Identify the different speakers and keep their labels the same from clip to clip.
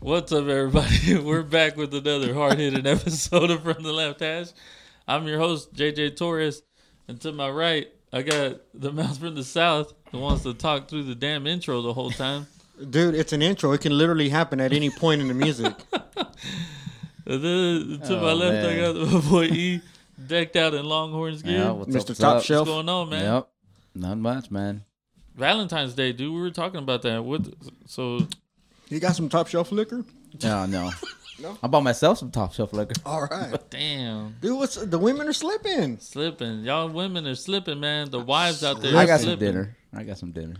Speaker 1: What's up, everybody? We're back with another hard hitting episode of From the Left Hash. I'm your host, JJ Torres, and to my right, I got the mouse from the south that wants to talk through the damn intro the whole time.
Speaker 2: Dude, it's an intro. It can literally happen at any point in the music.
Speaker 1: And then to my
Speaker 3: Oh,
Speaker 1: left, I
Speaker 3: man.
Speaker 1: got my boy E, decked out in Longhorns gear.
Speaker 3: Yeah,
Speaker 1: what's
Speaker 3: what's
Speaker 2: Mr.
Speaker 3: up,
Speaker 2: Top
Speaker 3: what's up?
Speaker 2: Shelf.
Speaker 1: going on, man?
Speaker 3: Yep. Not much, man.
Speaker 1: Valentine's Day, dude. We were talking about that. What? So
Speaker 2: You got some top shelf liquor?
Speaker 3: No, no.
Speaker 2: No?
Speaker 3: I bought myself some top shelf liquor.
Speaker 2: All right.
Speaker 1: damn.
Speaker 2: Dude, what's the women are slipping.
Speaker 1: Slipping, y'all women are slipping, man. The wives out there,
Speaker 3: I got some
Speaker 1: slipping.
Speaker 3: dinner. I got some dinner.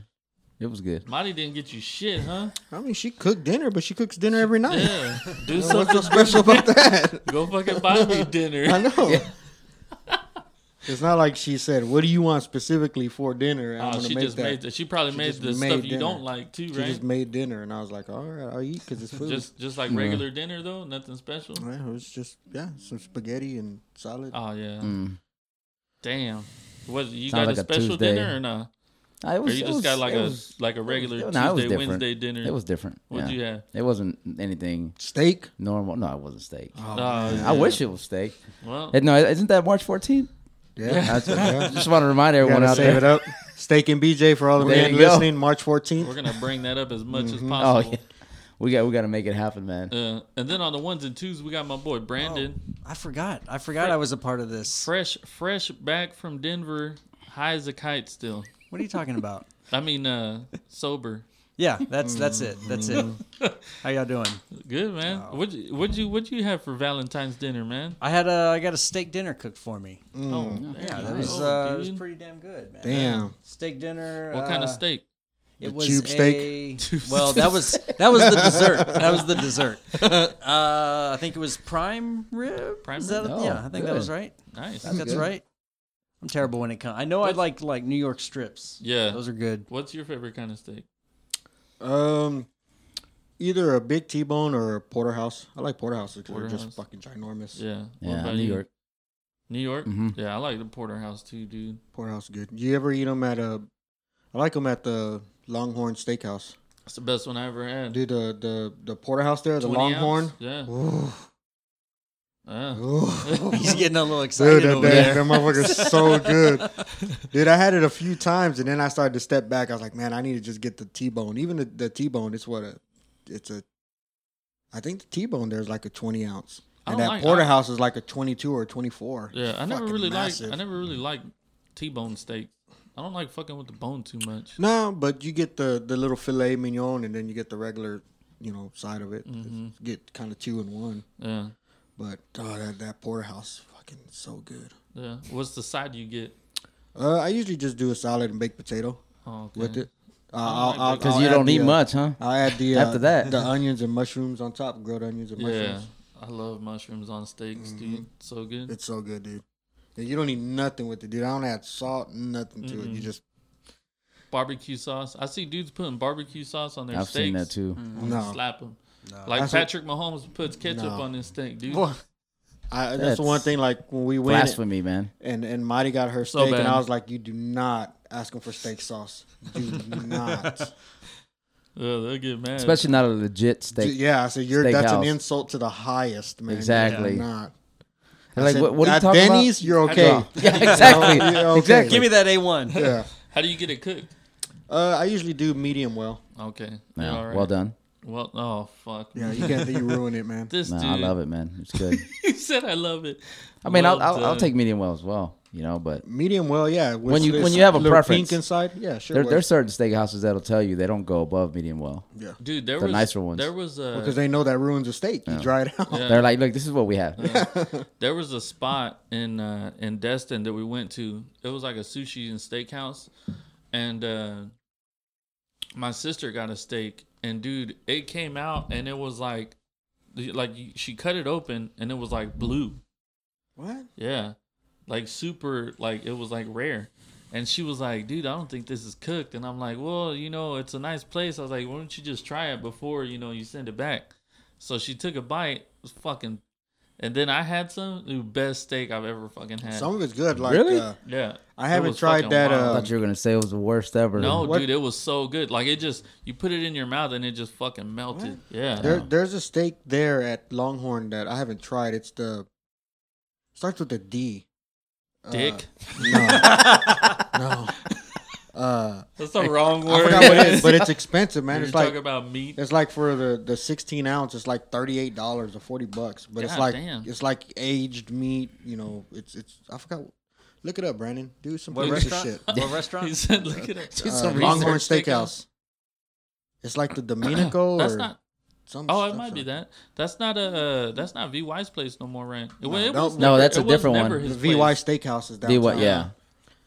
Speaker 3: It was good.
Speaker 1: Marty didn't get you shit, huh?
Speaker 2: I mean, she cooked dinner, but she cooks dinner every night.
Speaker 1: Yeah, do
Speaker 2: What's
Speaker 1: something.
Speaker 2: so special about that?
Speaker 1: Go fucking buy me dinner.
Speaker 2: I know. It's not like she said, "What do you want specifically for dinner?" And I'm
Speaker 1: Oh,
Speaker 2: gonna
Speaker 1: she
Speaker 2: make
Speaker 1: just
Speaker 2: that.
Speaker 1: made. The, she probably
Speaker 2: She
Speaker 1: made
Speaker 2: just
Speaker 1: the
Speaker 2: made
Speaker 1: stuff you
Speaker 2: dinner.
Speaker 1: don't like too,
Speaker 2: She
Speaker 1: right?
Speaker 2: just
Speaker 1: Just,
Speaker 2: made dinner, and I was like, "All right, I'll eat because it's food."
Speaker 1: just like regular dinner though, nothing special.
Speaker 3: Mm.
Speaker 2: Yeah, it was just yeah, some spaghetti and salad.
Speaker 1: Oh yeah,
Speaker 3: Mm.
Speaker 1: damn. What you
Speaker 3: Sounds
Speaker 1: got
Speaker 3: like
Speaker 1: a
Speaker 3: a
Speaker 1: special
Speaker 3: Tuesday.
Speaker 1: dinner or not?
Speaker 3: Ah, it
Speaker 1: Or
Speaker 3: was,
Speaker 1: you
Speaker 3: it
Speaker 1: just
Speaker 3: was-
Speaker 1: got like
Speaker 3: it
Speaker 1: a
Speaker 3: was-
Speaker 1: like a regular
Speaker 3: no, it was
Speaker 1: Tuesday
Speaker 3: different.
Speaker 1: Wednesday dinner?
Speaker 3: It was different.
Speaker 1: What'd
Speaker 3: yeah.
Speaker 1: you have?
Speaker 3: It wasn't anything
Speaker 2: Steak.
Speaker 3: normal. No, it wasn't steak.
Speaker 2: Oh,
Speaker 1: Oh,
Speaker 2: man.
Speaker 3: I wish it was steak.
Speaker 1: Well,
Speaker 3: Eh, No, isn't that March 14th?
Speaker 2: Yeah.
Speaker 3: I just, just want to remind everyone
Speaker 2: Gotta
Speaker 3: out
Speaker 2: save
Speaker 3: there.
Speaker 2: it up. Steak and BJ for all the
Speaker 3: There
Speaker 2: men
Speaker 3: you go.
Speaker 2: listening. March 14th.
Speaker 1: we're gonna bring that up as much as
Speaker 3: Oh
Speaker 1: possible.
Speaker 3: yeah, we got we got to make it happen, man.
Speaker 1: Uh, and then on the ones and twos, we got my boy Brandon,
Speaker 3: Oh.
Speaker 4: I forgot. I forgot I was a part of this.
Speaker 1: fresh, fresh back from Denver, high as a kite still.
Speaker 4: What are you talking about?
Speaker 1: I mean, uh, sober.
Speaker 4: Yeah, that's that's it. That's it.
Speaker 2: Mm-hmm.
Speaker 4: How y'all doing?
Speaker 1: Good man. What what you what you have for Valentine's dinner, man?
Speaker 4: I had a I got a steak dinner cooked for me.
Speaker 1: Oh,
Speaker 4: Hmm. Yeah,
Speaker 1: damn.
Speaker 4: that was
Speaker 1: Oh,
Speaker 4: uh, it was
Speaker 1: dude.
Speaker 4: pretty damn good, man.
Speaker 2: Damn.
Speaker 4: Steak dinner.
Speaker 1: What kind
Speaker 4: uh,
Speaker 1: of steak?
Speaker 4: It was
Speaker 2: tube
Speaker 4: a,
Speaker 2: steak?
Speaker 4: Well, that was that was the dessert. That was the dessert. Uh, I think it was prime rib.
Speaker 1: Prime
Speaker 4: Is
Speaker 1: rib?
Speaker 4: that-
Speaker 3: Oh,
Speaker 4: yeah, I think that was
Speaker 3: good.
Speaker 4: right.
Speaker 1: Nice.
Speaker 4: I think that's
Speaker 3: good.
Speaker 4: right. I'm terrible when it comes. I know I like like New York strips.
Speaker 1: Yeah.
Speaker 4: those are good.
Speaker 1: What's your favorite kind of steak?
Speaker 2: Um, either a big T-bone or a porterhouse. I like porterhouses because they're
Speaker 1: Porterhouse.
Speaker 2: just fucking ginormous.
Speaker 1: Yeah. What
Speaker 3: Yeah,
Speaker 1: about
Speaker 3: New
Speaker 1: you?
Speaker 3: York.
Speaker 1: New York.
Speaker 3: Mhm.
Speaker 1: Yeah, I like the porterhouse too, dude.
Speaker 2: Porterhouse is good. You ever eat them at a? I like them at the Longhorn Steakhouse.
Speaker 1: That's the best one I ever had.
Speaker 2: Dude, the the the porterhouse there, the
Speaker 1: 20 ounce?
Speaker 2: Longhorn.
Speaker 1: Yeah. uh,
Speaker 2: Ooh,
Speaker 1: Yeah.
Speaker 2: ooh.
Speaker 4: He's getting a little excited
Speaker 2: Dude, that,
Speaker 4: over
Speaker 2: that,
Speaker 4: there.
Speaker 2: that motherfucker's so good. Dude, I had it a few times and then I started to step back. I was like, man, I need to just get the T-bone. Even the, the T-bone, it's what a, it's a, I think the T-bone there's like a 20 ounce.
Speaker 1: I
Speaker 2: And
Speaker 1: don't
Speaker 2: that
Speaker 1: like- I-
Speaker 2: porterhouse is like a 22 or 24.
Speaker 1: Yeah. I never
Speaker 2: Fucking
Speaker 1: really like.
Speaker 2: massive.
Speaker 1: I never really liked T-bone steak. I don't like fucking with the bone too much.
Speaker 2: No, but you get the, the little filet mignon and then you get the regular, you know, side of it.
Speaker 1: Mm-hmm.
Speaker 2: It's- Get kind of two in one.
Speaker 1: Yeah.
Speaker 2: But oh, that, that porterhouse is fucking so good.
Speaker 1: Yeah. What's the side you get?
Speaker 2: Uh, I usually just do a salad and baked potato
Speaker 1: Oh, okay.
Speaker 2: with it. Uh, I'll- I'll-
Speaker 1: Oh,
Speaker 3: Because
Speaker 2: I'll
Speaker 3: you
Speaker 2: add
Speaker 3: don't
Speaker 2: the,
Speaker 3: eat
Speaker 2: uh,
Speaker 3: much, huh?
Speaker 2: I'll add the uh,
Speaker 3: After that.
Speaker 2: the onions and mushrooms on top, grilled onions and
Speaker 1: Yeah.
Speaker 2: mushrooms.
Speaker 1: I love mushrooms on steaks,
Speaker 2: Mm-hmm.
Speaker 1: dude. So good.
Speaker 2: It's so good, dude. And you don't need nothing with it, dude. I don't add salt, nothing to it. You just
Speaker 1: barbecue sauce. I see dudes putting barbecue sauce on their
Speaker 3: I've
Speaker 1: steaks.
Speaker 3: seen that too.
Speaker 2: no.
Speaker 1: Slap them. Like
Speaker 2: That's what-
Speaker 1: Patrick Mahomes puts ketchup
Speaker 2: No.
Speaker 1: on his steak, dude.
Speaker 2: Well, I, that's,
Speaker 3: That's
Speaker 2: the one thing. Like when we went
Speaker 3: Blasphemy, man.
Speaker 2: and and Marty got her
Speaker 1: So
Speaker 2: steak, and
Speaker 1: bad.
Speaker 2: I was like, "You do not ask him for steak sauce. Do not."
Speaker 1: Yeah, they'll get mad.
Speaker 3: Especially not a legit steak.
Speaker 2: yeah, I said, "You're that's
Speaker 3: Steakhouse.
Speaker 2: an insult to the highest, man. You do
Speaker 3: Exactly.
Speaker 2: not. I
Speaker 3: Like,
Speaker 2: said,
Speaker 3: what, what are you
Speaker 2: at
Speaker 3: talking
Speaker 2: Denny's, you're
Speaker 1: do
Speaker 2: okay.
Speaker 3: about? Yeah, exactly.
Speaker 2: Yeah, okay.
Speaker 3: Exactly.
Speaker 4: Give me that A one.
Speaker 2: yeah.
Speaker 1: How do you get it cooked?
Speaker 2: Uh, I usually do medium well.
Speaker 1: Okay.
Speaker 3: No,
Speaker 1: Yeah, all right.
Speaker 3: Well done.
Speaker 1: Well, oh fuck.
Speaker 2: Yeah, you can't you ruin it, man.
Speaker 1: This
Speaker 3: No,
Speaker 1: dude.
Speaker 3: I love it, man. It's good.
Speaker 1: he said I love it.
Speaker 3: I mean,
Speaker 1: Well
Speaker 3: I'll, I'll, I'll
Speaker 1: done.
Speaker 3: take medium well as well, you know. But
Speaker 2: Medium well, yeah. With
Speaker 3: When you-
Speaker 2: this
Speaker 3: when you have a
Speaker 2: little
Speaker 3: preference.
Speaker 2: pink inside, yeah, sure.
Speaker 3: there, there's certain steakhouses that'll tell you they don't go above medium well.
Speaker 2: yeah,
Speaker 1: Dude, there
Speaker 3: the
Speaker 1: was
Speaker 3: nicer ones.
Speaker 1: There was a
Speaker 2: because they know that ruins a steak. You dry it out.
Speaker 1: Yeah.
Speaker 3: They're like, look, this is what we have.
Speaker 1: There was a spot in uh, in Destin that we went to. It was like a sushi and steakhouse, and uh, my sister got a steak. And dude, it came out and it was like, like she cut it open and it was like blue.
Speaker 2: What?
Speaker 1: Yeah, like super, like it was like rare. And she was like, "Dude, I don't think this is cooked." And I'm like, "Well, you know, it's a nice place." I was like, "Why don't you just try it before you know you send it back?" So she took a bite. It was fucking And then I had some the best steak I've ever fucking had.
Speaker 2: Some of it's good. Like
Speaker 3: Really?
Speaker 2: uh,
Speaker 1: yeah,
Speaker 2: I
Speaker 1: It
Speaker 2: haven't
Speaker 1: was
Speaker 2: tried
Speaker 1: fucking
Speaker 2: that,
Speaker 3: I
Speaker 1: wild.
Speaker 2: um,
Speaker 3: thought you were gonna say it was the worst ever.
Speaker 1: no,
Speaker 2: What-
Speaker 1: dude, it was so good. Like it just you put it in your mouth and it just fucking melted. Yeah,
Speaker 2: there, there's a steak there at Longhorn that I haven't tried. It's the starts with a D. Uh,
Speaker 1: dick.
Speaker 2: no. Uh,
Speaker 1: That's the wrong
Speaker 2: I
Speaker 1: word.
Speaker 2: forgot what it is, but it's expensive, man.
Speaker 1: You're
Speaker 2: It's
Speaker 1: talking
Speaker 2: like
Speaker 1: about meat.
Speaker 2: It's like for the the 16 ounce, it's like 38 dollars or 40 bucks. But it's
Speaker 1: God
Speaker 2: like
Speaker 1: damn.
Speaker 2: it's like aged meat. You know, it's it's I forgot. Look it up, Brandon. Do some
Speaker 4: What
Speaker 2: racist
Speaker 4: restaurant?
Speaker 2: shit.
Speaker 4: What
Speaker 1: He
Speaker 4: restaurant?
Speaker 1: said, "Look at that."
Speaker 3: Do
Speaker 2: Uh,
Speaker 3: some
Speaker 2: Longhorn
Speaker 1: research.
Speaker 2: Steakhouse. It's like the Domenico
Speaker 1: That's
Speaker 2: or
Speaker 1: not.
Speaker 2: some.
Speaker 1: Oh, it
Speaker 2: stuff
Speaker 1: might be
Speaker 2: like-
Speaker 1: that. That's not a. Uh, that's not V Y's place no more, right? It, wa- it
Speaker 2: don't-
Speaker 1: was
Speaker 2: No,
Speaker 1: never-
Speaker 3: that's a
Speaker 1: it was
Speaker 3: different
Speaker 1: never
Speaker 3: one.
Speaker 2: The
Speaker 1: his
Speaker 2: VY
Speaker 1: place.
Speaker 2: Steakhouse is
Speaker 3: The
Speaker 2: downtown.
Speaker 3: what? Yeah,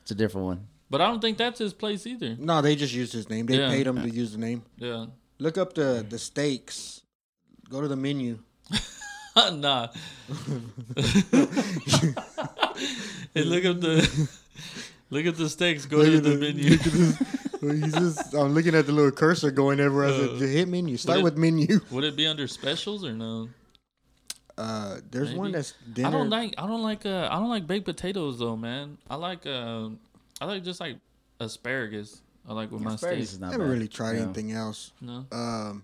Speaker 3: it's a different one.
Speaker 1: But I don't think that's his place either.
Speaker 2: No, they just used his name. They
Speaker 1: Yeah.
Speaker 2: paid him to use the name.
Speaker 1: Yeah.
Speaker 2: Look up the the steaks. Go to the menu.
Speaker 1: nah. hey, look at the look at the steaks. Go to
Speaker 2: Look at
Speaker 1: the, menu.
Speaker 2: look at this- well, he's just- I'm looking at the little cursor going everywhere. I said,
Speaker 1: Uh,
Speaker 2: "Just hit menu. Start
Speaker 1: it-
Speaker 2: with menu.
Speaker 1: Would it be under specials or no?
Speaker 2: Uh, there's one
Speaker 1: Maybe.
Speaker 2: that's dinner.
Speaker 1: I don't like I don't like uh I don't like baked potatoes though, man. I like uh, I like just like asparagus. I like with my
Speaker 3: Asparagus
Speaker 1: steaks.
Speaker 3: is
Speaker 2: I
Speaker 3: not
Speaker 2: haven't
Speaker 3: bad.
Speaker 2: really tried
Speaker 3: Yeah.
Speaker 2: anything else.
Speaker 1: No.
Speaker 2: Um,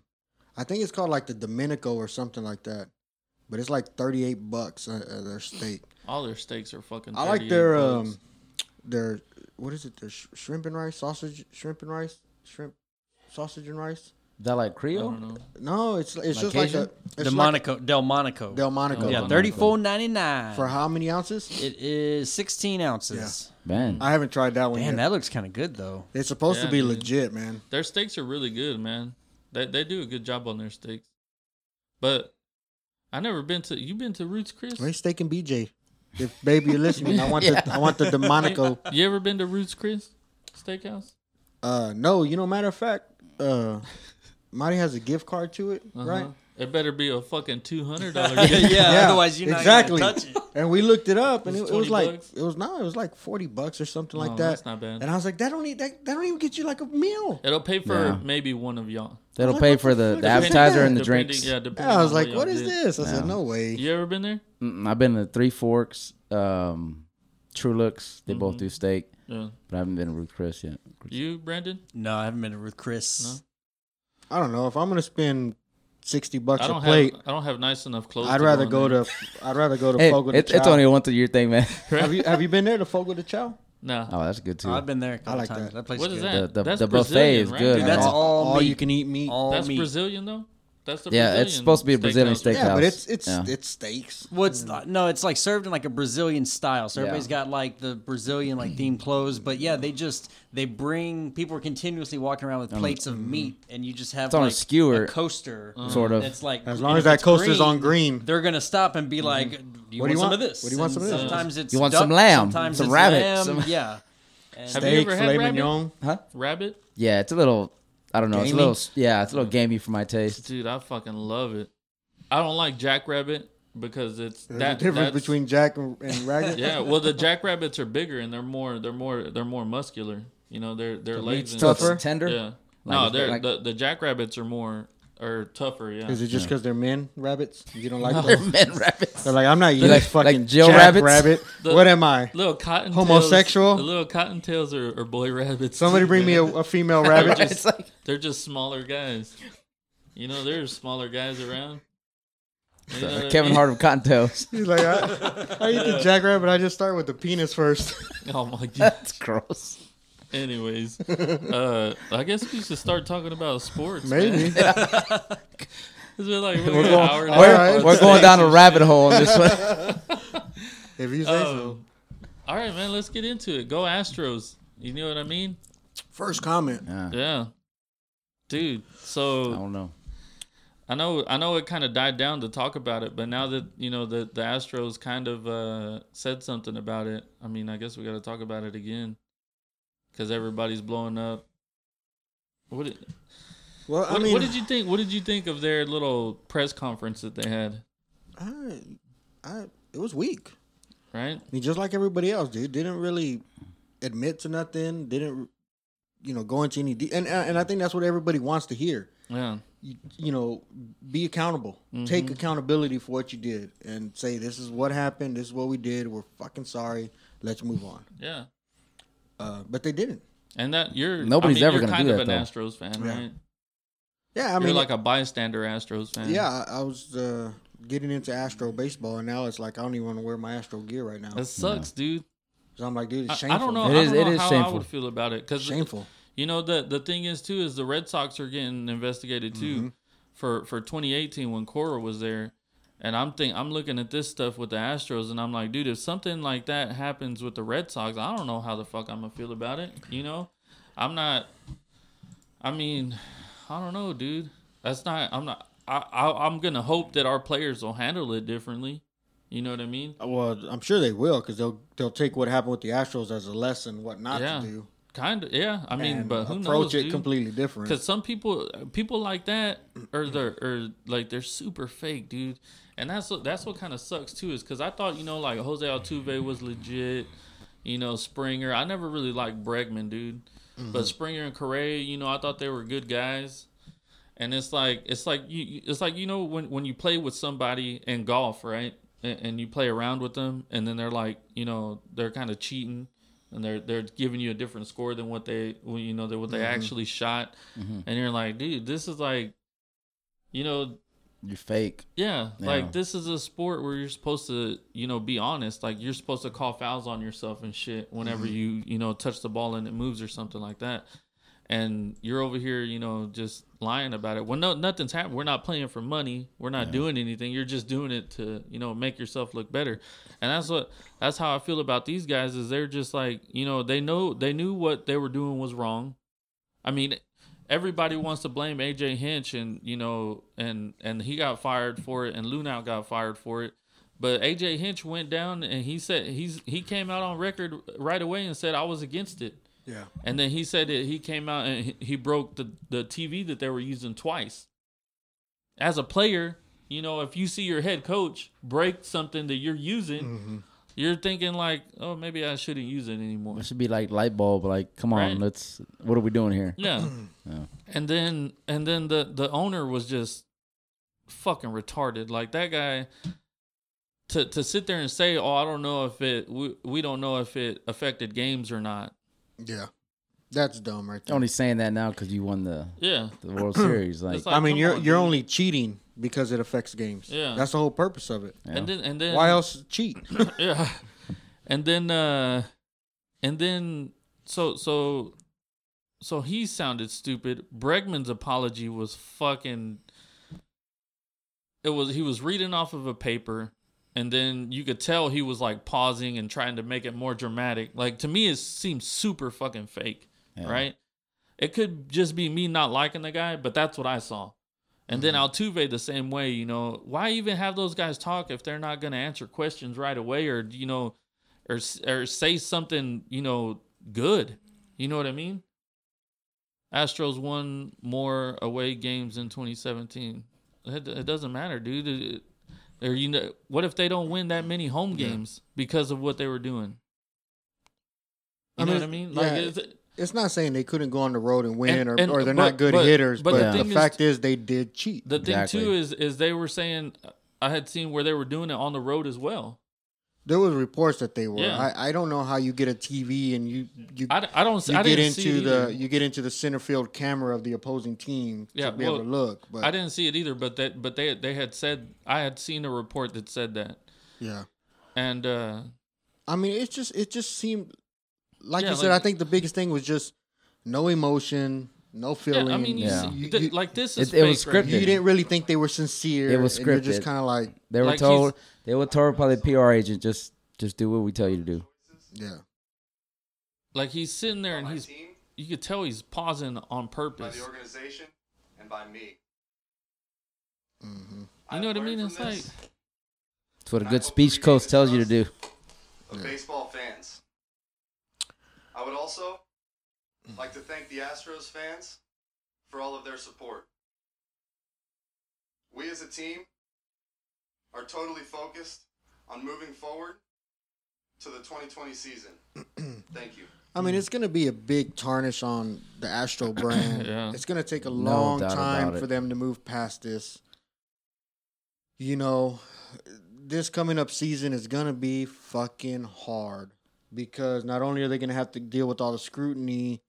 Speaker 2: I think it's called like the Domenico or something like that. But it's like 38 bucks uh, uh, their steak.
Speaker 1: All their steaks are fucking.
Speaker 2: I like
Speaker 1: 38
Speaker 2: their
Speaker 1: bucks.
Speaker 2: um their what is it? Their sh- shrimp and rice, sausage, shrimp and rice, shrimp sausage and rice.
Speaker 3: Is that like
Speaker 1: I
Speaker 3: Creole?
Speaker 1: don't know.
Speaker 2: No, it's it's
Speaker 3: Like
Speaker 2: just
Speaker 3: Cajun?
Speaker 2: like a it's
Speaker 4: The
Speaker 2: like
Speaker 4: Monaco, Del Monaco.
Speaker 2: Del Monaco.
Speaker 4: yeah,
Speaker 1: Monaco.
Speaker 4: thirty four ninety nine.
Speaker 2: For how many ounces?
Speaker 4: It is sixteen ounces.
Speaker 3: Man,
Speaker 2: I haven't tried that one
Speaker 4: Man,
Speaker 2: yet.
Speaker 4: that looks kind of good though.
Speaker 2: it's supposed to
Speaker 1: Yeah,
Speaker 2: be
Speaker 1: dude.
Speaker 2: legit, man.
Speaker 1: Their steaks are really good, man. They they do a good job on their steaks. But I never been to. You been to Roots, Chris?
Speaker 2: Hey, steak and BJ. If baby you're listening, I want the I want the Domenico.
Speaker 1: You ever been to Roots, Chris? Steakhouse.
Speaker 2: Uh, no, you know, matter of fact, uh, Marty has a gift card to it, right?
Speaker 1: Uh-huh. It better be a fucking two hundred dollar.
Speaker 2: Yeah,
Speaker 4: otherwise you're not
Speaker 2: exactly.
Speaker 4: gonna touch it.
Speaker 2: And we looked it up, and
Speaker 1: It
Speaker 2: it
Speaker 1: was
Speaker 2: it was
Speaker 1: 20
Speaker 2: like
Speaker 1: bucks?
Speaker 2: it was no, it was like forty bucks or something
Speaker 1: No,
Speaker 2: like
Speaker 1: that's
Speaker 2: that.
Speaker 1: not bad.
Speaker 2: And I was like, that don't even that, that don't even get you like a meal.
Speaker 1: It'll pay for
Speaker 3: Yeah.
Speaker 1: maybe one of y'all.
Speaker 3: that'll
Speaker 2: What
Speaker 3: pay
Speaker 2: the
Speaker 3: for the,
Speaker 2: fuck
Speaker 3: the
Speaker 2: is
Speaker 1: Depending-
Speaker 3: appetizer and the
Speaker 1: depending-
Speaker 3: drinks.
Speaker 1: Yeah,
Speaker 2: Yeah,
Speaker 1: depending
Speaker 2: I was
Speaker 1: on
Speaker 2: like,
Speaker 1: y'all
Speaker 2: what is
Speaker 1: did.
Speaker 2: this? I said, no way.
Speaker 1: You ever been there?
Speaker 3: Mm, I've been to Three Forks, um, True Looks. They both
Speaker 1: Mm-hmm.
Speaker 3: do steak,
Speaker 1: Yeah.
Speaker 3: but I haven't been to Ruth Chris yet.
Speaker 1: Uh, You, Brandon?
Speaker 4: No, I haven't been with Chris.
Speaker 2: I don't know if I'm gonna spend sixty bucks
Speaker 1: I
Speaker 2: a
Speaker 1: don't
Speaker 2: plate.
Speaker 1: have I don't have nice enough clothes.
Speaker 2: I'd
Speaker 1: to
Speaker 2: rather
Speaker 1: go
Speaker 2: go
Speaker 1: on there.
Speaker 2: to I'd rather go to
Speaker 3: Hey,
Speaker 2: Fogo de
Speaker 3: it, it's
Speaker 2: Chao.
Speaker 3: only a once a year thing, man.
Speaker 2: have you have you been there to Fogo de Chao?
Speaker 1: Nah.
Speaker 3: oh, that's good too.
Speaker 4: No, I've been there a couple
Speaker 2: like
Speaker 4: times.
Speaker 2: that.
Speaker 4: That, place
Speaker 1: What
Speaker 4: is
Speaker 1: is
Speaker 4: good.
Speaker 1: that?
Speaker 3: The- the-
Speaker 1: that's
Speaker 3: the buffet
Speaker 1: Brazilian,
Speaker 3: is
Speaker 1: right?
Speaker 3: good,
Speaker 4: Dude, that's
Speaker 2: all,
Speaker 4: all meat.
Speaker 2: you can eat meat.
Speaker 4: All
Speaker 1: That's
Speaker 4: meat.
Speaker 1: Brazilian though. That's the
Speaker 3: Yeah, it's
Speaker 1: Brazilian
Speaker 3: supposed to be a Brazilian
Speaker 1: steakhouse, right?
Speaker 2: yeah, but
Speaker 3: steakhouse.
Speaker 2: it's it's
Speaker 3: Yeah.
Speaker 2: it's steaks.
Speaker 4: Well, it's not, no, it's like served in like a Brazilian style. So
Speaker 3: Yeah.
Speaker 4: everybody's got like the Brazilian like themed clothes, but yeah, they just they bring people are continuously walking around with plates of
Speaker 2: Mm-hmm.
Speaker 4: meat, and you just have
Speaker 3: on a
Speaker 4: like,
Speaker 3: skewer,
Speaker 4: coaster,
Speaker 3: sort of.
Speaker 4: It's like
Speaker 2: As
Speaker 4: and
Speaker 2: long
Speaker 4: if
Speaker 2: as that
Speaker 4: it's
Speaker 2: coaster's on green.
Speaker 4: they're gonna stop and be like, "Do you,
Speaker 2: What
Speaker 4: want
Speaker 2: do you
Speaker 4: some
Speaker 2: want?
Speaker 4: of this?
Speaker 2: What do you want
Speaker 4: And
Speaker 2: some of this?
Speaker 4: Sometimes it's
Speaker 3: You want
Speaker 4: duck,
Speaker 3: some lamb,
Speaker 4: sometimes
Speaker 3: some
Speaker 4: it's
Speaker 3: rabbit,
Speaker 4: lamb,
Speaker 3: some-
Speaker 4: yeah. And
Speaker 1: Have you
Speaker 2: Steak,
Speaker 1: ever had
Speaker 2: filet
Speaker 1: rabbit?
Speaker 2: mignon.
Speaker 1: Rabbit?
Speaker 3: yeah, it's a little. I don't know. It's a
Speaker 2: Gamey?
Speaker 3: little. Yeah, it's a little gamey for my taste.
Speaker 1: Dude, I fucking love it. I don't like jackrabbit because it's
Speaker 2: There's
Speaker 1: that
Speaker 2: a difference
Speaker 1: that's-
Speaker 2: between Jack and, and Ragged.
Speaker 1: Yeah, well the jackrabbits are bigger and they're more they're more they're more muscular. You know, their their legs and
Speaker 3: So
Speaker 2: tougher?
Speaker 3: it's tender.
Speaker 1: Yeah.
Speaker 3: Like,
Speaker 1: no, they're
Speaker 3: like-
Speaker 1: the, the jackrabbits are more are tougher, yeah.
Speaker 2: Is it just because they're men rabbits? You don't like
Speaker 3: They're
Speaker 2: them?
Speaker 3: men rabbits.
Speaker 2: They're like, I'm not you,
Speaker 3: Like-
Speaker 2: like, fucking
Speaker 3: like Jill
Speaker 2: Jack
Speaker 3: rabbits?
Speaker 2: Rabbit.
Speaker 1: The-
Speaker 2: what am I?
Speaker 1: Little cottontails.
Speaker 2: Homosexual?
Speaker 1: The little cottontails are, are boy rabbits.
Speaker 2: Somebody bring me a, a female rabbit.
Speaker 1: just-
Speaker 3: it's like
Speaker 1: They're just smaller guys. You know, there's smaller guys around. You know what I
Speaker 3: Kevin
Speaker 1: mean?
Speaker 3: Hart of Cottontails.
Speaker 2: He's like, I, I eat the Jack Rabbit. I just start with the penis first.
Speaker 1: Oh my god.
Speaker 3: That's gross.
Speaker 1: Anyways, uh, I guess we should start talking about sports. man.
Speaker 2: Maybe.
Speaker 1: It's been like
Speaker 3: We're
Speaker 1: we're
Speaker 3: going,
Speaker 1: an hour and a
Speaker 3: we're-
Speaker 1: half.
Speaker 2: half.
Speaker 3: we're going down a rabbit hole on this one.
Speaker 2: if you say so.
Speaker 1: Um, all right, man. Let's get into it. Go Astros. You know what I mean?
Speaker 2: First comment.
Speaker 3: Yeah,
Speaker 1: Yeah, dude.
Speaker 3: I
Speaker 1: So
Speaker 3: don't know.
Speaker 1: I know I know it kind of died down to talk about it, but now that you know the the Astros kind of uh, said something about it, I mean, I guess we got to talk about it again because everybody's blowing up. What did,
Speaker 2: Well, I
Speaker 1: what,
Speaker 2: mean,
Speaker 1: what did you think? What did you think of their little press conference that they had?
Speaker 2: I, I, it was weak.
Speaker 1: Right?
Speaker 2: I mean, just like everybody else, dude, didn't really admit to nothing. Didn't you know go into any de- and and I think that's what everybody wants to hear.
Speaker 1: Yeah.
Speaker 2: You, you know, be accountable.
Speaker 1: Mm-hmm.
Speaker 2: Take accountability for what you did, and say this is what happened. This is what we did. We're fucking sorry. Let's move on.
Speaker 1: Yeah.
Speaker 2: Uh, but they didn't.
Speaker 1: And that you're
Speaker 3: Nobody's
Speaker 1: I mean,
Speaker 3: ever
Speaker 1: you're
Speaker 3: gonna
Speaker 1: kind
Speaker 3: do
Speaker 1: of
Speaker 3: that,
Speaker 1: an
Speaker 3: though.
Speaker 1: Astros fan,
Speaker 2: Yeah.
Speaker 1: right?
Speaker 2: Yeah, I
Speaker 1: you're
Speaker 2: mean,
Speaker 1: like a bystander Astros fan.
Speaker 2: yeah, I, I was uh, getting into Astro baseball, and now it's like I don't even want to wear my Astro gear right now.
Speaker 1: That sucks, dude.
Speaker 2: So I'm like, dude,
Speaker 1: I,
Speaker 2: it's
Speaker 1: I
Speaker 2: shameful.
Speaker 1: don't know.
Speaker 3: It
Speaker 1: I
Speaker 3: is-
Speaker 1: don't know
Speaker 3: it is
Speaker 1: how I
Speaker 3: shameful.
Speaker 1: would feel about it because
Speaker 2: Shameful.
Speaker 1: You know the the thing is too is the Red Sox are getting investigated too
Speaker 2: Mm-hmm.
Speaker 1: for for 2018 when Cora was there, and I'm think I'm looking at this stuff with the Astros and I'm like, dude, if something like that happens with the Red Sox, I don't know how the fuck I'm gonna feel about it. You know, I'm not. I mean, I don't know, dude. That's not. I'm not. I, I I'm gonna hope that our players will handle it differently. You know what I mean?
Speaker 2: Well, I'm sure they will because they'll they'll take what happened with the Astros as a lesson what not
Speaker 1: Yeah.
Speaker 2: to do.
Speaker 1: Kind of. Yeah. I mean,
Speaker 2: and
Speaker 1: but who
Speaker 2: approach
Speaker 1: knows,
Speaker 2: it
Speaker 1: dude?
Speaker 2: completely different.
Speaker 1: Because some people, people like that, or they're or like they're super fake, dude. And that's what that's what kind of sucks too, is because I thought you know like Jose Altuve was legit, you know Springer. I never really liked Bregman, dude, but Springer and Correa, you know, I thought they were good guys. And it's like it's like you you- it's like you know when when you play with somebody in golf, right? And, and you play around with them, and then they're like you know they're kind of cheating. And they're they're giving you a different score than what they well, you know than what they actually shot, and you're like, dude, this is like, you know,
Speaker 3: You're fake.
Speaker 1: yeah,
Speaker 3: Yeah.
Speaker 1: like this is a sport where you're supposed to, you know, be honest. Like you're supposed to call fouls on yourself and shit whenever you, you know, touch the ball and it moves or something like that. And you're over here, you know, just lying about it. Well, no, nothing's happened. We're not playing for money. We're not doing anything. You're just doing it to, you know, make yourself look better. And that's what, that's how I feel about these guys. Is they're just like, you know, they know they knew what they were doing was wrong. I mean, everybody wants to blame AJ Hinch and you know and and he got fired for it and Lunau got fired for it. But AJ Hinch went down and he said he's he came out on record right away and said I was against it.
Speaker 2: yeah,
Speaker 1: And then he said that he came out and he- he broke the, the TV that they were using twice. As a player, you know, if you see your head coach break something that you're using, you're thinking like, oh, maybe I shouldn't use it anymore.
Speaker 3: It should be like light bulb. Like, come on,
Speaker 1: Right.
Speaker 3: let's. What are we doing here?
Speaker 1: Yeah. And then and then the the owner was just fucking retarded. Like that guy to to sit there and say, "Oh, I don't know if it we, we don't know if it affected games or not."
Speaker 2: yeah, that's dumb, right there.
Speaker 3: Only saying that now because you won the
Speaker 1: Yeah.
Speaker 3: the World Series. Like,
Speaker 1: It's like,
Speaker 2: I mean,
Speaker 1: come
Speaker 2: you're
Speaker 1: on,
Speaker 2: you're
Speaker 1: dude.
Speaker 2: only cheating because it affects games.
Speaker 1: Yeah.
Speaker 2: that's the whole purpose of it.
Speaker 3: Yeah.
Speaker 1: And then and then
Speaker 2: Why else cheat?
Speaker 1: yeah. And then uh and then so so so he sounded stupid. Bregman's apology was fucking it was he was reading off of a paper and then you could tell he was like pausing and trying to make it more dramatic. Like to me it seems super fucking fake,
Speaker 3: Yeah.
Speaker 1: right? It could just be me not liking the guy, but that's what I saw. And then
Speaker 2: Mm-hmm.
Speaker 1: Altuve the same way, you know, why even have those guys talk if they're not going to answer questions right away or you know or s- or say something, you know, good. You know what I mean? Astros won more away games in 2017. It, it doesn't matter, dude. It- or you know, what if they don't win that many home
Speaker 2: Yeah.
Speaker 1: games because of what they were doing? You
Speaker 2: I
Speaker 1: know
Speaker 2: mean,
Speaker 1: what I mean? Like,
Speaker 2: yeah.
Speaker 1: it's-
Speaker 2: It's not saying they couldn't go on the road and win,
Speaker 1: And-
Speaker 2: or,
Speaker 1: and-
Speaker 2: or they're
Speaker 1: but-
Speaker 2: not good
Speaker 1: but-
Speaker 2: hitters.
Speaker 1: but
Speaker 2: But,
Speaker 1: the
Speaker 2: the,
Speaker 1: thing is-
Speaker 2: fact is, they did cheat.
Speaker 1: The
Speaker 3: Exactly.
Speaker 1: thing too is is they were saying I had seen where they were doing it on the road as well.
Speaker 2: There was reports that they were.
Speaker 1: Yeah.
Speaker 2: I, I don't know how you get a TV and you you
Speaker 1: I, d- I don't.
Speaker 2: you
Speaker 1: I
Speaker 2: get
Speaker 1: didn't see
Speaker 2: into
Speaker 1: it
Speaker 2: the
Speaker 1: either.
Speaker 2: you get into the center field camera of the opposing team
Speaker 1: Yeah,
Speaker 2: to be
Speaker 1: well,
Speaker 2: able to look. But
Speaker 1: I didn't see it either, but that but they they had said I had seen a report that said that,
Speaker 2: yeah,
Speaker 1: and uh,
Speaker 2: I mean, it's just it just seemed like
Speaker 1: Yeah,
Speaker 2: you said.
Speaker 1: like-
Speaker 2: I think the biggest thing was just no emotion, no
Speaker 1: yeah,
Speaker 2: feeling.
Speaker 1: I mean, you
Speaker 3: Yeah.
Speaker 1: see,
Speaker 2: You-
Speaker 1: th-
Speaker 2: you-
Speaker 1: like this is
Speaker 3: It- it
Speaker 1: fake,
Speaker 3: was
Speaker 1: right?
Speaker 3: scripted.
Speaker 2: you didn't really think they were sincere.
Speaker 3: It was
Speaker 2: and you're just
Speaker 3: scripted.
Speaker 2: kind of like
Speaker 3: they were
Speaker 1: like he's-
Speaker 3: told they were told by the PR agent just just do what we tell you to do.
Speaker 2: yeah,
Speaker 1: Like he's sitting there and
Speaker 5: by my
Speaker 1: he's
Speaker 5: team,
Speaker 1: you could tell he's pausing on
Speaker 5: by
Speaker 1: purpose.
Speaker 5: the organization, and by me.
Speaker 2: hmm
Speaker 1: You know what I mean? It's like
Speaker 3: It's what a
Speaker 5: I
Speaker 3: good
Speaker 5: hope
Speaker 3: speech
Speaker 5: three
Speaker 3: coach
Speaker 5: days
Speaker 3: tells you to
Speaker 5: goes.
Speaker 3: do.
Speaker 5: of baseball fans. I would also like to thank the Astros fans for all of their support. We as a team are totally focused on moving forward to the 2020 season. Thank you.
Speaker 2: I mean, it's going to be a big tarnish on the Astro brand.
Speaker 1: Yeah.
Speaker 2: It's going to take a long
Speaker 3: doubt
Speaker 2: time
Speaker 3: about
Speaker 2: for
Speaker 3: it.
Speaker 2: them to move past this. You know, this coming up season is going to be fucking hard because not only are they going to have to deal with all the scrutiny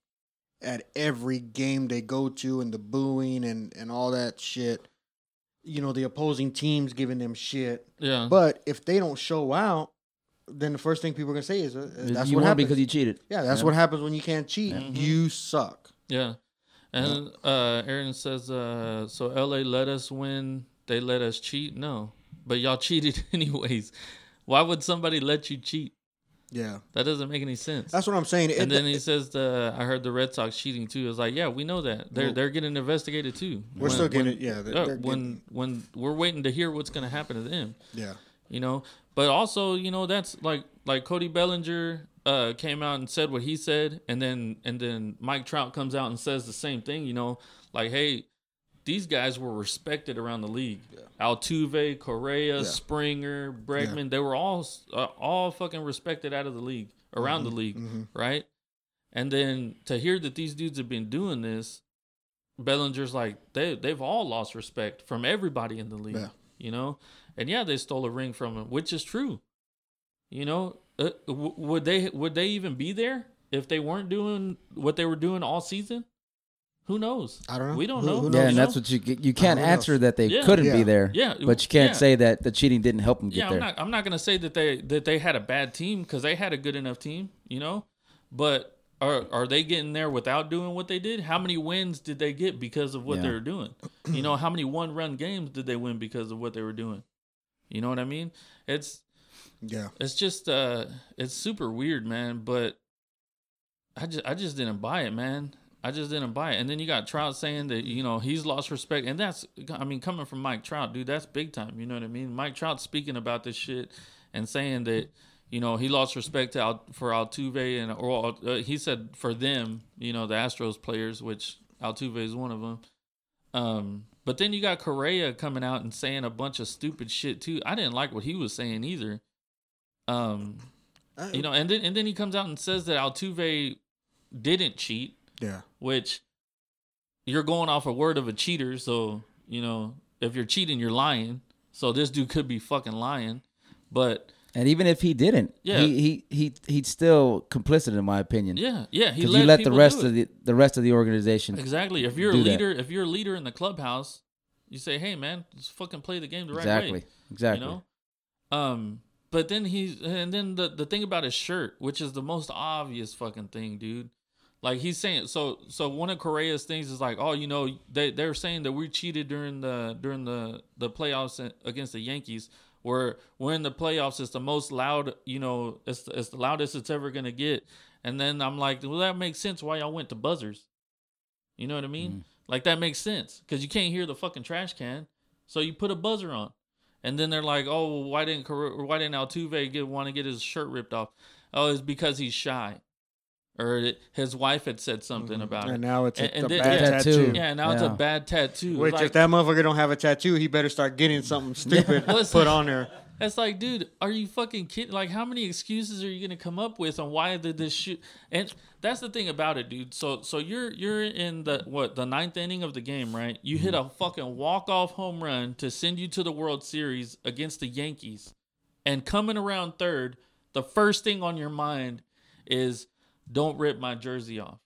Speaker 2: at every game they go to and the booing and, and all that shit, you know, the opposing teams giving them shit.
Speaker 1: Yeah.
Speaker 2: But if they don't show out, then the first thing people are gonna say is uh, that's
Speaker 3: you
Speaker 2: what
Speaker 3: won
Speaker 2: happens.
Speaker 3: because you cheated.
Speaker 2: yeah, that's
Speaker 3: Yeah.
Speaker 2: what happens when you can't cheat. You suck.
Speaker 1: Yeah. And uh Aaron says, uh, so LA let us win, they let us cheat? No. But y'all cheated anyways. Why would somebody let you cheat?
Speaker 2: Yeah,
Speaker 1: That doesn't make any sense.
Speaker 2: that's what I'm saying. It-
Speaker 1: and then he says the I heard the Red Sox cheating too. It's like, yeah, we know that. They're
Speaker 2: Well-
Speaker 1: they're getting investigated too.
Speaker 2: we're still getting it. Yeah, they're,
Speaker 1: yeah,
Speaker 2: they're
Speaker 1: Oh, when when we're waiting to hear what's gonna happen to them.
Speaker 2: getting- yeah,
Speaker 1: you know. But also, you know, that's like like Cody Bellinger uh, came out and said what he said, and then and then Mike Trout comes out and says the same thing. You know, like hey, these guys were respected around the league. Altuve, Correa, Springer, Bregman, they were all s- uh, all fucking respected out of the league, around the league, right? And then to hear that these dudes have been doing this, Bellinger's like they they've all lost respect from everybody in the league,
Speaker 2: Yeah.
Speaker 1: you know. And yeah, they stole a ring from him, which is true. You know, uh, w- would they would they even be there if they weren't doing what they were doing all season? Who knows?
Speaker 2: I don't know.
Speaker 1: We don't
Speaker 2: Who-
Speaker 1: know.
Speaker 2: who
Speaker 1: you
Speaker 2: knows?
Speaker 3: Yeah, and
Speaker 1: know?
Speaker 3: that's what you get- you can't
Speaker 2: who knows?
Speaker 3: answer that they
Speaker 1: Yeah.
Speaker 3: couldn't
Speaker 2: Yeah.
Speaker 3: be there.
Speaker 1: Yeah,
Speaker 3: but you can't
Speaker 1: yeah.
Speaker 3: say that the cheating didn't help them get
Speaker 1: yeah,
Speaker 3: there.
Speaker 1: I'm not. I'm not gonna say that they that they had a bad team because they had a good enough team, you know. But are are they getting there without doing what they did? How many wins did they get because of what they
Speaker 3: Yeah.
Speaker 1: were doing? You know, how many one run games did they win because of what they were doing? You know what I mean? It's
Speaker 2: yeah.
Speaker 1: it's just uh it's super weird, man. But I just I just didn't buy it, man. I just didn't buy it. And then you got Trout saying that you know he's lost respect, and that's I mean coming from Mike Trout, dude, that's big time. You know what I mean? Mike Trout speaking about this shit and saying that you know he lost respect to Al, for Altuve and or uh, he said for them, you know the Astros players, which Altuve is one of them. Um, but then you got Correa coming out and saying a bunch of stupid shit too. I didn't like what he was saying either. Um,
Speaker 2: Uh,
Speaker 1: you know, and then and then he comes out and says that Altuve didn't cheat,
Speaker 2: yeah,
Speaker 1: which you're going off a word of a cheater. So you know, if you're cheating, you're lying. So this dude could be fucking lying, but
Speaker 3: And even if he didn't,
Speaker 1: Yeah.
Speaker 3: he he he he's still complicit in my opinion.
Speaker 1: yeah, yeah, he
Speaker 3: because you let the
Speaker 1: people
Speaker 3: rest
Speaker 1: do
Speaker 3: of
Speaker 1: it.
Speaker 3: the the rest of the organization.
Speaker 1: exactly. If you're a
Speaker 3: do that.
Speaker 1: leader, if you're a leader in the clubhouse, you say, "Hey, man, just fucking play the game the right way."
Speaker 3: Exactly. Exactly.
Speaker 1: You know? Um, but then he's and then the the thing about his shirt, which is the most obvious fucking thing, dude. Like he's saying so so one of Correa's things is like, oh, you know, they they're saying that we cheated during the during the the playoffs a- against the Yankees. Where we're in the playoffs, it's the most loud, you know, it's it's the loudest it's ever gonna get. And then I'm like, well, that makes sense why y'all went to buzzers. You know what I mean?
Speaker 2: Mm.
Speaker 1: Like that makes sense because you can't hear the fucking trash can, so you put a buzzer on. And then they're like, "Oh, well, why didn't Corre- why didn't Altuve get want to get his shirt ripped off? Oh, it's because he's shy, or it, his wife had said something about
Speaker 2: Mm-hmm. and
Speaker 1: it.
Speaker 2: now it's
Speaker 1: And-
Speaker 2: a,
Speaker 1: and
Speaker 2: a
Speaker 1: then-
Speaker 2: bad
Speaker 1: yeah,
Speaker 2: tattoo.
Speaker 3: tattoo.
Speaker 1: Yeah, and now it's a
Speaker 3: Yeah.
Speaker 1: bad tattoo.
Speaker 2: Which,
Speaker 1: like,
Speaker 2: if that motherfucker don't have a tattoo, he better start getting something stupid
Speaker 1: Listen.
Speaker 2: put on there.
Speaker 1: It's like, dude, are you fucking kidding? Like, how many excuses are you gonna come up with on why did this shoot? And that's the thing about it, dude. So, so you're you're in the what the ninth inning of the game, right? You hit a fucking walk off home run to send you to the World Series against the Yankees, and coming around third, the first thing on your mind is, don't rip my jersey off.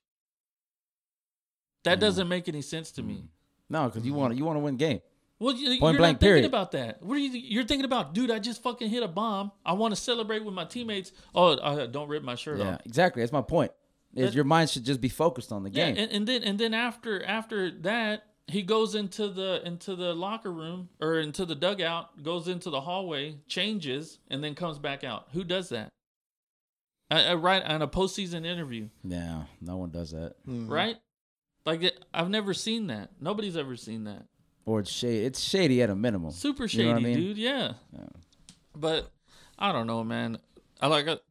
Speaker 1: That doesn't make any sense to me.
Speaker 3: No, because you want you want to win game.
Speaker 1: Well, you,
Speaker 3: Point
Speaker 1: you're
Speaker 3: blank,
Speaker 1: not thinking
Speaker 3: period.
Speaker 1: about that. What are you? You're thinking about, dude? I just fucking hit a bomb. I want to celebrate with my teammates. Oh, uh, don't rip my shirt
Speaker 3: Yeah,
Speaker 1: off.
Speaker 3: exactly. That's my point. Is your mind should just be focused on the
Speaker 1: Yeah,
Speaker 3: game.
Speaker 1: and, and then and then after after that, he goes into the into the locker room or into the dugout, goes into the hallway, changes, and then comes back out. Who does that? Uh, uh, right on a postseason interview,
Speaker 3: yeah, no one does that.
Speaker 1: right? Like it- I've never seen that. Nobody's ever seen that.
Speaker 3: Or it's shady. It's shady at a minimum.
Speaker 1: Super
Speaker 3: You
Speaker 1: shady,
Speaker 3: know what I mean?
Speaker 1: dude. Yeah. But I don't know, man. I like it.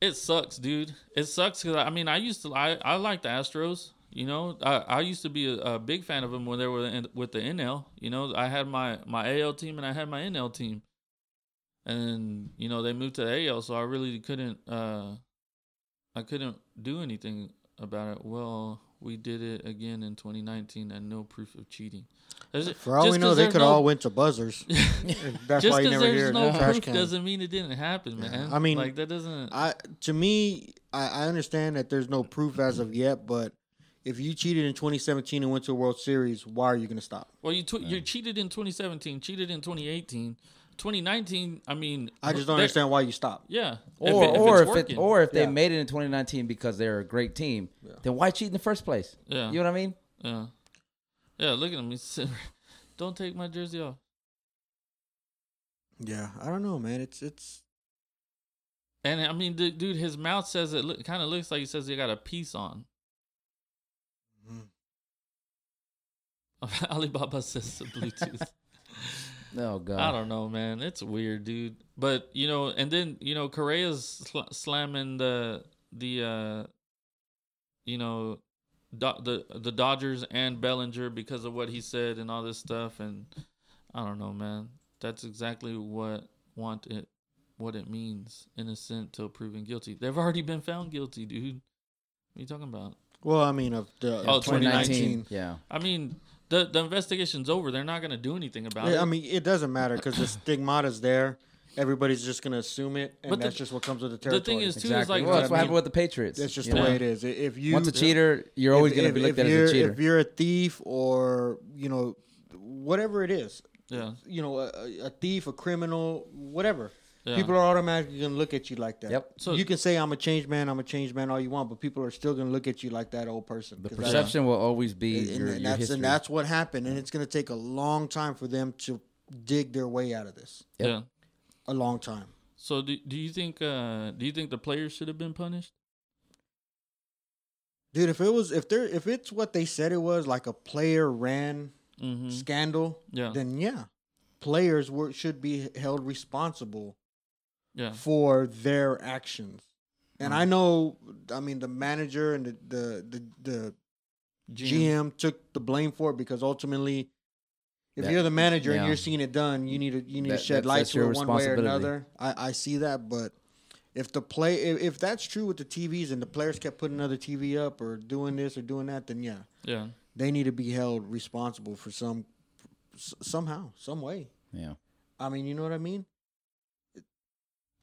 Speaker 1: It sucks, dude. It sucks because I mean, I used to. I I like the Astros. You know, I, I used to be a, a big fan of them when they were in, with the NL. You know, I had my my AL team and I had my NL team, and you know they moved to the AL, so I really couldn't. uh I couldn't do anything about it. Well, we did it again in 2019 and no proof of cheating. That's it.
Speaker 2: For all
Speaker 1: Just
Speaker 2: we know,
Speaker 1: 'cause
Speaker 2: they
Speaker 1: there's
Speaker 2: could
Speaker 1: no-
Speaker 2: all went to buzzers. And That's
Speaker 1: Just
Speaker 2: why you
Speaker 1: because
Speaker 2: never
Speaker 1: there's
Speaker 2: hear
Speaker 1: no
Speaker 2: no trash
Speaker 1: proof
Speaker 2: can.
Speaker 1: doesn't mean it didn't happen, man.
Speaker 2: I mean-
Speaker 1: like that doesn't.
Speaker 2: I to me, I, I understand that there's no proof as of yet, but if you cheated in 2017 and went to a World Series, why are you going to stop?
Speaker 1: Well, you tw- you cheated in 2017, cheated in 2018, 2019. I mean,
Speaker 2: I just
Speaker 1: they-
Speaker 2: don't understand why you stop.
Speaker 1: Yeah,
Speaker 3: Or or if it,
Speaker 1: working.
Speaker 3: or if they
Speaker 2: Yeah.
Speaker 3: made it in 2019 because they're a great team, then why cheat in the first place?
Speaker 1: Yeah.
Speaker 3: You know what I mean?
Speaker 1: yeah, yeah. Look at him. He's sitting right- don't take my jersey off.
Speaker 2: Yeah, I don't know, man. It's it's
Speaker 1: And I mean, the, dude, his mouth says it. Look, kind of looks like he says he got a piece on.
Speaker 2: Mm-hmm.
Speaker 1: Alibaba says the Bluetooth.
Speaker 3: Oh God.
Speaker 1: I don't know, man. It's weird, dude. But you know, and then you know, Correa's sl- slamming the the uh, you know, do- the the Dodgers and Bellinger because of what he said and all this stuff. And I don't know, man. That's exactly what want it, what it means, innocent till proven guilty. They've already been found guilty, dude. What are you talking about?
Speaker 2: well, I mean, of the
Speaker 1: Oh,
Speaker 2: of
Speaker 1: 2019.
Speaker 3: Yeah.
Speaker 1: I mean, the the investigation's over. They're not gonna do anything about it.
Speaker 2: Yeah, I mean, it doesn't matter because the stigmata's there. Everybody's just going to assume it, and
Speaker 1: But the-
Speaker 2: that's just what comes with the
Speaker 1: the
Speaker 2: territory.
Speaker 1: thing is, too, is
Speaker 3: Exactly.
Speaker 1: like
Speaker 3: well,
Speaker 2: I
Speaker 3: that's what happened
Speaker 2: mean,
Speaker 3: with the Patriots.
Speaker 2: That's just
Speaker 3: you
Speaker 2: the
Speaker 1: know.
Speaker 2: way it is. I- If you
Speaker 3: Once a cheater, you're always
Speaker 2: if-
Speaker 3: going to be
Speaker 2: if-
Speaker 3: looked
Speaker 2: if
Speaker 3: at as a
Speaker 2: you're-
Speaker 3: cheater.
Speaker 2: If you're a thief or you know whatever it is,
Speaker 1: yeah,
Speaker 2: you know a, a- a thief, a criminal, whatever.
Speaker 1: yeah.
Speaker 2: People are automatically gonna look at you like that.
Speaker 3: Yep.
Speaker 1: So-
Speaker 2: So you can say I'm a change man, I'm a change man, all you want, but people are still gonna look at you like that old person.
Speaker 3: The
Speaker 2: 'Cause I-
Speaker 3: perception will always be
Speaker 2: and,
Speaker 3: your,
Speaker 2: and
Speaker 3: your
Speaker 2: that's
Speaker 3: history.
Speaker 2: and that's what happened, and it's gonna take a long time for them to dig their way out of this.
Speaker 3: Yep.
Speaker 1: yeah.
Speaker 2: A long time.
Speaker 1: So do do you think uh do you think the players should have been punished?
Speaker 2: Dude, if it was if they're if it's what they said it was, like a player ran
Speaker 1: Mm-hmm.
Speaker 2: scandal,
Speaker 1: Yeah.
Speaker 2: then yeah, players were should be held responsible
Speaker 1: Yeah.
Speaker 2: for their actions. And I know, I mean, the manager and the the the, the GM. took the blame for it because ultimately, if
Speaker 3: That-
Speaker 2: you're the manager and
Speaker 3: yeah.
Speaker 2: you're seeing it done, you need to you need
Speaker 3: That-
Speaker 2: to shed
Speaker 3: that's-
Speaker 2: light
Speaker 3: that's
Speaker 2: to
Speaker 3: your
Speaker 2: it one way or
Speaker 3: responsibility.
Speaker 2: another. I I see that, but. If the play, if, if that's true with the TVs and the players kept putting another TV up or doing this or doing that, then yeah,
Speaker 1: Yeah.
Speaker 2: they need to be held responsible for some s- somehow, some way.
Speaker 3: yeah.
Speaker 2: I mean, you know what I mean? It,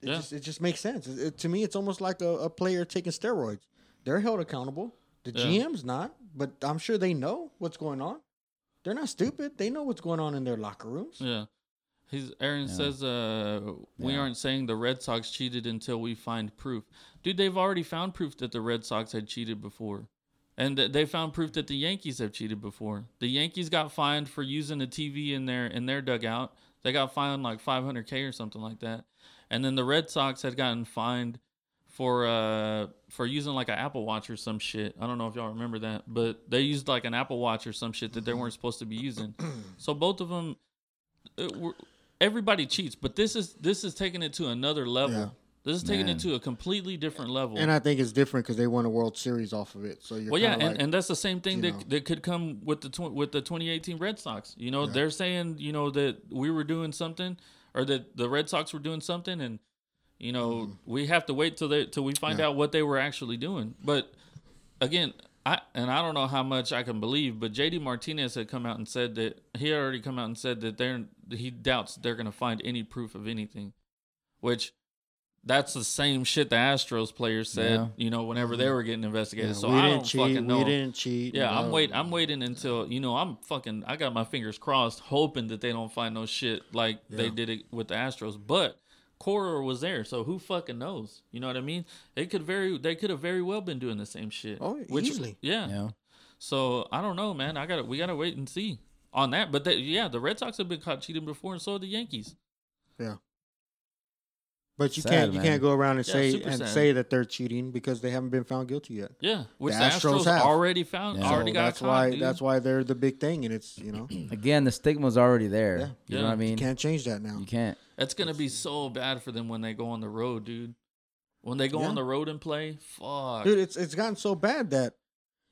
Speaker 2: it
Speaker 1: Yeah.
Speaker 2: just it just makes sense. It, it- to me, it's almost like a, a player taking steroids. They're held accountable. The
Speaker 1: Yeah.
Speaker 2: GM's not, but I'm sure they know what's going on. They're not stupid. They know what's going on in their locker rooms.
Speaker 1: Yeah. His Aaron
Speaker 3: Yeah.
Speaker 1: says uh we
Speaker 3: Yeah.
Speaker 1: aren't saying the Red Sox cheated until we find proof. Dude, they've already found proof that the Red Sox had cheated before. And th- they found proof that the Yankees have cheated before. The Yankees got fined for using a TV in their in their dugout. They got fined like 500k or something like that. And then the Red Sox had gotten fined for uh for using like an Apple Watch or some shit. I don't know if y'all remember that, but they used like an Apple Watch or some shit that they weren't supposed to be using. So both of them, it, were- everybody cheats, but this is this is taking it to another level.
Speaker 2: Yeah.
Speaker 1: This is taking
Speaker 3: Man.
Speaker 1: it to a completely different level.
Speaker 2: And I think it's different because they won a World Series off of it. So you're
Speaker 1: well, yeah, and,
Speaker 2: like,
Speaker 1: and that's the same thing
Speaker 2: you
Speaker 1: that,
Speaker 2: know.
Speaker 1: that could come with the tw- with the 2018 Red Sox. You know, they're saying you know that we were doing something, or that the Red Sox were doing something, and you know
Speaker 2: Mm-hmm.
Speaker 1: we have to wait till they till we find out what they were actually doing. But again, I and I don't know how much I can believe, but JD Martinez had come out and said that he had already come out and said that they're he doubts they're going to find any proof of anything, which. That's the same shit the Astros players said,
Speaker 3: Yeah.
Speaker 1: you know, whenever
Speaker 2: Mm-hmm.
Speaker 1: they were getting investigated.
Speaker 2: yeah,
Speaker 1: so
Speaker 2: we
Speaker 1: I
Speaker 2: didn't
Speaker 1: don't fucking
Speaker 2: cheat.
Speaker 1: know.
Speaker 2: We didn't cheat.
Speaker 1: Yeah, I'm
Speaker 2: no.
Speaker 1: wait. I'm waiting until you know. I'm fucking. I got my fingers crossed, hoping that they don't find no shit like they
Speaker 2: Yeah.
Speaker 1: did it with the Astros. But Cora was there, so who fucking knows? You know what I mean? They could very. They could have very well been doing the same shit.
Speaker 2: Oh, easily.
Speaker 1: Yeah.
Speaker 3: Yeah.
Speaker 1: So I don't know, man. I got to We gotta wait and see on that. But they, yeah, the Red Sox have been caught cheating before, and so have the Yankees.
Speaker 2: But you
Speaker 3: Sad,
Speaker 2: can't you
Speaker 3: man.
Speaker 2: can't go around and
Speaker 1: Yeah,
Speaker 2: say
Speaker 1: super
Speaker 2: and
Speaker 1: sad.
Speaker 2: say that they're cheating because they haven't been found guilty yet.
Speaker 1: Yeah, which
Speaker 2: The
Speaker 1: the,
Speaker 2: Astros
Speaker 1: Astros,
Speaker 2: have.
Speaker 1: already found.
Speaker 3: Yeah.
Speaker 1: Already
Speaker 2: So
Speaker 1: got
Speaker 2: that's
Speaker 1: caught.
Speaker 2: why
Speaker 1: dude.
Speaker 2: that's why they're the big thing, and it's you know
Speaker 3: Again, the stigma's already there.
Speaker 2: Yeah.
Speaker 3: You
Speaker 1: Yeah.
Speaker 3: know what I mean?
Speaker 2: you can't change that now.
Speaker 3: You can't.
Speaker 1: That's gonna be so bad for them when they go on the road, dude. When they go
Speaker 2: Yeah.
Speaker 1: on the road and play, fuck.
Speaker 2: dude it's it's gotten so bad that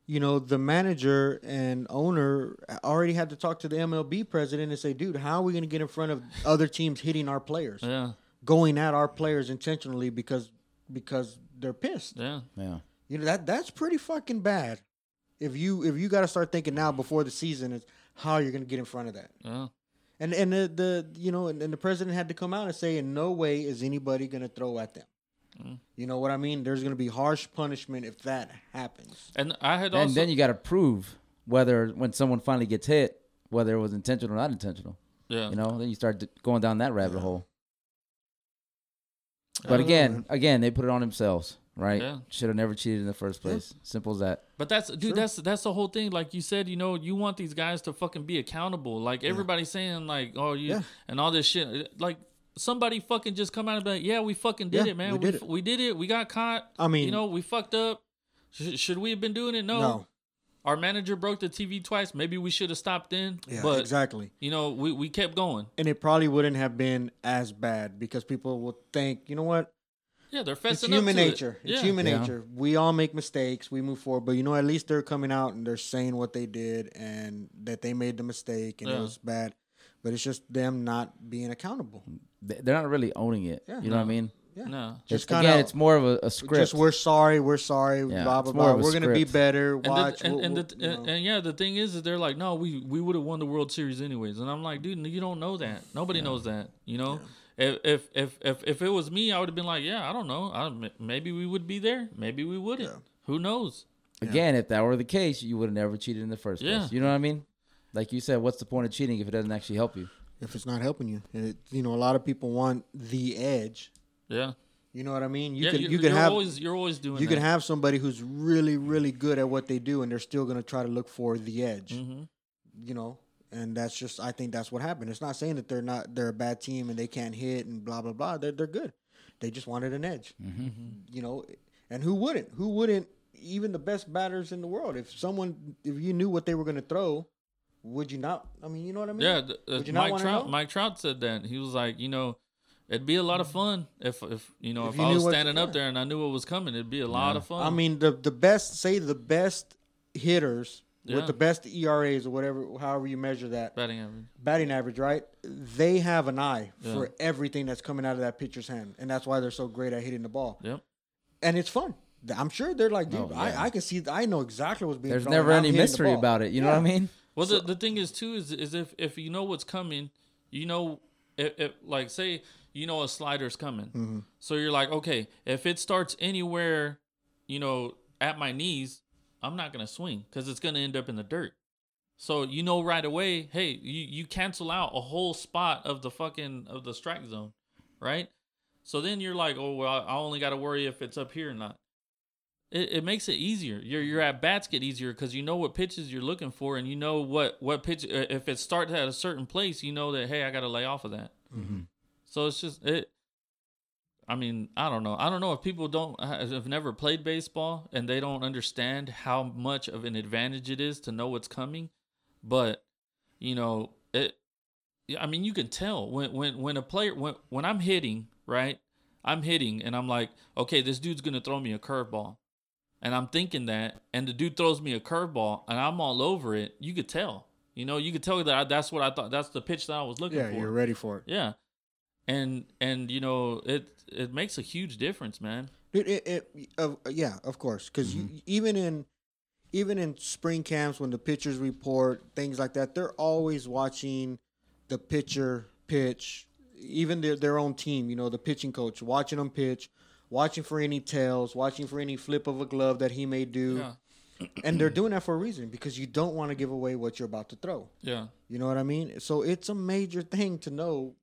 Speaker 2: you know the manager and owner already had to talk to the mlb president and say dude how are we going to get in front of other teams hitting our players
Speaker 1: yeah,
Speaker 2: going at our players intentionally because because they're pissed.
Speaker 1: Yeah.
Speaker 3: Yeah.
Speaker 2: You know that that's pretty fucking bad. If you if you got to start thinking now before the season is how you're gonna get in front of that.
Speaker 1: Yeah.
Speaker 2: And and the, the you know and, and the president had to come out and say in no way is anybody gonna throw at them.
Speaker 3: Mm.
Speaker 2: You know what I mean? There's gonna be harsh punishment if that happens.
Speaker 1: And I had
Speaker 3: And
Speaker 1: also
Speaker 3: then you got to prove whether when someone finally gets hit, whether it was intentional or not intentional.
Speaker 1: yeah.
Speaker 3: You know, then you start d- going down that rabbit hole.
Speaker 2: I
Speaker 3: But
Speaker 2: don't know,
Speaker 3: again,
Speaker 2: man.
Speaker 3: again, they put it on themselves, right?
Speaker 1: Yeah.
Speaker 3: Should have never cheated in the first place. Simple as that.
Speaker 1: But that's dude, that's that's the whole thing. Like you said, you know, you want these guys to fucking be accountable. Like everybody's saying, like, oh, you
Speaker 2: Yeah.
Speaker 1: and all this shit. Like somebody fucking just come out and be like, yeah, we fucking did
Speaker 2: Yeah,
Speaker 1: it, man.
Speaker 2: we
Speaker 1: We
Speaker 2: did
Speaker 1: f-
Speaker 2: it."
Speaker 1: we did it. We got caught.
Speaker 2: I mean-
Speaker 1: you know, we fucked up. Sh- should we have been doing it? No.
Speaker 2: Uh, No.
Speaker 1: Our manager broke the TV twice. Maybe we should have stopped then.
Speaker 2: Yeah,
Speaker 1: but
Speaker 2: exactly.
Speaker 1: you know, we we kept going.
Speaker 2: And it probably wouldn't have been as bad because people will think, you know what?
Speaker 1: Yeah, they're
Speaker 2: it's
Speaker 1: fessing up
Speaker 2: human
Speaker 1: to it.
Speaker 2: nature. It's
Speaker 1: Yeah.
Speaker 2: human
Speaker 3: Yeah.
Speaker 2: nature. We all make mistakes. We move forward, but you know, at least they're coming out and they're saying what they did and that they made the mistake and it
Speaker 1: Yeah.
Speaker 2: was bad. But it's just them not being accountable.
Speaker 3: They- They're not really owning it.
Speaker 2: Yeah.
Speaker 3: you know what I mean?
Speaker 2: Yeah.
Speaker 1: No.
Speaker 2: Just
Speaker 3: It's-
Speaker 2: kind
Speaker 3: again,
Speaker 2: of
Speaker 3: it's more of a, a script.
Speaker 2: just we're sorry, we're sorry,
Speaker 3: Yeah,
Speaker 2: blah blah
Speaker 3: it's more
Speaker 2: blah.
Speaker 3: of a
Speaker 2: We're gonna be
Speaker 3: script.
Speaker 2: better.
Speaker 1: And,
Speaker 2: Watch.
Speaker 1: the, and,
Speaker 2: we'll-
Speaker 1: and,
Speaker 2: we'll-
Speaker 1: the,
Speaker 2: you
Speaker 1: and,
Speaker 2: know.
Speaker 1: and yeah, the thing is, is they're like, no, we we would have won the World Series anyways. And I'm like, dude, you don't know that. Nobody knows that. You know, if, if if if if it was me, I would have been like, yeah, I don't know. I, m- maybe we would be there. Maybe we wouldn't. Who knows?
Speaker 3: Again, if that were the case, you would have never cheated in the first
Speaker 1: Yeah.
Speaker 3: place. You know what I mean? Like you said, what's the point of cheating if it doesn't actually help you?
Speaker 2: if it's not helping you, it, you know, a lot of people want the edge.
Speaker 1: Yeah.
Speaker 2: You know what I mean? You
Speaker 1: yeah,
Speaker 2: can
Speaker 1: you're,
Speaker 2: you can
Speaker 1: you're
Speaker 2: have
Speaker 1: always you're always doing.
Speaker 2: you
Speaker 1: that.
Speaker 2: can have somebody who's really really good at what they do and they're still going to try to look for the edge
Speaker 1: Mm-hmm.
Speaker 2: you know and that's just i think that's what happened it's not saying that they're not they're a bad team and they can't hit and blah blah blah they're, they're good they just wanted an edge
Speaker 1: Mm-hmm.
Speaker 2: you know and who wouldn't who wouldn't even the best batters in the world if someone if you knew what they were going to throw would you not i mean you know what i mean
Speaker 1: Yeah, th- uh,
Speaker 2: would you not
Speaker 1: Mike
Speaker 2: wanna
Speaker 1: Trout.
Speaker 2: know?
Speaker 1: Mike Trout said that he was like, you know, it'd be a lot of fun if if you know
Speaker 2: Mm. If
Speaker 1: if,
Speaker 2: you
Speaker 1: I
Speaker 2: knew
Speaker 1: was
Speaker 2: what-
Speaker 1: standing up
Speaker 2: yeah.
Speaker 1: there and I knew what was coming, it'd be a lot of fun.
Speaker 2: I mean, the the best say the best hitters
Speaker 1: Yeah.
Speaker 2: with the best ERAs or whatever, however you measure that
Speaker 1: batting average.
Speaker 2: batting average, right? They have an eye
Speaker 1: Yeah.
Speaker 2: for everything that's coming out of that pitcher's hand, and that's why they're so great at hitting the ball.
Speaker 1: Yep.
Speaker 2: And it's fun. I'm sure they're like, dude,
Speaker 3: Oh, yeah.
Speaker 2: I, I can see, I know exactly what's being.
Speaker 3: There's
Speaker 2: thrown,
Speaker 3: never
Speaker 2: and I'm
Speaker 3: any
Speaker 2: hitting the
Speaker 3: mystery
Speaker 2: ball.
Speaker 3: about it. You know what I mean?
Speaker 1: Well, the, the thing is too is is if if you know what's coming, you know if, if like say you know a slider's coming, so you're like, okay, if it starts anywhere, you know, at my knees, I'm not gonna swing because it's gonna end up in the dirt. So you know right away, hey, you you cancel out a whole spot of the fucking of the strike zone, right? So then you're like, oh well, I only got to worry if it's up here or not. It, it makes it easier. Your your at bats get easier because you know what pitches you're looking for, and you know what what pitch. uh, If it starts at a certain place, you know that hey, I got to lay off of that. So it's just it. I mean, I don't know. I don't know if people don't have never played baseball and they don't understand how much of an advantage it is to know what's coming. But you know, it. yeah, I mean, you can tell when when when a player when when I'm hitting right, I'm hitting and I'm like, okay, this dude's gonna throw me a curveball, and I'm thinking that, and the dude throws me a curveball, and I'm all over it. You could tell. You know, you could tell that I, that's what I thought. That's the pitch that I was looking
Speaker 2: Yeah,
Speaker 1: for.
Speaker 2: you're ready for it.
Speaker 1: Yeah. And and you know, it it makes a huge difference, man.
Speaker 2: Dude, it, it, of yeah, of course, because even in even in spring camps when the pitchers report things like that, they're always watching the pitcher pitch, even their their own team. You know, the pitching coach watching them pitch, watching for any tails, watching for any flip of a glove that he may do,
Speaker 1: Yeah.
Speaker 2: and they're doing that for a reason because you don't want to give away what you're about to throw.
Speaker 1: Yeah.
Speaker 2: You know what I mean? So it's a major thing to know,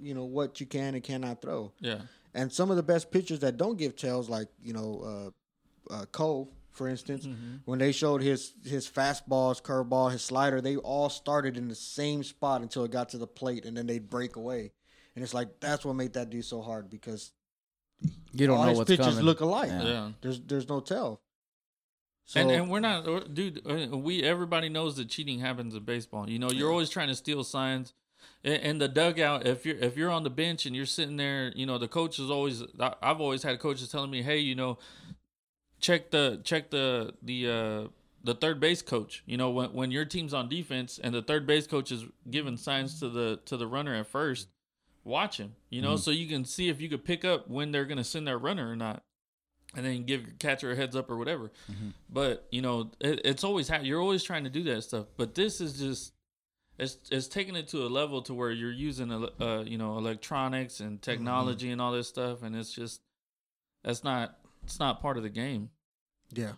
Speaker 2: you know, what you can and cannot throw.
Speaker 1: Yeah.
Speaker 2: And some of the best pitchers that don't give tails, like you know, uh, uh, Cole, for instance,
Speaker 1: Mm-hmm.
Speaker 2: when they showed his his fastball, his curveball, his slider, they all started in the same spot until it got to the plate, and then they'd break away. And it's like that's what made that dude so hard because
Speaker 3: You don't
Speaker 2: all
Speaker 3: know
Speaker 2: his
Speaker 3: what's
Speaker 2: pitches
Speaker 3: coming.
Speaker 2: look alike.
Speaker 3: Yeah.
Speaker 1: Yeah.
Speaker 2: There's there's no tell. So
Speaker 1: and and we're not we're- dude, uh, we everybody knows that cheating happens in baseball. You know, you're always trying to steal signs in, in the dugout if you're if you're on the bench and you're sitting there, you know, the coach is always I, I've always had coaches telling me, "Hey, you know, check the check the the uh the third base coach, you know, when when your team's on defense and the third base coach is giving signs to the to the runner at first, watch him, you know, so you can see if you could pick up when they're gonna send their runner or not. and then give your catcher a heads up or whatever. But you know, it, it's always ha- you're always trying to do that stuff. But this is just it's it's taking it to a level to where you're using ele- uh, you know electronics and technology and all this stuff, and it's just that's not it's not part of the game.
Speaker 2: Yeah.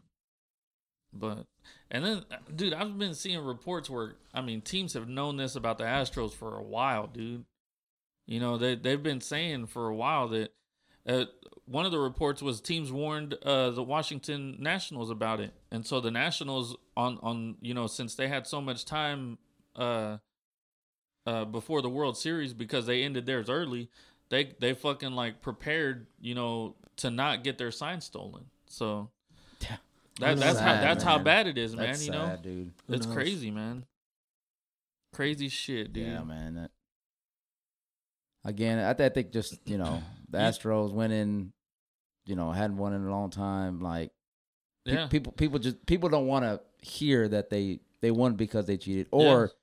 Speaker 1: But and then, dude, I've been seeing reports where I mean teams have known this about the Astros for a while, dude. You know they they've been saying for a while that uh, one of the reports was teams warned uh, the Washington Nationals about it, and so the Nationals on on you know since they had so much time uh, uh, before the World Series because they ended theirs early, they they fucking like prepared you know to not get their sign stolen. So
Speaker 3: Yeah.
Speaker 1: that,
Speaker 3: That's
Speaker 1: that's how
Speaker 3: sad,
Speaker 1: that's how
Speaker 3: man.
Speaker 1: bad it is, man.
Speaker 3: That's
Speaker 1: you know
Speaker 3: sad, dude.
Speaker 2: Who
Speaker 1: it's
Speaker 2: knows?
Speaker 1: crazy, man. Crazy shit, dude.
Speaker 3: Yeah, man. That, again, I, th- I think just you know the Astros went in, you know, hadn't won in a long time. Like pe-
Speaker 1: Yeah.
Speaker 3: people, people just people don't want to hear that they they won because they cheated or
Speaker 1: Yes.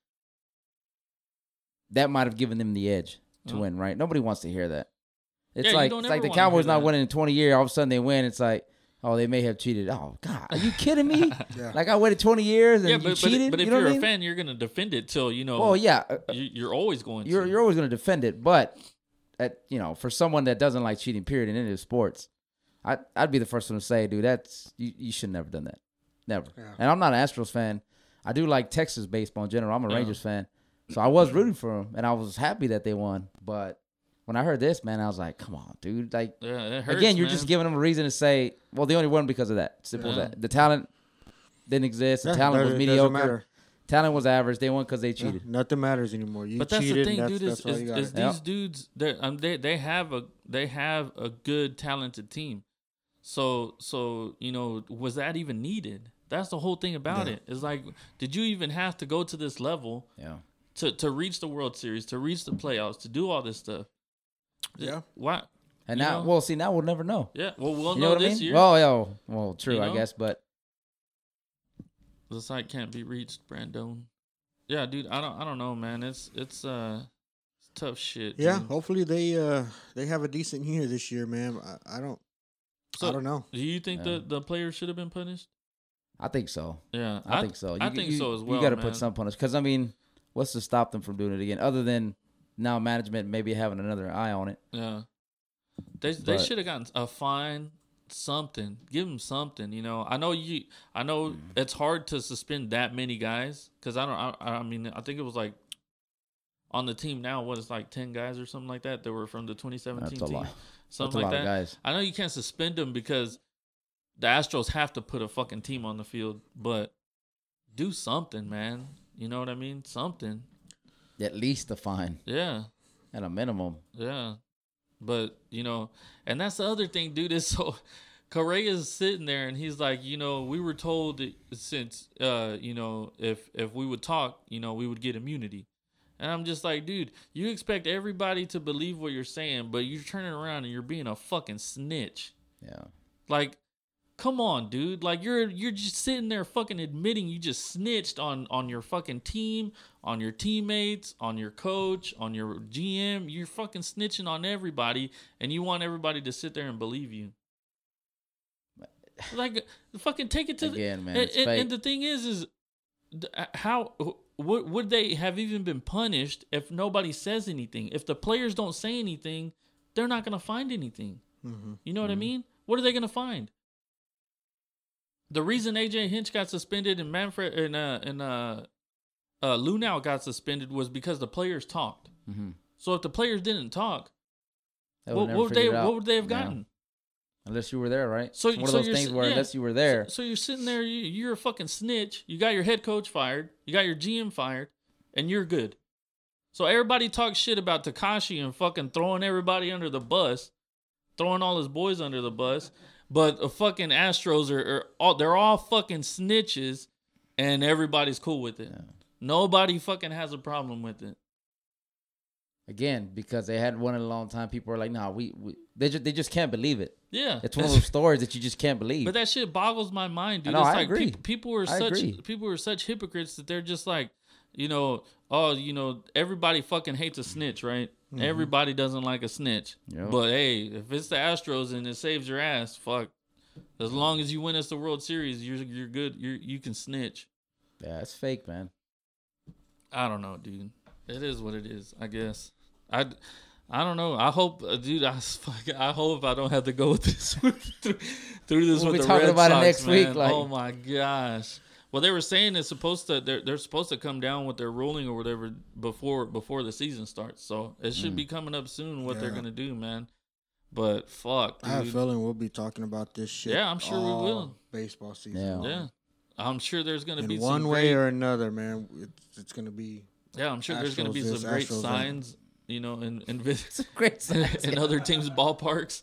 Speaker 3: that might have given them the edge to
Speaker 1: Mhm.
Speaker 3: win. Right? Nobody wants to hear that. It's
Speaker 1: Yeah, you
Speaker 3: like
Speaker 1: don't
Speaker 3: it's
Speaker 1: ever
Speaker 3: like the
Speaker 1: wanna hear
Speaker 3: Cowboys not
Speaker 1: that.
Speaker 3: winning in twenty years. All of a sudden they win. It's like. Oh, they may have cheated. Oh God, are you kidding me?
Speaker 2: Yeah.
Speaker 3: like I waited twenty years and
Speaker 1: yeah,
Speaker 3: you
Speaker 1: but, but,
Speaker 3: cheated.
Speaker 1: but if
Speaker 3: you know
Speaker 1: you're
Speaker 3: what
Speaker 1: a
Speaker 3: I mean?
Speaker 1: fan, you're gonna defend it till you know.
Speaker 3: well, yeah, uh,
Speaker 1: you, you're always going.
Speaker 3: you're
Speaker 1: to.
Speaker 3: you're always going to defend it, but at you know, for someone that doesn't like cheating, period, in any of sports, I I'd be the first one to say, dude, that's you, you should never done that, never.
Speaker 2: Yeah.
Speaker 3: And I'm not an Astros fan. I do like Texas baseball in general. I'm a
Speaker 1: Yeah.
Speaker 3: Rangers fan, so I was rooting for them, and I was happy that they won. But when I heard this, man, I was like, come on, dude, like
Speaker 1: Yeah, it hurts,
Speaker 3: again, you're
Speaker 1: man.
Speaker 3: just giving them a reason to say, well, they only won because of that. Simple
Speaker 1: Yeah.
Speaker 3: as that. The talent didn't exist. The
Speaker 2: Yeah,
Speaker 3: talent
Speaker 2: but
Speaker 3: was
Speaker 2: it doesn't
Speaker 3: mediocre.
Speaker 2: matter.
Speaker 3: Talent was average. They won because they
Speaker 2: Yeah,
Speaker 3: cheated.
Speaker 2: nothing matters anymore. You
Speaker 1: But that's
Speaker 2: cheated.
Speaker 1: the
Speaker 2: and
Speaker 1: thing,
Speaker 2: that's,
Speaker 1: dude. Is,
Speaker 2: that's all
Speaker 1: is,
Speaker 2: you got.
Speaker 1: is
Speaker 3: Yeah.
Speaker 1: these dudes? They're, um, they they have a they have a good talented team. So so you know was that even needed? That's the whole thing about it. It's like, did you even have to go to this level
Speaker 3: Yeah.
Speaker 1: to to reach the World Series, to reach the playoffs, to do all this stuff?
Speaker 2: Yeah.
Speaker 1: Why?
Speaker 3: And
Speaker 1: You
Speaker 3: now,
Speaker 1: know?
Speaker 3: well, see, now we'll never know.
Speaker 1: Yeah. Well, we'll
Speaker 3: You
Speaker 1: know,
Speaker 3: know what I
Speaker 1: this
Speaker 3: mean?
Speaker 1: year.
Speaker 3: Well, yeah, well, true,
Speaker 1: You
Speaker 3: I
Speaker 1: know?
Speaker 3: guess, but
Speaker 1: the site can't be reached, Brandon. Yeah, dude, I don't I don't know, man. It's it's uh it's tough shit.
Speaker 2: Yeah,
Speaker 1: dude.
Speaker 2: hopefully they uh they have a decent year this year, man. I, I don't
Speaker 1: So,
Speaker 2: I don't know.
Speaker 1: Do you think
Speaker 3: Yeah.
Speaker 1: the the players should have been punished?
Speaker 3: I think so.
Speaker 1: Yeah,
Speaker 3: I, think so.
Speaker 1: I
Speaker 3: You-
Speaker 1: think
Speaker 3: you-
Speaker 1: so as well.
Speaker 3: You got to
Speaker 1: man.
Speaker 3: put some punish because I mean, what's to stop them from doing it again? Other than now, management maybe having another eye on it.
Speaker 1: Yeah, they they
Speaker 3: But-
Speaker 1: should have gotten a fine, something. Give them something. You know, I know you. I know it's hard to suspend that many guys because I don't. I, I mean, I think it was like on the team now. What it's like ten guys or something like that that were from the 2017
Speaker 3: That's a
Speaker 1: team.
Speaker 3: lot.
Speaker 1: Something
Speaker 3: That's a
Speaker 1: like
Speaker 3: lot of
Speaker 1: that.
Speaker 3: guys.
Speaker 1: I know you can't suspend them because the Astros have to put a fucking team on the field, but do something, man. You know what I mean? Something.
Speaker 3: At least a fine
Speaker 1: Yeah.
Speaker 3: at a minimum.
Speaker 1: Yeah. But, you know, and that's the other thing, dude, is so Correa's sitting there and he's like, you know, we were told that since uh, you know, if if we would talk, you know, we would get immunity. And I'm just like, dude, you expect everybody to believe what you're saying, but you're turning around and you're being a fucking snitch.
Speaker 3: Yeah.
Speaker 1: Like, come on, dude. Like you're you're just sitting there fucking admitting you just snitched on on your fucking team, on your teammates, on your coach, on your GM. You're fucking snitching on everybody, and you want everybody to sit there and believe you. Like, fucking take it to
Speaker 3: Again,
Speaker 1: the
Speaker 3: man,
Speaker 1: And,
Speaker 3: it's
Speaker 1: and,
Speaker 3: fake.
Speaker 1: and the thing is, is th- how would would they have even been punished if nobody says anything? If the players don't say anything, they're not gonna find anything. You know what I mean? What are they going to find? The reason AJ Hinch got suspended and Manfred and uh and uh, uh Lunau got suspended was because the players talked.
Speaker 3: Mm-hmm.
Speaker 1: So if the players didn't talk, what, what would they what would they have gotten?
Speaker 3: Unless you were there, right?
Speaker 1: So
Speaker 3: it's one
Speaker 1: so
Speaker 3: of
Speaker 1: you're
Speaker 3: those things
Speaker 1: s-
Speaker 3: where
Speaker 1: yeah.
Speaker 3: unless you were there,
Speaker 1: So, so you're sitting there, you, you're a fucking snitch. You got your head coach fired, you got your GM fired, and you're good. So everybody talks shit about Takashi and fucking throwing everybody under the bus, throwing all his boys under the bus. But the fucking Astros are, are all they're all fucking snitches, and everybody's cool with it. Nobody fucking has a problem with it.
Speaker 3: again because they hadn't won in a long time, people are like, nah, we, we they just they just can't believe it.
Speaker 1: Yeah,
Speaker 3: It's one of those stories that you just can't believe.
Speaker 1: But that shit boggles my mind, dude.
Speaker 3: I know,
Speaker 1: it's
Speaker 3: I
Speaker 1: like
Speaker 3: agree.
Speaker 1: peop- people are
Speaker 3: I
Speaker 1: such
Speaker 3: agree.
Speaker 1: people are such hypocrites that they're just like, you know, oh, you know, everybody fucking hates a snitch, right? Everybody doesn't like a snitch.
Speaker 3: Mm-hmm. Yep.
Speaker 1: But hey, if it's the Astros and it saves your ass, fuck. As long as you win us the World Series, you're you're good. You you can snitch.
Speaker 3: Yeah, it's fake, man.
Speaker 1: I don't know, dude. It is what it is, I guess. I, I don't know. I hope, uh, dude. I s- fuck, I hope I don't have to go with this with- through, through this
Speaker 3: We'll
Speaker 1: with
Speaker 3: be
Speaker 1: the
Speaker 3: talking
Speaker 1: Red
Speaker 3: about it
Speaker 1: Sox,
Speaker 3: next
Speaker 1: man.
Speaker 3: week, like-
Speaker 1: oh my gosh. Well, they were saying it's supposed to. They're they're supposed to come down with their ruling or whatever before before the season starts. So it should be coming up soon. What they're
Speaker 2: Mm. Yeah.
Speaker 1: gonna do, man. But fuck,
Speaker 2: I have a
Speaker 1: dude.
Speaker 2: feeling we'll be talking about this shit.
Speaker 1: Yeah, I'm sure we
Speaker 2: all
Speaker 1: will.
Speaker 2: Baseball season.
Speaker 3: Yeah.
Speaker 2: long.
Speaker 1: yeah. I'm sure there's gonna be
Speaker 2: In
Speaker 1: some
Speaker 2: one way
Speaker 1: great-
Speaker 2: or another, man, it's, it's gonna be.
Speaker 1: yeah. I'm sure there's gonna be
Speaker 2: Astros
Speaker 1: some
Speaker 2: this,
Speaker 1: great
Speaker 2: Astros that.
Speaker 1: signs, you know, and and vis-
Speaker 3: Great science.
Speaker 1: in other teams' ballparks.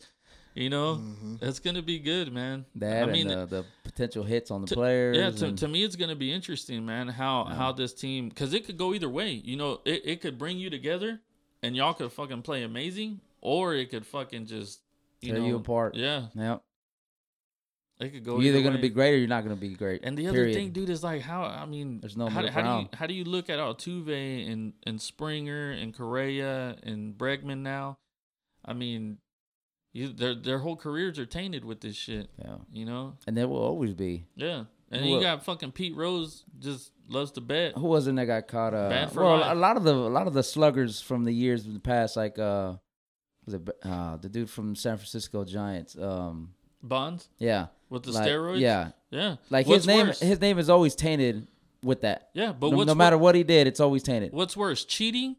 Speaker 1: You know,
Speaker 2: mm-hmm.
Speaker 1: it's gonna be good, man.
Speaker 3: That
Speaker 1: I mean,
Speaker 3: and uh, the potential hits on the
Speaker 1: to-
Speaker 3: players.
Speaker 1: yeah. To,
Speaker 3: and-
Speaker 1: to me, it's gonna be interesting, man. How how this team because it could go either way. You know, it, it could bring you together and y'all could fucking play amazing, or it could fucking just you
Speaker 3: Tear
Speaker 1: know
Speaker 3: you apart.
Speaker 1: Yeah,
Speaker 3: Yep.
Speaker 1: it could go
Speaker 3: You're either
Speaker 1: either
Speaker 3: going to
Speaker 1: way.
Speaker 3: be great or you're not going to be great.
Speaker 1: And the other
Speaker 3: period.
Speaker 1: thing, dude, is like how I mean,
Speaker 3: There's no
Speaker 1: how, do-
Speaker 3: middle
Speaker 1: how do
Speaker 3: ground.
Speaker 1: you how do you look at Altuve and and Springer and Correa and Bregman now? I mean, you, their their whole careers are tainted with this shit.
Speaker 3: Yeah.
Speaker 1: You know,
Speaker 3: And there will always be.
Speaker 1: yeah. And
Speaker 3: Who
Speaker 1: you
Speaker 3: el-
Speaker 1: got fucking Pete Rose just loves to bet.
Speaker 3: Who was it that got caught? Uh,
Speaker 1: Bad for
Speaker 3: well,
Speaker 1: life.
Speaker 3: a lot of the a lot of the sluggers from the years in the past, like uh, was it uh, the dude from San Francisco Giants? Um,
Speaker 1: Bonds
Speaker 3: yeah,
Speaker 1: with the
Speaker 3: like,
Speaker 1: steroids.
Speaker 3: Yeah,
Speaker 1: yeah.
Speaker 3: like
Speaker 1: What's
Speaker 3: his name
Speaker 1: worse?
Speaker 3: his name is always tainted with that.
Speaker 1: yeah, but
Speaker 3: no,
Speaker 1: what's
Speaker 3: no
Speaker 1: wor-
Speaker 3: matter what he did, it's always tainted.
Speaker 1: what's worse, cheating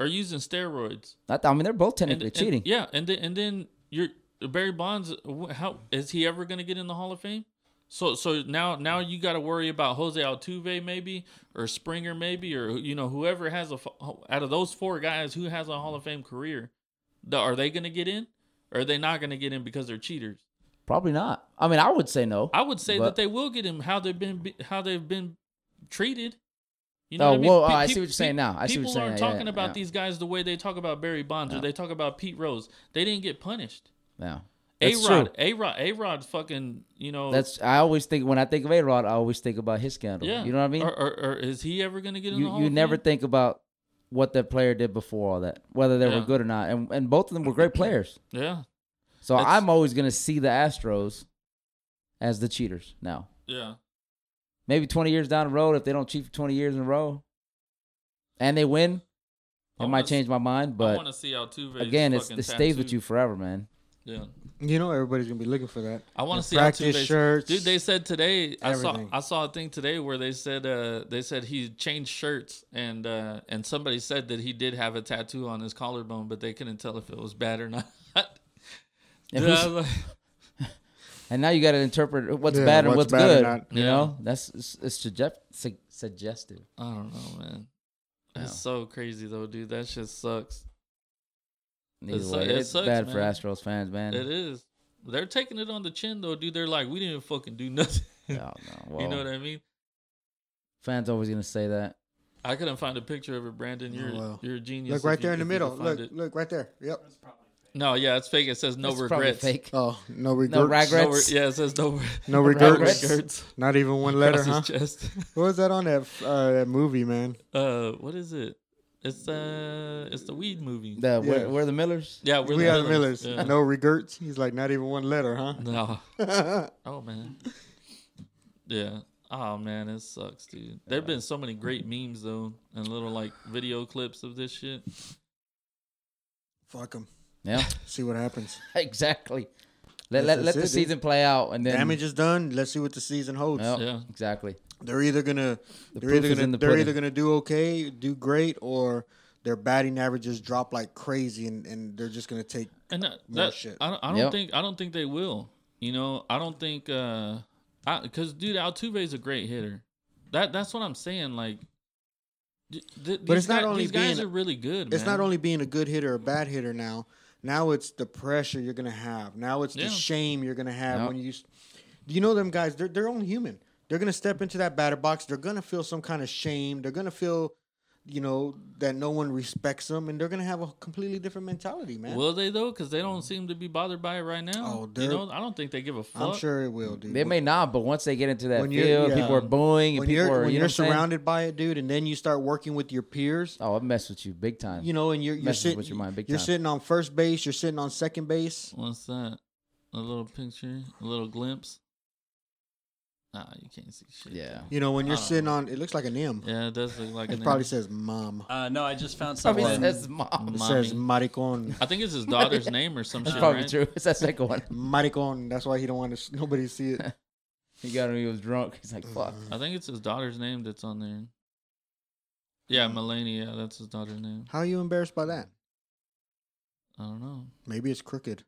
Speaker 1: or using steroids?
Speaker 3: I, th- I mean, they're both
Speaker 1: And-
Speaker 3: technically
Speaker 1: and-
Speaker 3: cheating.
Speaker 1: yeah, and then and then you're Barry Bonds. wh- How is he ever going to get in the Hall of Fame? So so now now you got to worry about Jose Altuve maybe or Springer maybe or you know whoever has a f- out of those four guys who has a Hall of Fame career, the, are they going to get in? Or are they not going to get in because they're cheaters?
Speaker 3: Probably not. I mean, I would say no.
Speaker 1: I would say that
Speaker 3: But-
Speaker 1: they will get in how they've been be- how they've been treated. You
Speaker 3: Oh,
Speaker 1: what
Speaker 3: whoa, oh,
Speaker 1: Pe-
Speaker 3: I
Speaker 1: pe-
Speaker 3: see what you're saying
Speaker 1: pe-
Speaker 3: now. I see what
Speaker 1: people
Speaker 3: you're
Speaker 1: aren't
Speaker 3: saying now. Yeah,
Speaker 1: talking
Speaker 3: yeah,
Speaker 1: about
Speaker 3: yeah.
Speaker 1: these guys the way they talk about Barry Bonds or they talk about Pete Rose. They didn't get punished.
Speaker 3: yeah,
Speaker 1: A
Speaker 3: that's
Speaker 1: Rod,
Speaker 3: true.
Speaker 1: A Rod, A Rod, fucking, you know,
Speaker 3: That's I always think when I think of A Rod, I always think about his scandal.
Speaker 1: yeah.
Speaker 3: You know what I mean?
Speaker 1: Or, or, or is he ever gonna get in the
Speaker 3: you
Speaker 1: Hall
Speaker 3: you
Speaker 1: of
Speaker 3: never
Speaker 1: Fame?
Speaker 3: think about what that player did before all that, whether they
Speaker 1: Yeah.
Speaker 3: were good or not, and and both of them were great players.
Speaker 1: yeah,
Speaker 3: So
Speaker 1: That's-
Speaker 3: I'm always gonna see the Astros as the cheaters now.
Speaker 1: yeah,
Speaker 3: Maybe 20 years down the road, if they don't cheat for 20 years in a row, and they win,
Speaker 1: I
Speaker 3: I might
Speaker 1: wanna
Speaker 3: change my mind.
Speaker 1: I
Speaker 3: But
Speaker 1: want to see Altuve.
Speaker 3: again, it's, it stays with you forever, man.
Speaker 1: Yeah,
Speaker 2: You know, everybody's gonna be looking for that.
Speaker 1: I want
Speaker 2: Your
Speaker 1: to see
Speaker 2: practice
Speaker 1: Altuve's-
Speaker 2: shirts.
Speaker 1: Dude, they said today. I saw
Speaker 2: Everything.
Speaker 1: I saw a thing today where they said uh they said he changed shirts and uh and somebody said that he did have a tattoo on his collarbone, but they couldn't tell if it was bad or not.
Speaker 3: And,
Speaker 1: Dude, I
Speaker 3: who's-
Speaker 1: was like-
Speaker 3: and now you got to interpret what's
Speaker 2: Yeah,
Speaker 3: bad and
Speaker 2: what's
Speaker 3: what's,
Speaker 2: bad and
Speaker 3: good.
Speaker 2: not-
Speaker 3: you
Speaker 1: Yeah.
Speaker 3: know, that's it's, it's suggest, su- suggestive.
Speaker 1: I don't know, man.
Speaker 3: Yeah.
Speaker 1: It's so crazy though, dude. That shit sucks.
Speaker 3: Either
Speaker 1: su-
Speaker 3: way,
Speaker 1: it
Speaker 3: it's
Speaker 1: sucks,
Speaker 3: bad for
Speaker 1: man.
Speaker 3: Astros fans, man.
Speaker 1: It is. They're taking it on the chin though, dude. They're like, we didn't fucking do nothing.
Speaker 3: No, no. Well,
Speaker 1: you know what I mean?
Speaker 3: fans always gonna say that.
Speaker 1: I couldn't find a picture of it, Brandon.
Speaker 2: Oh,
Speaker 1: You're
Speaker 2: well.
Speaker 1: you're a genius.
Speaker 2: look
Speaker 1: if
Speaker 2: right
Speaker 1: you-
Speaker 2: there in the
Speaker 1: if you could
Speaker 2: middle.
Speaker 1: find it.
Speaker 2: Look, look right there. Yep.
Speaker 1: No, yeah, it's fake. It says no
Speaker 3: That's probably
Speaker 1: regrets.
Speaker 3: fake.
Speaker 2: Oh, no
Speaker 3: No
Speaker 2: regrets.
Speaker 1: No
Speaker 3: regrets.
Speaker 1: re- yeah, it says no.
Speaker 2: No
Speaker 3: regrets.
Speaker 2: regrets. Not even one letter,
Speaker 1: Across
Speaker 2: huh?
Speaker 1: his chest.
Speaker 2: What was that on that uh, that movie, man?
Speaker 1: Uh, what is it? It's uh, it's the weed movie.
Speaker 3: The,
Speaker 2: Yeah.
Speaker 3: We're, we're the Millers.
Speaker 1: yeah, we're
Speaker 2: we
Speaker 1: the
Speaker 2: are the Millers.
Speaker 1: Yeah.
Speaker 2: No regrets. He's like not even one letter, huh?
Speaker 1: No. Oh man. Yeah. Oh man, it sucks, dude. There've been so many great memes though, and little like video clips of this shit.
Speaker 2: Fuck him.
Speaker 3: Yeah,
Speaker 2: See what happens.
Speaker 3: exactly. Let
Speaker 2: That's- that's
Speaker 3: let, let
Speaker 2: it,
Speaker 3: the
Speaker 2: dude.
Speaker 3: season play out and then
Speaker 2: Damage is done. Let's see what the season holds.
Speaker 3: Yep,
Speaker 1: Yeah.
Speaker 3: exactly.
Speaker 2: They're either gonna
Speaker 3: The
Speaker 2: they're
Speaker 3: proof
Speaker 2: either
Speaker 3: is in
Speaker 2: gonna
Speaker 3: the
Speaker 2: they're
Speaker 3: pudding.
Speaker 2: either gonna do okay, do great, or their batting averages drop like crazy, and, and they're just gonna take.
Speaker 1: and that,
Speaker 2: more
Speaker 1: that-
Speaker 2: shit.
Speaker 1: I don't, I don't
Speaker 3: Yep.
Speaker 1: think I don't think they will. You know, I don't think uh, I because dude, Altuve's a great hitter. That that's what I'm saying. Like, th- th-
Speaker 2: But
Speaker 1: these
Speaker 2: it's not
Speaker 1: guy-
Speaker 2: only
Speaker 1: these guys
Speaker 2: being-
Speaker 1: are really good.
Speaker 2: It's
Speaker 1: man.
Speaker 2: not only being a good hitter or a bad hitter now. Now it's the pressure you're gonna have. Now it's the
Speaker 1: Yeah.
Speaker 2: shame you're gonna have
Speaker 3: Yep.
Speaker 2: when you. s- You know them guys. They're they're only human. They're gonna step into that batter box. They're gonna feel some kind of shame. They're gonna feel, you know, that no one respects them, and they're gonna have a completely different mentality, man. Mm.
Speaker 1: will they though? Because they don't seem to be bothered by it right
Speaker 2: Oh,
Speaker 1: now. you
Speaker 2: they're-
Speaker 1: know, I don't think they give a fuck.
Speaker 2: I'm sure it will, dude.
Speaker 3: They may not, but once they get into that
Speaker 2: When you're-
Speaker 3: field,
Speaker 2: yeah.
Speaker 3: people are booing and
Speaker 2: when
Speaker 3: people
Speaker 2: you're
Speaker 3: are
Speaker 2: when
Speaker 3: you
Speaker 2: you're
Speaker 3: know what I'm saying?
Speaker 2: surrounded by it, dude, and then you start working with your peers,
Speaker 3: Oh, it messed with you big time.
Speaker 2: you know, and you're you're
Speaker 3: Messes
Speaker 2: sitting
Speaker 3: with your mind big
Speaker 2: you're
Speaker 3: time.
Speaker 2: sitting on first base, you're sitting on second base,
Speaker 1: What's that? a little picture, a little glimpse. Nah, you can't see shit.
Speaker 3: Yeah.
Speaker 2: You know, when you're
Speaker 1: I don't
Speaker 2: sitting on, it looks like an M.
Speaker 1: yeah, it does look like
Speaker 2: It
Speaker 1: an
Speaker 2: probably
Speaker 1: M.
Speaker 2: says mom.
Speaker 4: Uh, no, I just found
Speaker 3: Probably
Speaker 4: something.
Speaker 3: says mom.
Speaker 2: It
Speaker 1: Mommy.
Speaker 2: says maricon.
Speaker 1: I think it's his daughter's name or some
Speaker 3: That's
Speaker 1: shit,
Speaker 3: probably
Speaker 1: right?
Speaker 3: true. It's that second one.
Speaker 2: Maricon. That's why he don't want to, s- nobody to see it.
Speaker 3: He got him. He was drunk. He's like, "Fuck."
Speaker 1: I think it's his daughter's name that's on there. Yeah, Melania. Yeah, that's his daughter's name.
Speaker 2: How are you embarrassed by that?
Speaker 1: I don't know.
Speaker 2: Maybe it's crooked.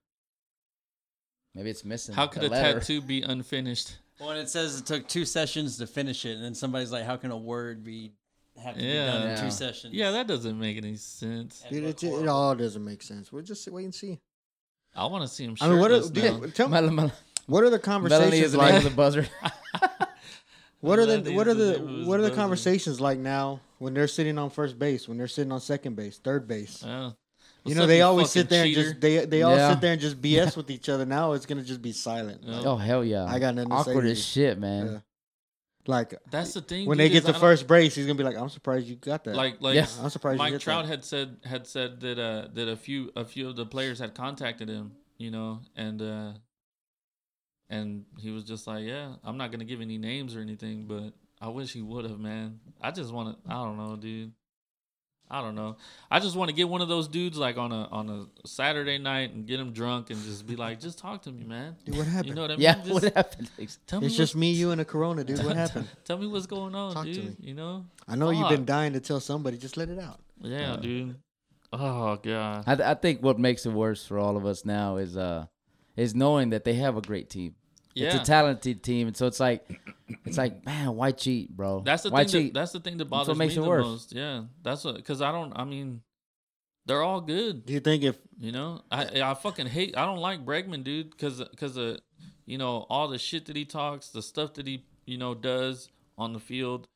Speaker 3: Maybe it's missing.
Speaker 1: How could a
Speaker 3: letter.
Speaker 1: tattoo be unfinished?
Speaker 4: Well, and it says it took two sessions to finish it, and then somebody's like, "How can a word be have to
Speaker 1: Yeah.
Speaker 4: be done in
Speaker 3: Yeah.
Speaker 4: two sessions?"
Speaker 1: Yeah, that doesn't make any sense.
Speaker 4: And
Speaker 2: Dude,
Speaker 4: look
Speaker 2: it, it
Speaker 4: horrible.
Speaker 2: all doesn't make sense. We'll just wait and see.
Speaker 1: I want to see him
Speaker 2: I mean, what are,
Speaker 1: shirtless now.
Speaker 2: dude, tell me,
Speaker 3: Mel- Mel-
Speaker 2: what are the
Speaker 3: Melanie
Speaker 2: conversations
Speaker 3: is the name
Speaker 2: like?
Speaker 3: of the buzzer.
Speaker 2: What are the
Speaker 1: Melanie
Speaker 2: what are
Speaker 1: is the
Speaker 2: the
Speaker 1: name of
Speaker 2: what are
Speaker 1: his brother.
Speaker 2: the conversations like now when they're sitting on first base, when they're sitting on second base, third base?
Speaker 1: Yeah.
Speaker 2: You
Speaker 1: What's
Speaker 2: know
Speaker 1: up,
Speaker 2: they always
Speaker 1: fucking
Speaker 2: sit there and
Speaker 1: cheater?
Speaker 2: just they they all
Speaker 3: Yeah.
Speaker 2: sit there and just BS with each other. Now it's gonna just be silent.
Speaker 1: Yeah.
Speaker 3: oh hell yeah!
Speaker 2: I got nothing to say
Speaker 3: Awkward
Speaker 2: to
Speaker 3: as
Speaker 2: you.
Speaker 3: shit, man.
Speaker 2: Yeah. Like
Speaker 1: That's the thing.
Speaker 2: when
Speaker 1: dude,
Speaker 2: they get
Speaker 1: is
Speaker 2: the
Speaker 1: I don't-
Speaker 2: first base, he's gonna be like, "I'm surprised you got that."
Speaker 1: like like
Speaker 3: Yeah.
Speaker 2: I'm surprised. you
Speaker 1: Mike
Speaker 2: get
Speaker 1: Trout
Speaker 2: That.
Speaker 1: had said had said that uh that a few a few of the players had contacted him, you know, and uh and he was just like, yeah, I'm not gonna give any names or anything, but I wish he would have, man. I just want to. I don't know, dude. I don't know. I just want to get one of those dudes like on a on a Saturday night and get him drunk and just be like, just talk to me, man.
Speaker 2: Dude, what happened?
Speaker 1: You know what I mean?
Speaker 3: Yeah,
Speaker 1: Just
Speaker 3: what happened? Ex-
Speaker 1: Tell me
Speaker 2: it's
Speaker 1: what's-
Speaker 2: just me, you, and a Corona, dude. What
Speaker 1: tell-
Speaker 2: happened?
Speaker 1: Tell me what's going on,
Speaker 2: Talk to
Speaker 1: dude.
Speaker 2: me.
Speaker 1: You know?
Speaker 2: I know you've been
Speaker 1: Fuck.
Speaker 2: dying to tell somebody. Just let it out.
Speaker 1: Yeah, dude. Oh god.
Speaker 3: I, th- I think what makes it worse for all of us now is uh is knowing that they have a great team. It's
Speaker 1: Yeah.
Speaker 3: a talented team, and so it's like it's like man, why cheat, bro?
Speaker 1: That's the
Speaker 3: why
Speaker 1: thing.
Speaker 3: cheat?
Speaker 1: That, that's the thing that bothers
Speaker 3: makes
Speaker 1: me
Speaker 3: it
Speaker 1: the
Speaker 3: worse.
Speaker 1: most. Yeah, that's what because I don't. I mean, they're all good.
Speaker 2: Do you think if
Speaker 1: You know, I I fucking hate. I don't like Bregman, dude, because because uh, you know, all the shit that he talks, the stuff that he you know does on the field.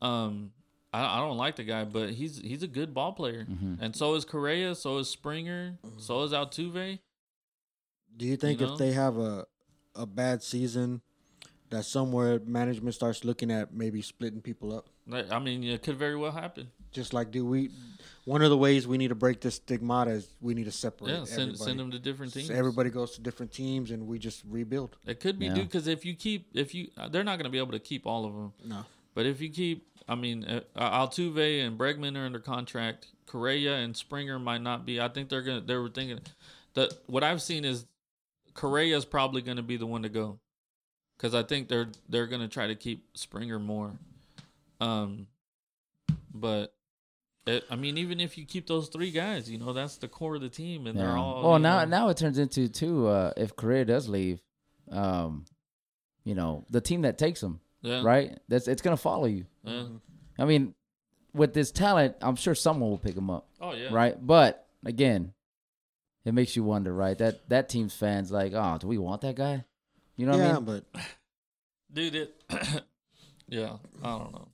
Speaker 1: Um, I, I don't like the guy, but he's he's a good ball player,
Speaker 3: Mm-hmm.
Speaker 1: and so is Correa, so is Springer, so is Altuve.
Speaker 2: do you think
Speaker 1: know?
Speaker 2: if they have a a bad season, that somewhere management starts looking at maybe splitting people up?
Speaker 1: Like, I mean, it could very well happen.
Speaker 2: Just like, do we? One of the ways we need to break this stigmata is we need to separate.
Speaker 1: Yeah, send
Speaker 2: everybody.
Speaker 1: send them to different teams.
Speaker 2: So everybody goes to different teams, and we just rebuild.
Speaker 1: It could be
Speaker 3: Yeah.
Speaker 1: due because if you keep if you uh, they're not going to be able to keep all of them.
Speaker 2: No.
Speaker 1: But if you keep, I mean, uh, Altuve and Bregman are under contract. Correa and Springer might not be. I think they're gonna. They were thinking that what I've seen is Correa's probably going to be the one to go because I think they're they're going to try to keep Springer more. Um, but. It, I mean, even if you keep those three guys, you know that's the core of the team, and they're
Speaker 3: Yeah.
Speaker 1: all.
Speaker 3: well
Speaker 1: you
Speaker 3: now
Speaker 1: know-
Speaker 3: now it turns into too uh, if Korea does leave, um, you know the team that takes him
Speaker 1: yeah,
Speaker 3: right that's it's gonna follow you.
Speaker 1: yeah.
Speaker 3: I mean, with this talent, I'm sure someone will pick him up.
Speaker 1: Oh yeah,
Speaker 3: right? But again, it makes you wonder, right? That that team's fans like, oh, do we want that guy? You know what
Speaker 2: yeah,
Speaker 3: I mean?
Speaker 2: but
Speaker 1: dude. It, yeah, I don't know.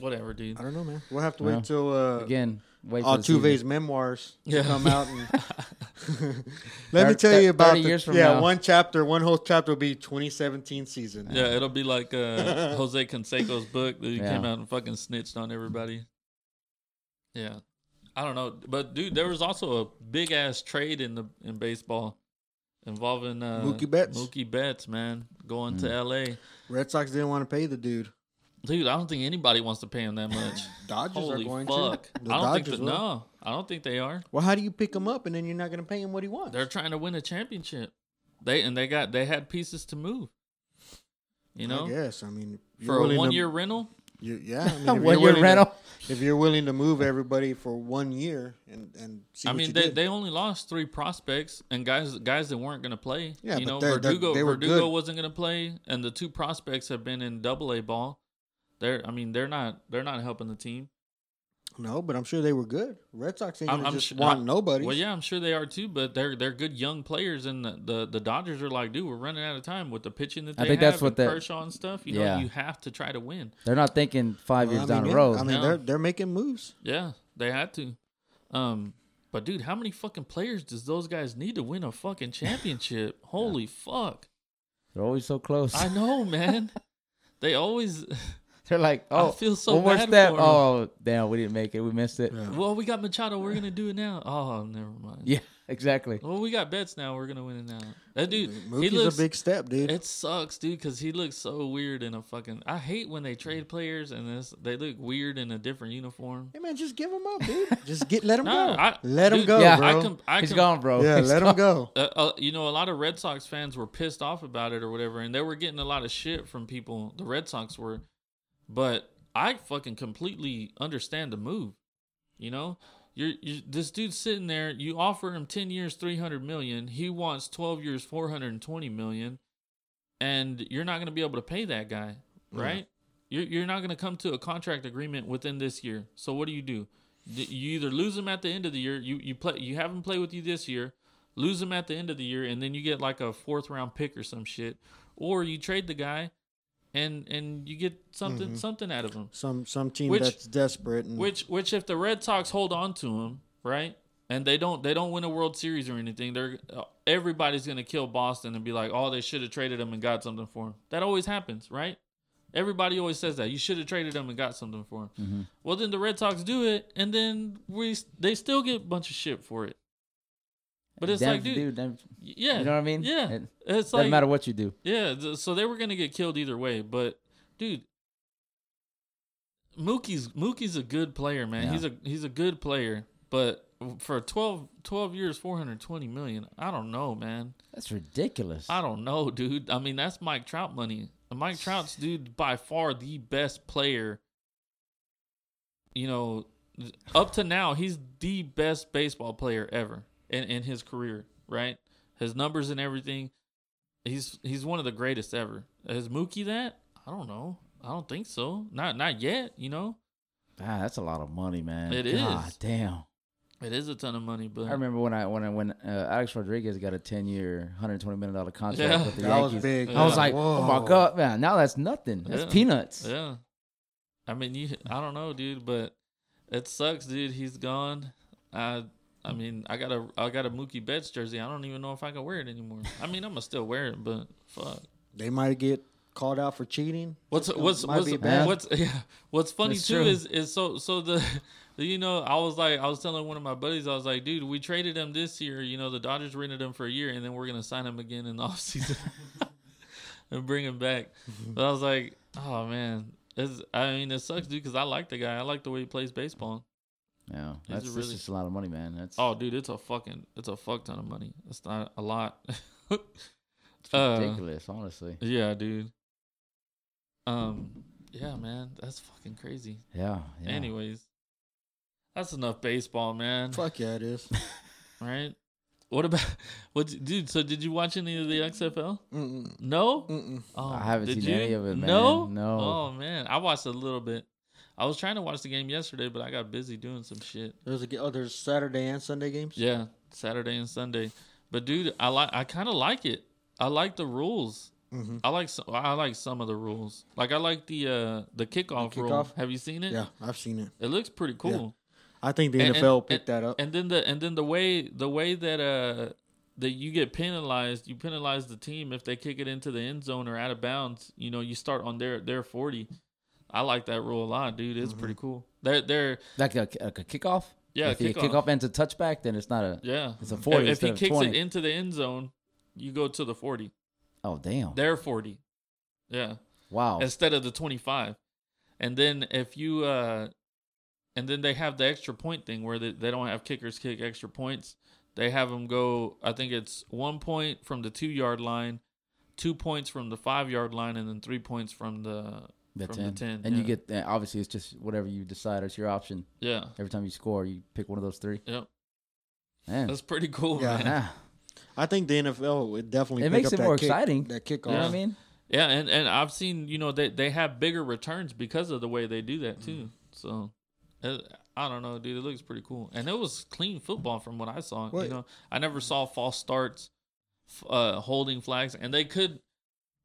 Speaker 1: Whatever, dude.
Speaker 2: I don't know, man. We'll have to
Speaker 3: Well,
Speaker 2: wait till uh,
Speaker 3: Again, wait for the
Speaker 2: Altuve's
Speaker 3: season.
Speaker 2: memoirs
Speaker 1: Yeah.
Speaker 2: come out. And Let me
Speaker 3: Thir-
Speaker 2: tell you
Speaker 3: thir-
Speaker 2: about
Speaker 3: 30
Speaker 2: the,
Speaker 3: years from
Speaker 2: yeah
Speaker 3: now.
Speaker 2: one chapter, one whole chapter will be 2017 season.
Speaker 1: Yeah, it'll be like uh, Jose Canseco's book that he
Speaker 3: Yeah.
Speaker 1: came out and fucking snitched on everybody. Yeah, I don't know, but dude, there was also a big ass trade in the in baseball involving uh,
Speaker 2: Mookie Betts. Mm.
Speaker 1: Mookie Betts, man, going to L.A.
Speaker 2: Red Sox didn't want to pay the dude.
Speaker 1: Dude, I don't think anybody wants to pay him that much.
Speaker 2: Dodgers
Speaker 1: Holy
Speaker 2: are going
Speaker 1: fuck!
Speaker 2: to. The
Speaker 1: I don't
Speaker 2: Dodgers
Speaker 1: think that,
Speaker 2: will.
Speaker 1: no, I don't think they are.
Speaker 2: Well, how do you pick him up and then you're not going to pay him what he wants?
Speaker 1: They're trying to win a championship. They and they got they had pieces to move. You
Speaker 2: I
Speaker 1: know,
Speaker 2: guess. I mean, you're
Speaker 1: for
Speaker 2: willing
Speaker 1: a
Speaker 2: to-
Speaker 1: one year rental.
Speaker 2: you- yeah, I mean, if you're
Speaker 3: One year
Speaker 2: willing to-
Speaker 3: rental.
Speaker 2: if you're willing to move everybody for one year and and see
Speaker 1: I
Speaker 2: what
Speaker 1: mean,
Speaker 2: you
Speaker 1: they,
Speaker 2: did.
Speaker 1: they only lost three prospects and guys guys that weren't going to play.
Speaker 2: Yeah,
Speaker 1: you
Speaker 2: but
Speaker 1: know,
Speaker 2: they're- they're-
Speaker 1: Verdugo
Speaker 2: they were
Speaker 1: Verdugo
Speaker 2: good.
Speaker 1: wasn't going to play, and the two prospects have been in Double A ball. They're, I mean, they're not they're not helping the team.
Speaker 2: no, but I'm sure they were good. Red Sox ain't
Speaker 1: I'm,
Speaker 2: gonna
Speaker 1: I'm
Speaker 2: just
Speaker 1: su-
Speaker 2: want
Speaker 1: I-
Speaker 2: nobody.
Speaker 1: Well, yeah, I'm sure they are too, but they're they're good young players, and the, the, the Dodgers are like, dude, we're running out of time with the pitching that they
Speaker 3: I think
Speaker 1: have
Speaker 3: that's what
Speaker 1: and
Speaker 3: that-
Speaker 1: Kershaw and stuff. You
Speaker 3: Yeah.
Speaker 1: know, you have to try to win.
Speaker 3: They're not thinking five
Speaker 2: Well,
Speaker 3: years
Speaker 2: I
Speaker 3: down
Speaker 2: mean,
Speaker 3: the
Speaker 2: yeah,
Speaker 3: road.
Speaker 2: I mean,
Speaker 1: No.
Speaker 2: they're they're making moves.
Speaker 1: Yeah, they had to. Um, but dude, how many fucking players does those guys need to win a fucking championship? Holy fuck!
Speaker 3: They're always so close.
Speaker 1: I know, man. they always.
Speaker 3: they're like, oh,
Speaker 1: feel so
Speaker 3: one more
Speaker 1: bad
Speaker 3: step.
Speaker 1: for 'em.
Speaker 3: Oh, damn, we didn't make it. We missed it.
Speaker 1: Well, we got Machado. We're gonna do it now. Oh, never mind.
Speaker 3: Yeah. exactly.
Speaker 1: Well, we got bets now. We're gonna win it now. That dude, he
Speaker 2: Mookie's
Speaker 1: looks.
Speaker 2: a big step, dude.
Speaker 1: it sucks, dude, because he looks so weird in a fucking. I hate when they trade players and this. They look weird in a different uniform.
Speaker 2: Hey man, just give him up, dude. Just get let him
Speaker 1: Nah,
Speaker 2: go.
Speaker 1: I-
Speaker 2: let him
Speaker 1: dude,
Speaker 2: go,
Speaker 3: Yeah.
Speaker 2: bro.
Speaker 1: I com- I
Speaker 3: He's
Speaker 1: com-
Speaker 3: gone, bro.
Speaker 2: yeah,
Speaker 3: He's
Speaker 2: let him
Speaker 3: gone.
Speaker 2: go.
Speaker 1: uh, uh, you know, a lot of Red Sox fans were pissed off about it or whatever, and they were getting a lot of shit from people. The Red Sox were, but I fucking completely understand the move. You know, you're, you this dude's sitting there. You offer him ten years, three hundred million. He wants twelve years, four hundred and twenty million, and you're not going to be able to pay that guy, right? You're you're not going to come to a contract agreement within this year. So what do you do? D- You either lose him at the end of the year. You you play. You have him play with you this year lose him at the end of the year, and then you get like a fourth round pick or some shit, or you trade the guy, and and you get something something out of him.
Speaker 2: Some some team
Speaker 1: Which-
Speaker 2: that's desperate
Speaker 3: Mm.
Speaker 2: and
Speaker 1: Which which if the Red Sox hold on to him, right, and they don't they don't win a World Series or anything, they're uh, everybody's gonna kill Boston and be like, oh, they should have traded him and got something for him. That always happens, right? Everybody always says that you should have traded him and got something for him.
Speaker 3: Mm-hmm.
Speaker 1: Well, then the Red Sox do it, and then we they still get a bunch of shit for it. But it's
Speaker 3: Denver,
Speaker 1: like, dude,
Speaker 3: Denver-
Speaker 1: yeah.
Speaker 3: You know what I mean?
Speaker 1: Yeah.
Speaker 3: It
Speaker 1: it's
Speaker 3: doesn't
Speaker 1: like,
Speaker 3: matter what you do.
Speaker 1: yeah. th- So they were going to get killed either way. But, dude, Mookie's Mookie's a good player, man.
Speaker 3: Yeah.
Speaker 1: He's a he's a good player. But for 12, 12 years, 420 million, I don't know, man.
Speaker 3: That's ridiculous.
Speaker 1: I don't know, dude. I mean, that's Mike Trout money. And Mike Trout's, dude, by far the best player. You know, up to now, he's the best baseball player ever in, in his career, right? His numbers and everything. He's he's one of the greatest ever. Is Mookie that? I don't know. I don't think so. Not not yet, you know.
Speaker 3: Ah, that's a lot of money, man.
Speaker 1: It
Speaker 3: God
Speaker 1: is.
Speaker 3: damn.
Speaker 1: It is a ton of money, but
Speaker 3: I remember when I when I when uh, Alex Rodriguez got a ten year, hundred twenty million dollar contract
Speaker 1: Yeah.
Speaker 3: with the
Speaker 2: that
Speaker 3: Yankees.
Speaker 2: was big.
Speaker 1: Yeah.
Speaker 3: I was like,
Speaker 2: Whoa.
Speaker 3: oh my god, man! Now that's nothing. That's
Speaker 1: Yeah.
Speaker 3: peanuts.
Speaker 1: Yeah. I mean, you. I don't know, dude, but it sucks, dude. He's gone. I. I mean, I got a. I got a Mookie Betts jersey. I don't even know if I can wear it anymore. I mean, I'm gonna still wear it, but fuck.
Speaker 2: They might get called out for cheating.
Speaker 1: What's what's
Speaker 2: might
Speaker 1: what's
Speaker 2: be
Speaker 1: what's,
Speaker 2: bad.
Speaker 1: yeah. What's funny
Speaker 3: That's
Speaker 1: too
Speaker 3: true.
Speaker 1: is is so so the you know I was like I was telling one of my buddies I was like dude we traded him this year you know the Dodgers rented him for a year and then we're gonna sign him again in the offseason and bring him back
Speaker 3: Mm-hmm.
Speaker 1: but I was like oh man it's I mean it sucks dude because I like the guy I like the way he plays baseball
Speaker 3: Yeah, that's, that's
Speaker 1: really-
Speaker 3: just a lot of money, man. That's
Speaker 1: oh dude it's a fucking it's a fuck ton of money it's not a lot
Speaker 3: it's
Speaker 1: uh,
Speaker 3: ridiculous, honestly.
Speaker 1: yeah dude um yeah man that's fucking crazy.
Speaker 3: Yeah. yeah.
Speaker 1: Anyways, that's enough baseball, man.
Speaker 2: Fuck yeah, it is.
Speaker 1: Right? What about what, dude? So did you watch any of the XFL?
Speaker 2: Mm-mm,
Speaker 1: No.
Speaker 2: mm-mm.
Speaker 1: Oh,
Speaker 3: I haven't
Speaker 1: did
Speaker 3: seen any of it, man.
Speaker 1: No,
Speaker 3: No.
Speaker 1: Oh man, I watched a little bit. I was trying to watch the game yesterday, but I got busy doing some shit.
Speaker 2: There's a g- oh, there's Saturday and Sunday games.
Speaker 1: Yeah, Saturday and Sunday. But dude, I like I kind of like it. I like the rules.
Speaker 2: Mhm.
Speaker 1: I like some, I like some of the rules. Like I like the uh the kickoff, rule.
Speaker 2: kickoff?
Speaker 1: Have you seen it?
Speaker 2: Yeah, I've seen it.
Speaker 1: It looks pretty cool.
Speaker 2: I think the
Speaker 1: And-
Speaker 2: NFL
Speaker 1: and-
Speaker 2: picked that up.
Speaker 1: and then the and then the way the way that uh that you get penalized, you penalize the team if they kick it into the end zone or out of bounds. You know, you start on their their forty. I like that rule a lot, dude. It's pretty
Speaker 3: Mm-hmm.
Speaker 1: cool. They're they're
Speaker 3: Like a, like a kickoff.
Speaker 1: Yeah,
Speaker 3: If the
Speaker 1: kickoff.
Speaker 3: kickoff ends a touchback, then it's not a.
Speaker 1: yeah.
Speaker 3: It's a
Speaker 1: If,
Speaker 3: 40
Speaker 1: if he
Speaker 3: instead of
Speaker 1: kicks
Speaker 3: 20.
Speaker 1: it into the end zone, you go to the forty.
Speaker 3: Oh damn!
Speaker 1: Their forty. Yeah.
Speaker 3: Wow.
Speaker 1: instead of the 25 and then if you uh and then they have the extra point thing where they, they don't have kickers kick extra points they have them go i think it's one point from the two yard line two points from the five yard line and then three points from the
Speaker 3: The
Speaker 1: from
Speaker 3: 10.
Speaker 1: the 10
Speaker 3: and you
Speaker 1: yeah.
Speaker 3: get uh, obviously it's just whatever you decide. It's your option.
Speaker 1: yeah
Speaker 3: Every time you score, you pick one of those three.
Speaker 1: yep
Speaker 3: Man.
Speaker 1: that's pretty cool
Speaker 2: Yeah.
Speaker 1: man.
Speaker 3: Nah.
Speaker 2: I think the NFL would definitely.
Speaker 3: It
Speaker 2: pick
Speaker 3: makes
Speaker 2: up
Speaker 3: it
Speaker 2: that
Speaker 3: more
Speaker 2: kick-
Speaker 3: exciting.
Speaker 2: That
Speaker 3: You know what
Speaker 2: kickoff.
Speaker 3: I mean?
Speaker 1: yeah and and i've seen you know they they have bigger returns because of the way they do that too so uh, I don't know, dude. It looks pretty cool, and it was clean football from what I saw. You
Speaker 2: Wait.
Speaker 1: know, I never saw false starts, f- uh, holding flags, and they could,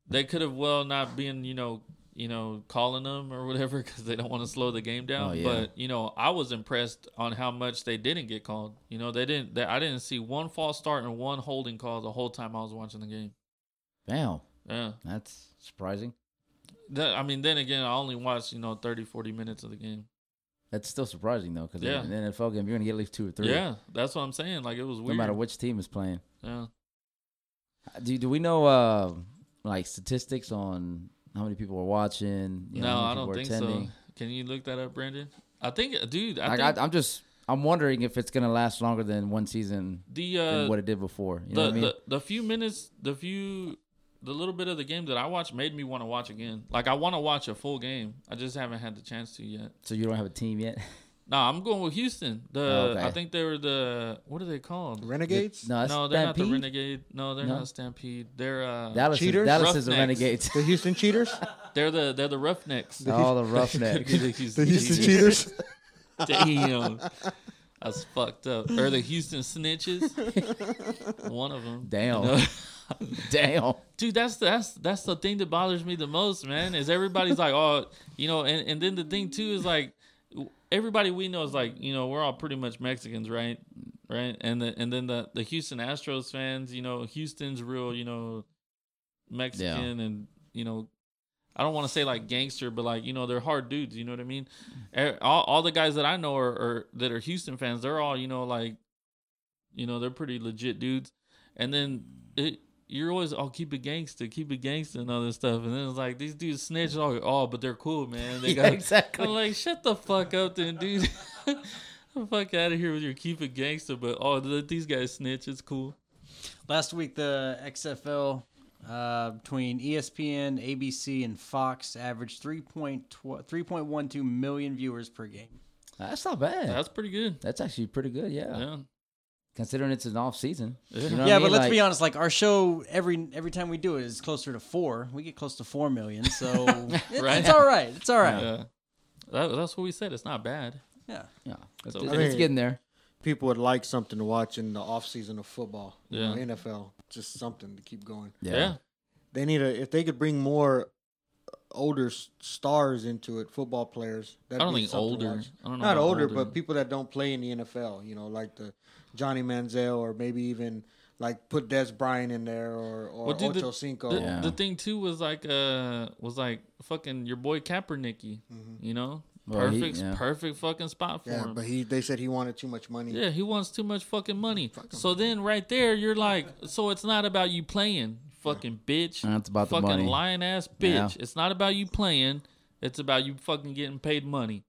Speaker 1: they could have well not been, you know, you know, calling them or whatever because they don't want to slow the game down.
Speaker 3: Oh, yeah.
Speaker 1: But you know, I was impressed on how much they didn't get called. You know, they didn't. They, I didn't see one false start and one holding call the whole time I was watching the game.
Speaker 3: Damn.
Speaker 1: Yeah.
Speaker 3: That's surprising.
Speaker 1: That, I mean, then again, I only watched, you know, 30, 40 minutes of the game.
Speaker 3: That's still surprising though, because
Speaker 1: Yeah.
Speaker 3: in an NFL game you're gonna get at least two or three.
Speaker 1: Yeah, that's what I'm saying. Like it was
Speaker 3: no
Speaker 1: weird.
Speaker 3: matter which team is playing.
Speaker 1: Yeah.
Speaker 3: Do do we know uh like statistics on how many people are watching? you
Speaker 1: no,
Speaker 3: know, how many
Speaker 1: I don't
Speaker 3: people are
Speaker 1: think so. Can you look that up, Brandon? I think, dude. I
Speaker 3: Like
Speaker 1: think
Speaker 3: I, I'm just I'm wondering if it's gonna last longer than one season
Speaker 1: the
Speaker 3: than
Speaker 1: uh,
Speaker 3: what it did before. You know
Speaker 1: the,
Speaker 3: what I mean?
Speaker 1: the the few minutes, the few, the little bit of the game that I watched made me want to watch again. Like I want to watch a full game. I just haven't had the chance to yet.
Speaker 3: so you don't have a team yet?
Speaker 1: No, I'm going with Houston. The
Speaker 3: Oh, Okay.
Speaker 1: I think they were the what are they called?
Speaker 2: Renegades?
Speaker 3: No, that's
Speaker 1: no, they're not the
Speaker 3: Stampede?
Speaker 1: renegade. No, they're
Speaker 3: No.
Speaker 1: not Stampede. They're uh,
Speaker 3: Dallas
Speaker 2: Cheaters?
Speaker 3: is, Dallas is the
Speaker 1: Roughnecks.
Speaker 3: renegades.
Speaker 2: The Houston Cheaters?
Speaker 1: they're the they're the Roughnecks.
Speaker 3: All the roughnecks.
Speaker 2: The Houston
Speaker 1: Houston
Speaker 2: Cheaters?
Speaker 1: Damn, that's fucked up. Or the Houston Snitches. One of them.
Speaker 3: Damn. Damn.
Speaker 1: dude that's that's that's the thing that bothers me the most man is everybody's like oh you know and, and then the thing too is like everybody we know is like you know we're all pretty much mexicans right right and the, and then the the houston astros fans you know houston's real you know mexican and you know i don't want to say like gangster but like you know they're hard dudes you know what i mean Eh, all, all the guys that i know are, are that are houston fans they're all you know like you know they're pretty legit dudes and then it, you're always oh keep it gangster, keep it gangster and all this stuff. And then it's like these dudes snitch all oh, but they're cool, man. They
Speaker 3: Yeah,
Speaker 1: got
Speaker 3: exactly.
Speaker 1: I'm like, shut the fuck up then, dude. The fuck out of here with your keep it gangster, but oh th- these guys snitch, it's cool.
Speaker 4: Last week, the XFL uh, between ESPN, ABC, and Fox averaged 3.12 3.12 million viewers per game.
Speaker 3: That's not bad. That's,
Speaker 1: That's pretty good.
Speaker 3: actually pretty good, yeah.
Speaker 1: Yeah.
Speaker 3: Considering it's an off season.
Speaker 1: Yeah.
Speaker 4: yeah, but let's be honest. Like our show, every every time we do it is closer to four. We get close to four million, so it's,
Speaker 1: Right.
Speaker 4: it's all right. It's all
Speaker 1: Yeah.
Speaker 4: right.
Speaker 1: That, that's what we said. It's not bad.
Speaker 4: Yeah.
Speaker 3: Yeah, it's,
Speaker 1: So-
Speaker 3: it's-
Speaker 1: I
Speaker 3: it's
Speaker 2: mean-
Speaker 3: getting there.
Speaker 2: People would like something to watch in the off season of football.
Speaker 1: Yeah.
Speaker 2: You know, NFL. Just something to keep going.
Speaker 1: Yeah.
Speaker 2: They need a if they could bring more older s- stars into it, football players. That'd
Speaker 1: I don't
Speaker 2: be
Speaker 1: think
Speaker 2: something to
Speaker 1: older.
Speaker 2: watch.
Speaker 1: I don't know.
Speaker 2: Not
Speaker 1: about
Speaker 2: older, but people that don't play in the NFL. You know, like the Johnny Manziel, or maybe even like put Des Bryant in there, or or
Speaker 1: Well, dude, the-
Speaker 2: Ocho Cinco.
Speaker 1: The,
Speaker 3: Yeah.
Speaker 1: the thing too was like uh was like fucking your boy Kaepernicky, you know,
Speaker 3: Mm-hmm. Well, he-
Speaker 1: perfect
Speaker 3: yeah.
Speaker 1: perfect fucking spot for
Speaker 2: yeah,
Speaker 1: him.
Speaker 2: but he they said he wanted too much money.
Speaker 1: Yeah, he wants too much fucking money. so then right there, you're like, so it's not about you playing, fucking bitch.
Speaker 3: That's about the
Speaker 1: fucking
Speaker 3: money.
Speaker 1: lying ass bitch.
Speaker 3: Yeah.
Speaker 1: It's not about you playing. It's about you fucking getting paid money.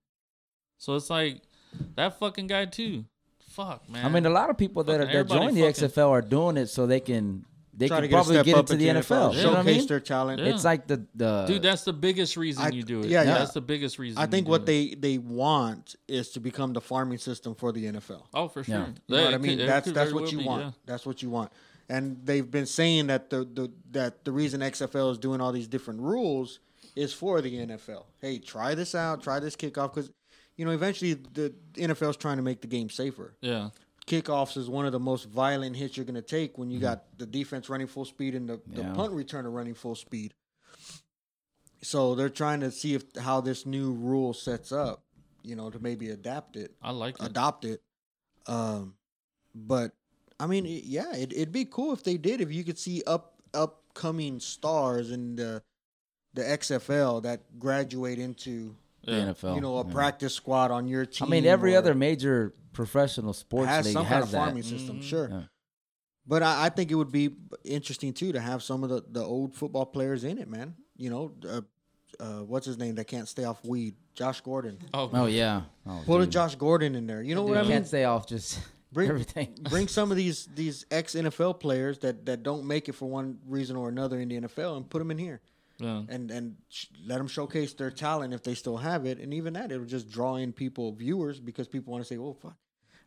Speaker 1: So it's like that fucking guy too. Fuck man.
Speaker 3: I mean, a lot of people that,
Speaker 1: Fucking
Speaker 3: are, that join
Speaker 1: everybody
Speaker 3: the
Speaker 1: fucking-
Speaker 3: XFL are doing it so they can they
Speaker 2: Try
Speaker 3: can
Speaker 2: to get a
Speaker 3: probably
Speaker 2: step
Speaker 3: get
Speaker 2: up
Speaker 3: into the
Speaker 2: into
Speaker 3: NFL.
Speaker 1: Yeah.
Speaker 3: You know what I
Speaker 2: Showcase
Speaker 3: mean?
Speaker 2: their talent.
Speaker 1: Yeah.
Speaker 3: It's like the the
Speaker 1: dude, that's the biggest reason
Speaker 2: I-
Speaker 1: you do it.
Speaker 2: yeah,
Speaker 3: yeah.
Speaker 1: that's the biggest reason.
Speaker 2: I think
Speaker 1: you do
Speaker 2: what
Speaker 1: it.
Speaker 2: they they want is to become the farming system for the NFL.
Speaker 1: oh for sure.
Speaker 3: Yeah.
Speaker 2: You know
Speaker 1: Yeah,
Speaker 2: what I
Speaker 1: it
Speaker 2: mean?
Speaker 1: could- it
Speaker 2: that's
Speaker 1: could
Speaker 2: that's
Speaker 1: very
Speaker 2: what
Speaker 1: well
Speaker 2: you
Speaker 1: be,
Speaker 2: want.
Speaker 1: yeah.
Speaker 2: That's what you want. And they've been saying that the, the that the reason XFL is doing all these different rules is for the NFL. Hey, try this out. Try this kickoff because you know eventually the NFL is trying to make the game safer.
Speaker 1: Yeah,
Speaker 2: Kickoffs is one of the most violent hits you're going to take when you got the defense running full speed and the, the
Speaker 3: Mm-hmm. Yeah.
Speaker 2: punt returner running full speed. So they're trying to see if how this new rule sets up, you know, to maybe adapt it
Speaker 1: I like it.
Speaker 2: adopt it. Um, but I mean, it, yeah, it, it'd be cool if they did. If you could see up upcoming stars in the the XFL that graduate into
Speaker 3: the
Speaker 1: Yeah.
Speaker 3: NFL.
Speaker 2: you know a
Speaker 3: Yeah.
Speaker 2: practice squad on your team.
Speaker 3: I mean, every
Speaker 2: or
Speaker 3: other major professional sports
Speaker 2: has
Speaker 3: league
Speaker 2: some kind
Speaker 3: has
Speaker 2: of
Speaker 3: that. Mm-hmm.
Speaker 2: farming system,
Speaker 1: Mhm.
Speaker 2: sure.
Speaker 3: Yeah.
Speaker 2: But I, I think it would be interesting too to have some of the, the old football players in it, man. You know, uh, uh, what's his name that can't stay off weed? Josh Gordon.
Speaker 1: Oh,
Speaker 3: Oh yeah, oh,
Speaker 2: Pull a
Speaker 3: dude.
Speaker 2: Josh Gordon in there. You know
Speaker 3: Dude,
Speaker 2: what I mean?
Speaker 3: Can't stay off just
Speaker 2: Bring-
Speaker 3: everything.
Speaker 2: bring some of these these ex NFL players that that don't make it for one reason or another in the NFL and put them in here
Speaker 1: yeah.
Speaker 2: and and sh- let them showcase their talent if they still have it and even that it'll just draw in people viewers because people want to say, "Well, fuck,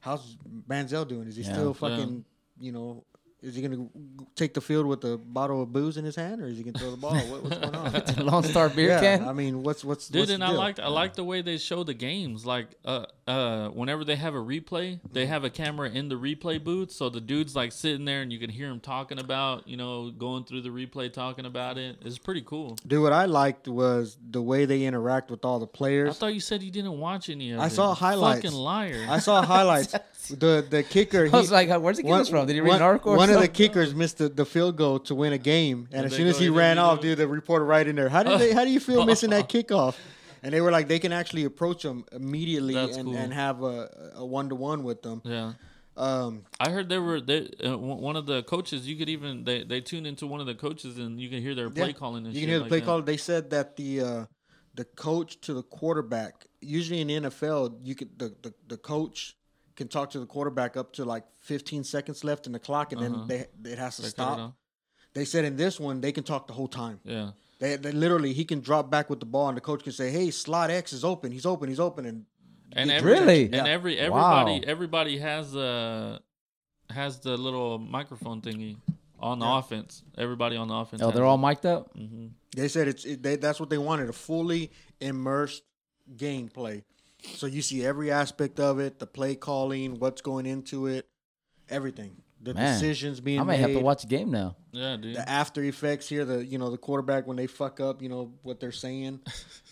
Speaker 2: how's Manziel doing? Is he
Speaker 3: Yeah.
Speaker 2: still
Speaker 1: Yeah.
Speaker 2: fucking you know?" Is he going to take the field with a bottle of booze in his hand, or is he going to throw the ball? What, what's going on?
Speaker 3: Lone Star beer
Speaker 2: yeah,
Speaker 3: can.
Speaker 2: I mean, what's what's
Speaker 1: Dude,
Speaker 2: what's
Speaker 1: and
Speaker 2: the
Speaker 1: I
Speaker 2: deal?
Speaker 1: liked I like the way they show the games. Like uh uh whenever they have a replay, they have a camera in the replay booth, so the dude's like sitting there and you can hear him talking about, you know, going through the replay talking about it. It's pretty cool.
Speaker 2: Dude, what I liked was the way they interact with all the
Speaker 1: I
Speaker 2: players.
Speaker 1: thought you said you didn't watch any of it.
Speaker 2: I saw highlights.
Speaker 1: Fucking liar.
Speaker 2: I saw highlights. the the kicker.
Speaker 3: I was
Speaker 2: he-
Speaker 3: like, where's he get this from? Did he read
Speaker 2: one-
Speaker 3: an article?
Speaker 2: One
Speaker 3: or
Speaker 2: of the
Speaker 3: something?
Speaker 2: kickers missed the, the field goal to win a game, and as
Speaker 1: they
Speaker 2: soon as
Speaker 1: go
Speaker 2: he
Speaker 1: in
Speaker 2: ran
Speaker 1: and
Speaker 2: off,
Speaker 1: do-
Speaker 2: dude, the reporter right in there. How did they? How do you feel missing that kickoff? and they were like they can actually approach them immediately
Speaker 1: That's
Speaker 2: and,
Speaker 1: cool.
Speaker 2: and have a a one to one with them.
Speaker 1: Yeah.
Speaker 2: Um,
Speaker 1: I heard they were they uh, one one of the coaches. You could even they they tune into one of the coaches and you can hear their play
Speaker 2: Yeah.
Speaker 1: calling. And
Speaker 2: you
Speaker 1: shit
Speaker 2: can hear the
Speaker 1: like
Speaker 2: play
Speaker 1: that.
Speaker 2: call. They said that the uh, the coach to the quarterback. Usually in the NFL, you could the, the the coach can talk to the quarterback up to like 15 seconds left in the clock, and
Speaker 1: Uh-huh.
Speaker 2: then they it has to
Speaker 1: They cut it off.
Speaker 2: stop. They said in this one they can talk the whole time.
Speaker 1: Yeah.
Speaker 2: They, they literally he can drop back with the ball, and the coach can say, "Hey, slot X is open. He's open. He's open." And
Speaker 1: And
Speaker 2: Yeah.
Speaker 1: every,
Speaker 3: Really?
Speaker 1: And
Speaker 2: Yeah.
Speaker 1: every everybody
Speaker 3: Wow.
Speaker 1: everybody has a has the little microphone thingy on the
Speaker 2: Yeah.
Speaker 1: offense. Everybody on the offense.
Speaker 3: Oh,
Speaker 1: has
Speaker 3: they're all mic'd up.
Speaker 1: Mhm.
Speaker 2: They said it's it, they, that's what they wanted a fully immersed gameplay. So you see every aspect of it, the play calling, what's going into it, everything, the
Speaker 3: Man,
Speaker 2: decisions being
Speaker 3: I may
Speaker 2: made,
Speaker 3: have to watch a game now.
Speaker 1: Yeah, dude.
Speaker 2: the after effects here, the you know the quarterback when they fuck up, you know what they're saying.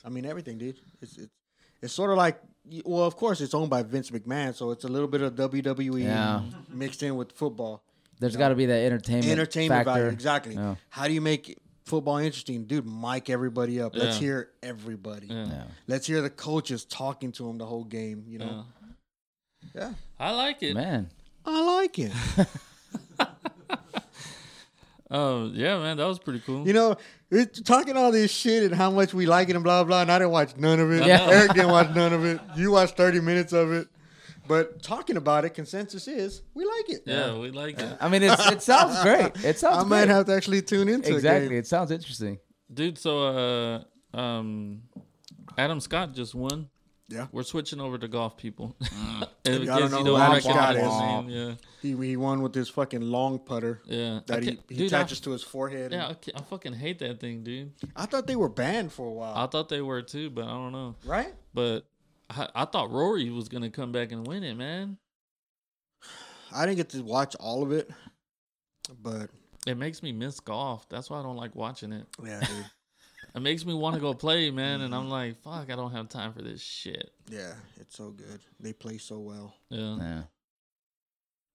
Speaker 2: I mean everything, dude. It's it's, it's sort of like well, of course it's owned by Vince McMahon, so it's a little bit of WWE
Speaker 3: Yeah.
Speaker 2: mixed in with football
Speaker 3: There's got to be that entertainment
Speaker 2: entertainment
Speaker 3: factor.
Speaker 2: value. Exactly.
Speaker 3: Yeah.
Speaker 2: How do you make football interesting, dude? Mic everybody up. Let's
Speaker 1: Yeah.
Speaker 2: hear everybody.
Speaker 1: yeah.
Speaker 3: Yeah.
Speaker 2: Let's hear the coaches talking to him the whole game. You
Speaker 1: Yeah.
Speaker 2: know, yeah,
Speaker 1: I like it.
Speaker 3: Man,
Speaker 2: I like it.
Speaker 1: Oh yeah, man, that was pretty cool.
Speaker 2: you know, we're talking all this shit and how much we like it and blah blah. And I didn't watch none of it.
Speaker 3: Yeah.
Speaker 2: Eric didn't watch none of it. You watched thirty minutes of it. But talking about it, consensus is we like it.
Speaker 1: yeah, we like it,
Speaker 3: I mean, it's, it sounds great. It sounds
Speaker 2: I might
Speaker 3: great.
Speaker 2: have to actually tune into it.
Speaker 3: exactly. It sounds interesting.
Speaker 1: dude. So, uh, um, Adam Scott just won.
Speaker 2: Yeah.
Speaker 1: We're switching over to golf, people.
Speaker 3: Mm.
Speaker 1: In
Speaker 2: y'all
Speaker 1: case
Speaker 2: don't know
Speaker 1: you
Speaker 2: who Adam
Speaker 1: recognize
Speaker 2: Scott
Speaker 1: his name,
Speaker 2: He, he won with his fucking long putter
Speaker 1: Yeah, yeah. I
Speaker 2: that he,
Speaker 1: can't-
Speaker 2: he
Speaker 1: dude, I-
Speaker 2: attaches to his forehead. and-
Speaker 1: yeah, I, can't- I fucking hate that thing, dude.
Speaker 2: I thought they were banned for a while,
Speaker 1: I thought they were too, but I don't know.
Speaker 2: right?
Speaker 1: But I, I thought Rory was gonna come back and win it, man.
Speaker 2: I didn't get to watch all of it, but
Speaker 1: It makes me miss golf. That's why I don't like watching it.
Speaker 2: yeah, dude.
Speaker 1: It makes me want to go play, man. And I'm like, fuck, I don't have time for this shit.
Speaker 2: yeah, it's so good. They play so well.
Speaker 1: Yeah.
Speaker 3: Yeah.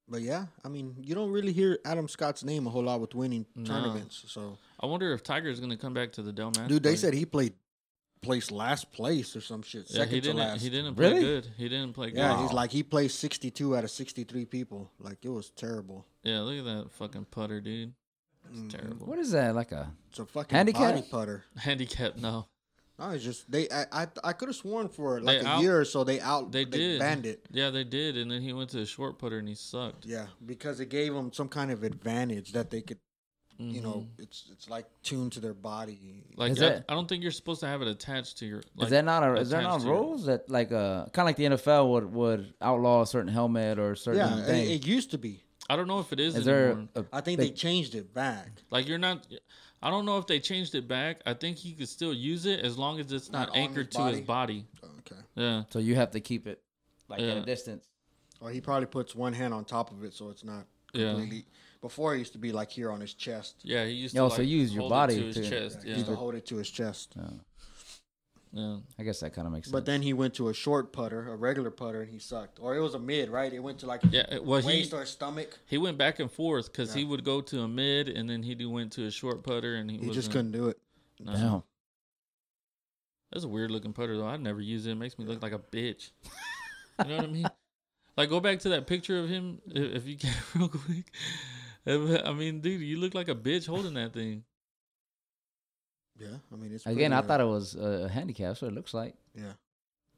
Speaker 2: But yeah, I mean, you don't really hear Adam Scott's name a whole lot with winning
Speaker 1: No.
Speaker 2: tournaments. So,
Speaker 1: I wonder if Tiger's gonna come back to the Dell Masters.
Speaker 2: dude, they
Speaker 1: Play.
Speaker 2: said he played placed last place or some shit,
Speaker 1: yeah,
Speaker 2: second
Speaker 1: he
Speaker 2: to
Speaker 1: didn't.
Speaker 2: last.
Speaker 1: He didn't play
Speaker 3: Really?
Speaker 1: good. He didn't play good.
Speaker 2: yeah,
Speaker 1: Yeah,
Speaker 2: he's like he played sixty-two out of sixty-three people. Like it was terrible.
Speaker 1: look at that fucking putter, dude. It's
Speaker 2: Mm.
Speaker 1: terrible.
Speaker 3: What is that? Like a
Speaker 2: It's a fucking
Speaker 3: Handicap?
Speaker 2: body putter.
Speaker 1: handicap? No,
Speaker 2: No, it's just they. I I, I could have sworn for like
Speaker 1: They
Speaker 2: a
Speaker 1: out-
Speaker 2: year or so they out
Speaker 1: they, did.
Speaker 2: banned it.
Speaker 1: Yeah, they did. And then he went to a short putter and he sucked.
Speaker 2: Yeah, because it gave them some kind of advantage that they could, you know, it's it's like tuned to their body.
Speaker 1: Like
Speaker 3: Is
Speaker 1: I,
Speaker 3: that-
Speaker 1: I don't think you're supposed to have it attached to your. Like,
Speaker 3: is that not a is there not
Speaker 1: attached to your-
Speaker 3: rules that like uh kind of like the NFL would would outlaw a certain helmet or a certain
Speaker 2: yeah,
Speaker 3: thing?
Speaker 2: it, it used to be.
Speaker 1: I don't know if it is.
Speaker 3: is there
Speaker 1: anymore.
Speaker 3: a,
Speaker 2: I think they, changed it back.
Speaker 1: Like you're not. I don't know if they changed it back. I think he could still use it as long as it's
Speaker 2: Not
Speaker 1: not,
Speaker 2: on his
Speaker 1: anchored to his body.
Speaker 2: Okay.
Speaker 1: Yeah.
Speaker 3: so you have to keep it like at
Speaker 1: Yeah.
Speaker 3: a distance.
Speaker 2: Or he probably puts one hand on top of it, so it's not
Speaker 1: Yeah.
Speaker 2: completely. Before it used to be like here on his chest.
Speaker 1: Yeah. He used
Speaker 3: You
Speaker 1: to
Speaker 3: also
Speaker 1: like,
Speaker 3: use your
Speaker 1: hold it
Speaker 3: body
Speaker 1: to his
Speaker 3: to-
Speaker 1: chest.
Speaker 2: He
Speaker 1: Yeah.
Speaker 2: used to hold it to his chest.
Speaker 1: Yeah.
Speaker 3: I guess that kind of makes sense.
Speaker 2: But then he went to a short putter, a regular putter, and he sucked. Or it was a mid, right? It went to like his
Speaker 1: Yeah. Well, he
Speaker 2: waist or his stomach.
Speaker 1: he went back and forth because he would go to a mid and then he do- went to a short putter and he,
Speaker 2: He just
Speaker 1: wasn't-
Speaker 2: couldn't do it.
Speaker 1: no.
Speaker 3: Damn.
Speaker 1: That's a weird looking putter though. I'd never use it. It makes me look like a bitch. you know what I mean? Like go back to that picture of him i- if you can real quick. If- I mean, dude, you look like a bitch holding that thing.
Speaker 2: Yeah, I mean it's
Speaker 3: Again, I thought it was a handicap. That's what it looks like.
Speaker 2: yeah.
Speaker 1: Yeah,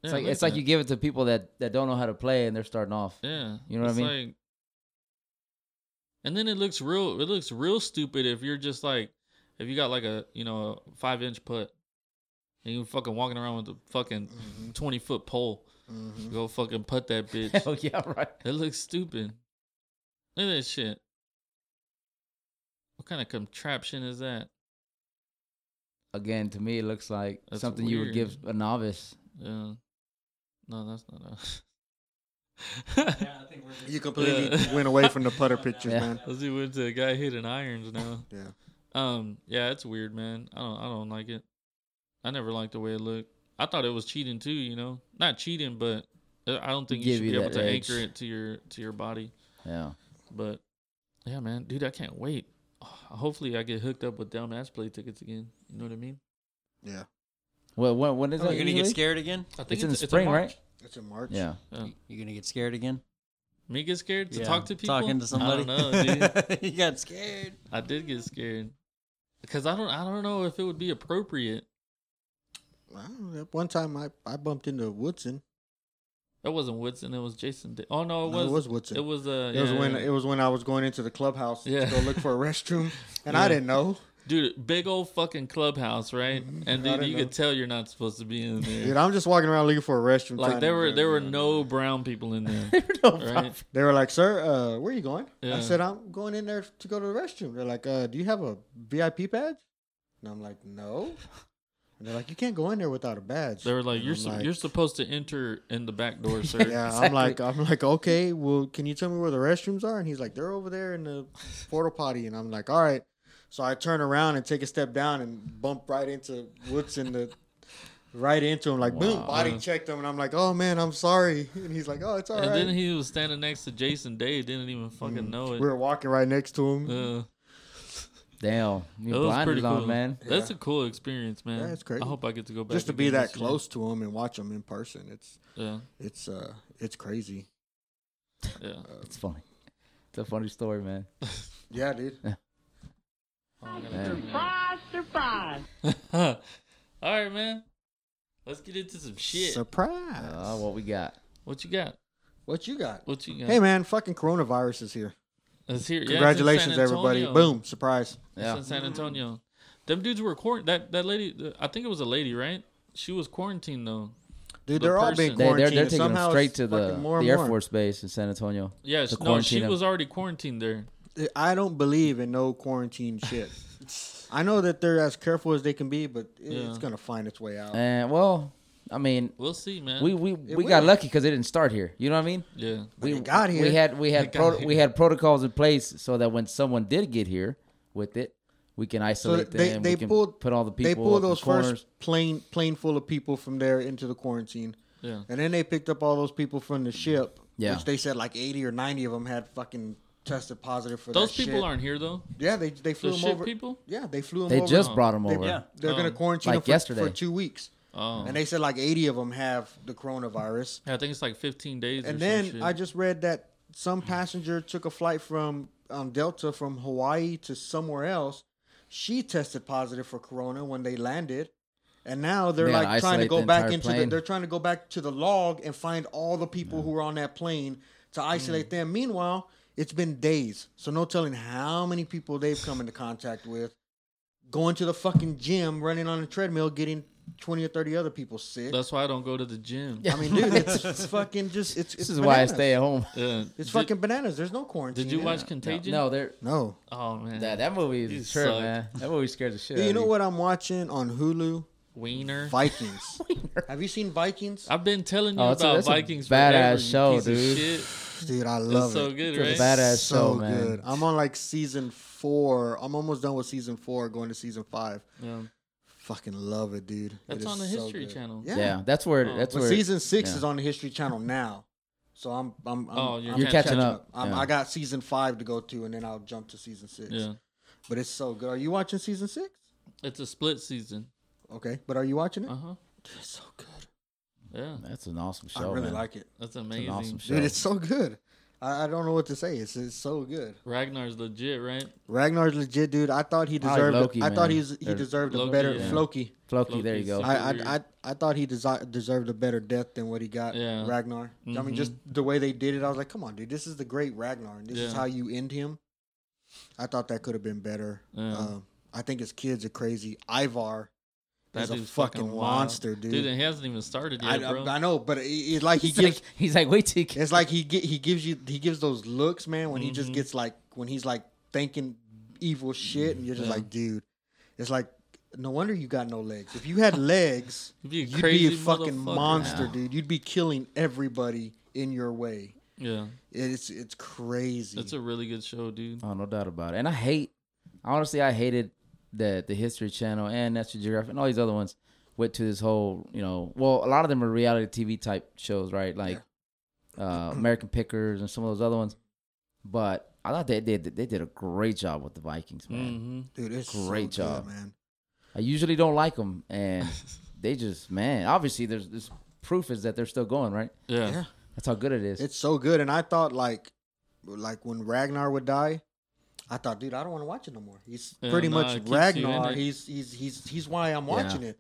Speaker 3: It's like it's like you give it to people that that don't know how to play and they're starting off.
Speaker 1: Yeah,
Speaker 3: You know what I
Speaker 1: it's
Speaker 3: mean?
Speaker 1: Like, and then it looks real. It looks real stupid if you're just like if you got like a you know a five inch putt and you fucking walking around with a fucking
Speaker 2: Mm-hmm.
Speaker 1: twenty foot pole.
Speaker 2: Mhm.
Speaker 1: Go fucking putt that bitch.
Speaker 3: Hell yeah, right.
Speaker 1: It looks stupid. Look at that shit. What kind of contraption is that?
Speaker 3: Again, to me, it looks like
Speaker 1: That's
Speaker 3: something you would give a novice.
Speaker 1: Yeah. Uh, No, that's not us. Let's
Speaker 4: I think we're
Speaker 2: You completely
Speaker 1: Yeah.
Speaker 2: went away from the putter pictures,
Speaker 3: Yeah.
Speaker 2: man.
Speaker 1: see went to a guy hitting irons now.
Speaker 2: Yeah.
Speaker 1: Um, yeah, it's weird, man. I don't I don't like it. I never liked the way it looked. I thought it was cheating too, you know. Not cheating, but uh, I don't think you
Speaker 3: Give
Speaker 1: should
Speaker 3: you
Speaker 1: be able
Speaker 3: that
Speaker 1: to
Speaker 3: edge.
Speaker 1: anchor it to your to your body.
Speaker 3: Yeah.
Speaker 1: But yeah, man, dude, I can't wait. Hopefully I get hooked up with Dell Match Play tickets again. You know what I mean?
Speaker 2: Yeah.
Speaker 3: Well, when, when is
Speaker 4: Oh,
Speaker 3: that?
Speaker 4: you're gonna get
Speaker 3: usually?
Speaker 4: scared again.
Speaker 1: I think
Speaker 3: It's in the
Speaker 1: a
Speaker 3: spring,
Speaker 1: March.
Speaker 3: right?
Speaker 2: It's in March.
Speaker 3: Yeah.
Speaker 4: You're gonna get scared again.
Speaker 1: Me get scared to
Speaker 4: Yeah,
Speaker 1: talk to people.
Speaker 4: Talking to somebody.
Speaker 1: I don't know, dude.
Speaker 4: you got scared.
Speaker 1: I did get scared because I don't. I don't know if it would be appropriate.
Speaker 2: I don't know. At one time, I, I bumped into Woodson.
Speaker 1: That wasn't Woodson. It was Jason. Da- oh no, it
Speaker 2: No,
Speaker 1: was.
Speaker 2: it was Woodson.
Speaker 1: It was. Uh,
Speaker 2: It was
Speaker 1: yeah,
Speaker 2: when
Speaker 1: yeah.
Speaker 2: it was when I was going into the clubhouse
Speaker 1: Yeah.
Speaker 2: to go look for a restroom, and
Speaker 1: Yeah.
Speaker 2: I didn't know.
Speaker 1: dude, big old fucking clubhouse, right? And
Speaker 2: Mm-hmm. I
Speaker 1: dude,
Speaker 2: don't
Speaker 1: you
Speaker 2: know.
Speaker 1: could tell you're not supposed to be in
Speaker 2: Dude,
Speaker 1: there.
Speaker 2: I'm just walking around looking for a restroom. trying
Speaker 1: Like there
Speaker 2: to-
Speaker 1: were there were no brown people in there.
Speaker 3: No problem.
Speaker 1: Right?
Speaker 2: They were like, "Sir, uh, where are you going?"
Speaker 1: Yeah.
Speaker 2: I said, "I'm going in there to go to the restroom." They're like, uh, "Do you have a VIP badge?" And I'm like, "No." And they're like, "You can't go in there without a badge."
Speaker 1: They were like,
Speaker 2: And
Speaker 1: "You're
Speaker 2: I'm
Speaker 1: su- you're supposed to enter in the back door, sir."
Speaker 2: Yeah, I'm
Speaker 3: Exactly.
Speaker 2: like, I'm like, okay, well, can you tell me where the restrooms are? And he's like, they're over there in the porta potty. And I'm like, all right. So I turn around and take a step down and bump right into what's in the right into him, like boom,
Speaker 3: Wow.
Speaker 2: body checked him, and I'm like, oh man, I'm sorry. And he's like, oh, it's all
Speaker 1: and
Speaker 2: right.
Speaker 1: then he was standing next to Jason Day. Didn't even fucking know
Speaker 2: we
Speaker 1: it.
Speaker 2: Mm. were walking right next to him.
Speaker 1: Uh,
Speaker 3: Damn, you
Speaker 1: that was pretty
Speaker 3: blinders
Speaker 1: cool,
Speaker 3: on, man.
Speaker 1: That's
Speaker 2: Yeah.
Speaker 1: a cool experience, man.
Speaker 2: Yeah, it's crazy.
Speaker 1: I hope I get to go back
Speaker 2: Just to be
Speaker 1: again
Speaker 2: that
Speaker 1: this year.
Speaker 2: close to him and watch him in person, it's
Speaker 1: Yeah,
Speaker 2: it's uh it's crazy.
Speaker 1: yeah.
Speaker 3: It's funny. It's a funny story, man.
Speaker 2: Yeah, dude.
Speaker 6: Surprise, surprise.
Speaker 1: All right, man. Let's get into some shit.
Speaker 2: Surprise.
Speaker 3: Uh, what we got?
Speaker 1: What you got?
Speaker 2: what you got?
Speaker 1: What you got?
Speaker 2: Hey man, fucking coronavirus is here.
Speaker 1: Let's hear. yeah, it's in
Speaker 2: Congratulations,
Speaker 1: San
Speaker 2: everybody.
Speaker 1: Antonio.
Speaker 2: Boom, surprise.
Speaker 1: It's
Speaker 3: Yeah.
Speaker 1: in San Antonio. Them dudes were quarant. That that lady. I think it was a lady, right? She was quarantined though.
Speaker 2: Dude,
Speaker 1: The
Speaker 2: they're all being
Speaker 1: person-
Speaker 3: They, they're
Speaker 2: quarantined.
Speaker 3: they're taking
Speaker 2: Somehow
Speaker 3: them straight
Speaker 2: it's
Speaker 3: to the,
Speaker 2: fucking more and
Speaker 3: the Air
Speaker 2: more.
Speaker 3: Force Base in San Antonio.
Speaker 1: Yeah,
Speaker 3: To
Speaker 1: no, she
Speaker 3: quarantine 'em.
Speaker 1: was already quarantined there.
Speaker 2: I don't believe in no quarantine shit. I know that they're as careful as they can be, but it-
Speaker 1: Yeah.
Speaker 2: it's gonna find its way out.
Speaker 3: And well, I mean,
Speaker 1: We'll see, man.
Speaker 3: we we, we got
Speaker 2: will.
Speaker 3: lucky because it didn't start here. You know what I mean?
Speaker 1: yeah,
Speaker 2: But it got here.
Speaker 3: We had we had
Speaker 1: It got
Speaker 3: pro-
Speaker 1: here.
Speaker 3: we had protocols in place so that when someone did get here with it, we can
Speaker 2: so
Speaker 3: isolate
Speaker 2: they,
Speaker 3: them.
Speaker 2: they
Speaker 3: we can
Speaker 2: pulled
Speaker 3: put all the people.
Speaker 2: They pulled
Speaker 3: up in
Speaker 2: those
Speaker 3: corners.
Speaker 2: first plane plane full of people from there into the quarantine,
Speaker 1: yeah,
Speaker 2: and then they picked up all those people from the ship,
Speaker 3: Yeah.
Speaker 2: which they said like eighty or ninety of them had fucking tested positive for
Speaker 1: those
Speaker 2: that
Speaker 1: people
Speaker 2: shit.
Speaker 1: aren't here though.
Speaker 2: Yeah, they they flew
Speaker 1: Those
Speaker 2: them
Speaker 1: shit
Speaker 2: over.
Speaker 1: people.
Speaker 2: Yeah, they flew them.
Speaker 3: They
Speaker 2: over.
Speaker 3: just brought them
Speaker 2: They-
Speaker 3: over.
Speaker 4: Yeah.
Speaker 2: They're gonna
Speaker 1: Oh.
Speaker 2: quarantine
Speaker 3: Like
Speaker 2: them for,
Speaker 3: yesterday.
Speaker 2: for two weeks.
Speaker 3: Uh-huh.
Speaker 1: Oh,
Speaker 2: And they said like 80 of them have the coronavirus.
Speaker 1: yeah, I think it's like 15 days. or
Speaker 2: And
Speaker 1: some
Speaker 2: then
Speaker 1: shit.
Speaker 2: I just read that some
Speaker 3: Mm-hmm.
Speaker 2: passenger took a flight from um, Delta from Hawaii to somewhere else. She tested positive for corona when they landed. And now they're
Speaker 3: They gotta
Speaker 2: like trying to
Speaker 3: isolate
Speaker 2: go
Speaker 3: the
Speaker 2: back
Speaker 3: entire
Speaker 2: into the
Speaker 3: plane.
Speaker 2: they're trying to go back to the log and find all the people who were on that plane to
Speaker 3: Mm-hmm.
Speaker 2: isolate them. Meanwhile, it's been days. So no telling how many people they've come into contact with. Going to the fucking gym, running on a treadmill, getting 20 or 30 other people sick.
Speaker 1: That's why I don't go to the gym.
Speaker 2: I mean, dude, it's, it's fucking just it's.
Speaker 3: This
Speaker 2: it's
Speaker 3: is why I
Speaker 2: bananas.
Speaker 3: stay at home.
Speaker 1: Yeah.
Speaker 2: It's
Speaker 1: Did-
Speaker 2: fucking bananas. There's no quarantine.
Speaker 1: Did you
Speaker 2: in
Speaker 1: watch
Speaker 2: it.
Speaker 1: Contagion?
Speaker 3: No, they're
Speaker 2: No.
Speaker 1: Oh man,
Speaker 3: that, that movie
Speaker 1: You
Speaker 3: is a trip,
Speaker 1: suck.
Speaker 3: man. That movie scares the shit.
Speaker 2: Dude,
Speaker 3: out
Speaker 2: you
Speaker 3: of
Speaker 2: know what I'm watching on Hulu?
Speaker 1: wiener.
Speaker 2: Vikings. Have you seen Vikings?
Speaker 1: I've been telling you
Speaker 3: Oh, it's a-
Speaker 1: about
Speaker 3: it's a
Speaker 1: Vikings.
Speaker 3: badass
Speaker 1: forever, you
Speaker 3: show,
Speaker 1: piece of
Speaker 3: dude.
Speaker 1: shit.
Speaker 2: Dude, I love
Speaker 1: it's so
Speaker 2: it.
Speaker 1: good,
Speaker 3: It's
Speaker 1: right?
Speaker 3: a badass
Speaker 2: So
Speaker 3: show, man.
Speaker 2: good. I'm on like season four. I'm almost done with season four, going to season five.
Speaker 1: Yeah.
Speaker 2: Fucking love it, dude. It
Speaker 1: That's
Speaker 2: is
Speaker 1: on the
Speaker 2: so
Speaker 1: History
Speaker 2: good.
Speaker 1: Channel.
Speaker 2: Yeah.
Speaker 3: Yeah. that's where
Speaker 1: Oh.
Speaker 3: that's
Speaker 2: But
Speaker 3: where
Speaker 2: season six
Speaker 3: yeah.
Speaker 2: is on the History Channel now. So I'm I'm, I'm
Speaker 1: Oh, you're
Speaker 2: I'm
Speaker 1: You're
Speaker 3: catching up.
Speaker 2: I'm,
Speaker 3: Yeah.
Speaker 2: I got season five to go to, and then I'll jump to season six.
Speaker 1: Yeah.
Speaker 2: But it's so good. Are you watching season six?
Speaker 1: It's a split season.
Speaker 2: Okay, but are you watching it?
Speaker 1: Uh huh.
Speaker 2: Dude, it's so good.
Speaker 1: Yeah.
Speaker 3: That's an awesome show.
Speaker 2: I really
Speaker 3: man.
Speaker 2: like it.
Speaker 1: That's
Speaker 3: It's
Speaker 1: amazing.
Speaker 3: an awesome show.
Speaker 2: Dude, it's so good. I, I don't know what to say. It's, it's so good.
Speaker 1: Ragnar's legit, right?
Speaker 2: Ragnar's legit, dude. I thought he
Speaker 3: I like
Speaker 2: deserved.
Speaker 3: Loki,
Speaker 2: I thought he
Speaker 3: man.
Speaker 2: was, he
Speaker 3: They're-
Speaker 2: deserved a
Speaker 1: Loki,
Speaker 2: better
Speaker 1: yeah.
Speaker 2: Loki.
Speaker 3: Floki, there you
Speaker 1: Loki's
Speaker 3: go.
Speaker 1: so-
Speaker 2: I,
Speaker 1: weird.
Speaker 2: I I I thought he desi- deserved a better death than what he got.
Speaker 1: Yeah.
Speaker 2: Ragnar. I mean, just the way they did it, I was like, come on, dude. This is the great Ragnar, and this is
Speaker 1: Yeah.
Speaker 2: how you end him. I thought that could have been better.
Speaker 1: Yeah.
Speaker 2: Um, I think his kids are crazy. Ivar
Speaker 1: That
Speaker 2: is a
Speaker 1: dude's
Speaker 2: fucking,
Speaker 1: wild.
Speaker 2: monster, dude.
Speaker 1: Dude, and he hasn't even started yet,
Speaker 2: I,
Speaker 1: bro.
Speaker 2: I, I know, but it, it's like he
Speaker 3: he's,
Speaker 2: gives
Speaker 3: like, he's like, wait till you get
Speaker 2: It's like he get, he gives you he gives those looks, man, when he just
Speaker 1: Mhm.
Speaker 2: gets like when he's like thinking evil shit, and you're just
Speaker 1: Yeah.
Speaker 2: like, dude, it's like no wonder you got no legs. If you had legs,
Speaker 1: You'd be a
Speaker 2: you'd be
Speaker 1: crazy
Speaker 2: a fucking
Speaker 1: motherfucker.
Speaker 2: monster,
Speaker 3: Yeah.
Speaker 2: dude. You'd be killing everybody in your way.
Speaker 1: yeah.
Speaker 2: It's it's crazy.
Speaker 1: It's a really good show, dude.
Speaker 3: Oh, no doubt about it. And I hate, honestly, I hated that the History Channel and National Geographic and all these other ones went to this whole, you know, well, a lot of them are reality TV type shows, right? Like uh, American Pickers and some of those other ones. But I thought they did they did a great job with the Vikings, man.
Speaker 1: Mm-hmm.
Speaker 2: dude, it's so
Speaker 3: great
Speaker 2: good,
Speaker 3: job.
Speaker 2: man.
Speaker 3: I usually don't like them, and they just man. Obviously, there's this proof is that they're still going right.
Speaker 1: Yeah.
Speaker 2: Yeah.
Speaker 3: That's how good it is.
Speaker 2: It's so good, and I thought like, like when Ragnar would die, I thought, dude, I don't want to watch it no more. He's
Speaker 1: Yeah,
Speaker 2: pretty
Speaker 1: no, it
Speaker 2: much
Speaker 1: keeps you in
Speaker 2: Ragnar.
Speaker 1: it.
Speaker 2: He's he's he's he's why I'm watching it.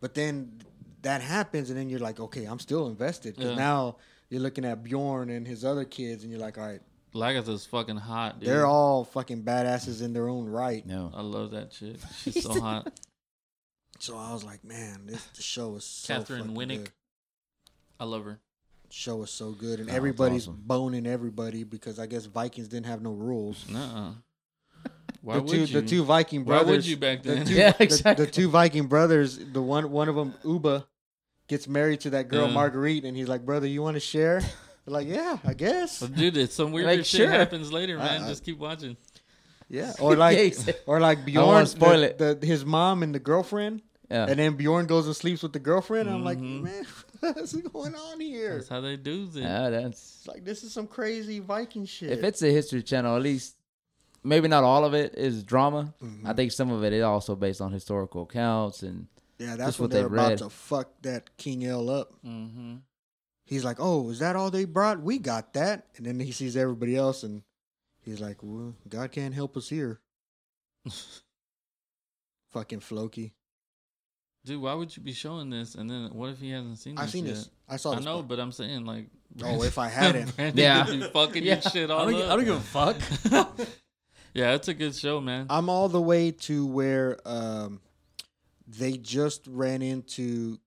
Speaker 2: But then that happens, and then you're like, okay, I'm still invested because
Speaker 1: Yeah.
Speaker 2: now you're looking at Bjorn and his other kids, and you're like, all right,
Speaker 1: Lagatha's fucking hot, dude.
Speaker 2: they're all fucking badasses in their own right.
Speaker 3: no,
Speaker 1: I love that chick. She's so hot.
Speaker 2: So I was like, man, this the show is so
Speaker 1: Catherine
Speaker 2: fucking
Speaker 1: Winnick.
Speaker 2: good.
Speaker 1: I love her.
Speaker 2: Show is so good, and
Speaker 3: Oh, it's
Speaker 2: everybody's
Speaker 3: awesome.
Speaker 2: boning everybody because I guess Vikings didn't have no rules.
Speaker 1: Nuh-uh. Why
Speaker 2: the
Speaker 1: would
Speaker 2: two
Speaker 1: you?
Speaker 2: the two Viking
Speaker 1: Why
Speaker 2: brothers.
Speaker 1: would you back
Speaker 2: The
Speaker 1: then?
Speaker 2: two,
Speaker 3: Yeah,
Speaker 2: the-
Speaker 3: exactly.
Speaker 2: the, two Viking brothers, the one one of them Uba gets married to that girl
Speaker 1: Yeah.
Speaker 2: Marguerite, and he's like, "Brother, you want to share?" They're like, "Yeah, I guess."
Speaker 1: But dude, it's some weird
Speaker 3: Like,
Speaker 1: shit
Speaker 3: sure.
Speaker 1: happens later, man.
Speaker 2: I- I-
Speaker 1: Just keep watching.
Speaker 2: Yeah, or like,
Speaker 3: he said-
Speaker 2: or like
Speaker 3: wanna
Speaker 2: Bjorn,
Speaker 3: spoil
Speaker 2: the-
Speaker 3: it. Uh.
Speaker 2: the- his mom and the girlfriend,
Speaker 3: yeah.
Speaker 2: and then Bjorn goes and sleeps with the girlfriend. and I'm like,
Speaker 1: Mhm.
Speaker 2: man, what's going on here?
Speaker 1: That's how they do it.
Speaker 3: Yeah, that's
Speaker 2: It's like this is some crazy Viking shit.
Speaker 3: if it's a history channel, at least maybe not all of it is drama.
Speaker 1: Mm-hmm.
Speaker 2: Mhm.
Speaker 3: I think some of it is also based on historical accounts and
Speaker 2: yeah, that's
Speaker 3: just
Speaker 2: when
Speaker 3: what
Speaker 2: they're
Speaker 3: they've
Speaker 2: about
Speaker 3: read.
Speaker 2: to fuck that King L up.
Speaker 1: Mm-hmm.
Speaker 2: he's like, "Oh, is that all they brought? We got that." And then he sees everybody else, and he's like, well, "God can't help us here." Fucking Floki.
Speaker 1: Dude, why would you be showing this? And then what if he hasn't seen?
Speaker 2: I've seen
Speaker 1: yet?
Speaker 2: this. I saw
Speaker 1: I
Speaker 2: this.
Speaker 1: know,
Speaker 2: part.
Speaker 1: but I'm saying like.
Speaker 2: Oh, if I hadn't.
Speaker 1: Brandon
Speaker 3: Yeah.
Speaker 1: would be fucking your
Speaker 3: Yeah.
Speaker 1: shit
Speaker 4: I
Speaker 1: all
Speaker 4: don't,
Speaker 1: up.
Speaker 4: I don't give a fuck.
Speaker 1: yeah, that's a good show, man.
Speaker 2: I'm all the way to where um, they just ran into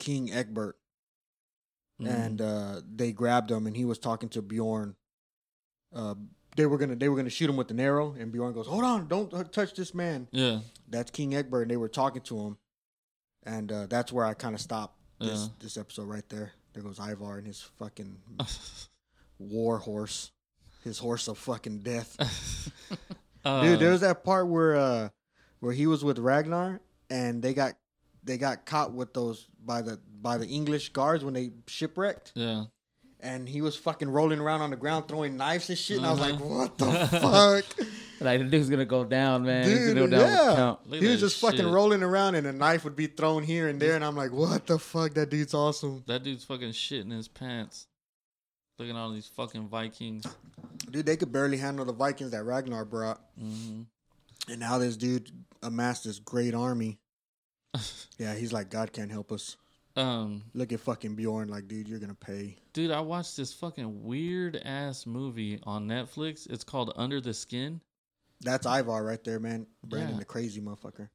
Speaker 2: King Egbert,
Speaker 1: Mhm.
Speaker 2: and uh, they grabbed him, and he was talking to Bjorn. Uh, they were gonna they were gonna shoot him with an arrow, and Bjorn goes, "Hold on, don't uh, touch this man."
Speaker 1: yeah,
Speaker 2: that's King Egbert, and they were talking to him, and uh, that's where I kind of stopped this
Speaker 1: Yeah.
Speaker 2: this episode right there. There goes Ivar and his fucking war horse, his horse of fucking death,
Speaker 1: uh,
Speaker 2: dude. There was that part where uh, where he was with Ragnar, and they got they got caught with those by the by the English guards when they shipwrecked,
Speaker 1: yeah,
Speaker 2: and he was fucking rolling around on the ground throwing knives and shit, and I was
Speaker 1: Uh-huh.
Speaker 2: like, what the fuck.
Speaker 3: like the dude's gonna go down, man. He's gonna
Speaker 2: Dude,
Speaker 3: go down with
Speaker 2: yeah.
Speaker 3: count.
Speaker 1: Look at
Speaker 2: he was
Speaker 1: that
Speaker 2: just fucking
Speaker 1: shit.
Speaker 2: rolling around and a knife would be thrown here and there and i'm like what the fuck that dude's awesome
Speaker 1: That dude's fucking shit in his pants. Look at all these fucking Vikings.
Speaker 2: dude they could barely handle the vikings that ragnar brought
Speaker 1: hmm
Speaker 2: and now this dude amassed this great army yeah he's like god can't help us
Speaker 1: Um,
Speaker 2: look at fucking bjorn like dude you're gonna pay
Speaker 1: dude, I watched this fucking weird ass movie on Netflix. It's called Under the Skin.
Speaker 2: that's ivar right there man brandon
Speaker 1: Yeah.
Speaker 2: the crazy motherfucker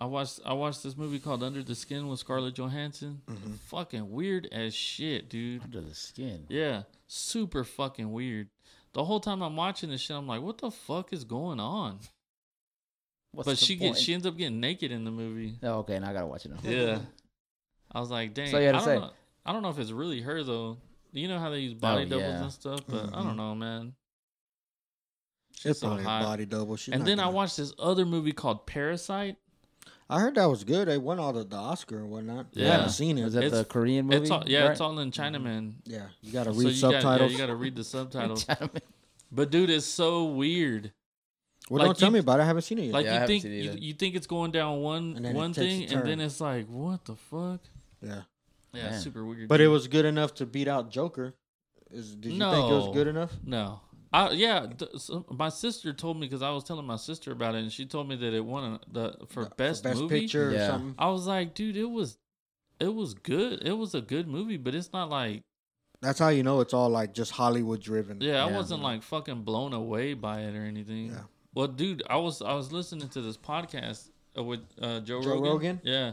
Speaker 1: I watched I watched this movie called Under the Skin with Scarlett Johansson.
Speaker 2: Mhm.
Speaker 1: Fucking weird as shit, dude.
Speaker 3: Under the skin.
Speaker 1: Yeah, super fucking weird. The whole time I'm watching this shit, I'm like, what the fuck is going on?
Speaker 3: What's
Speaker 1: but
Speaker 3: the
Speaker 1: she
Speaker 3: point?
Speaker 1: gets she ends up getting naked in the movie.
Speaker 3: Oh, okay, now I gotta watch it now.
Speaker 1: Yeah. I was like, dang.
Speaker 3: So you had
Speaker 1: I
Speaker 3: to
Speaker 1: don't
Speaker 3: say.
Speaker 1: know. I don't know if it's really her though. You know how they use body
Speaker 3: Oh,
Speaker 1: doubles
Speaker 3: yeah. Mm-hmm.
Speaker 1: and stuff, but I
Speaker 2: Mhm.
Speaker 1: don't know, man.
Speaker 2: it's
Speaker 1: She's so
Speaker 2: probably
Speaker 1: hot.
Speaker 2: a body double She's
Speaker 1: and
Speaker 2: not
Speaker 1: then I
Speaker 2: gonna-
Speaker 1: watched this other movie called Parasite.
Speaker 2: i heard that was good they won all the, the oscar and whatnot i
Speaker 1: Yeah.
Speaker 2: haven't seen it
Speaker 3: Was that
Speaker 1: It's-
Speaker 3: the Korean movie?
Speaker 1: It's all yeah,
Speaker 3: right? Mm-hmm.
Speaker 1: it's all in Chinaman.
Speaker 2: yeah you gotta
Speaker 1: so
Speaker 2: read
Speaker 1: you
Speaker 2: subtitles
Speaker 1: Gotta, yeah, you gotta read the subtitles. But dude, it's so weird.
Speaker 2: well
Speaker 1: like
Speaker 2: don't tell
Speaker 1: you-
Speaker 2: me about it i haven't seen it yet
Speaker 1: Like
Speaker 3: Yeah, I
Speaker 1: you
Speaker 3: haven't
Speaker 1: think
Speaker 3: seen it
Speaker 1: you,
Speaker 3: either.
Speaker 1: you think it's going down one
Speaker 2: And then it
Speaker 1: one
Speaker 2: takes a
Speaker 1: thing, and then
Speaker 2: turn.
Speaker 1: it's like, what the fuck?
Speaker 2: yeah
Speaker 1: Yeah,
Speaker 3: Man.
Speaker 1: super weird.
Speaker 2: But
Speaker 1: dude.
Speaker 2: it was good enough to beat out Joker. Is, did you think
Speaker 1: No.
Speaker 2: it was good enough?
Speaker 1: No. I, yeah, th- so my sister told me because I was telling my sister about it, and she told me that it won a- the for best, movie.
Speaker 2: picture or
Speaker 3: Yeah.
Speaker 2: something.
Speaker 1: I was like, dude, it was, it was good. It was a good movie, but it's not like,
Speaker 2: That's how you know it's all like just Hollywood driven.
Speaker 1: yeah, I
Speaker 3: Yeah.
Speaker 1: wasn't like fucking blown away by it or anything.
Speaker 2: Yeah.
Speaker 1: Well, dude, I was I was listening to this podcast uh, with uh, Joe,
Speaker 2: Joe
Speaker 1: Rogan.
Speaker 2: Rogan?
Speaker 1: Yeah.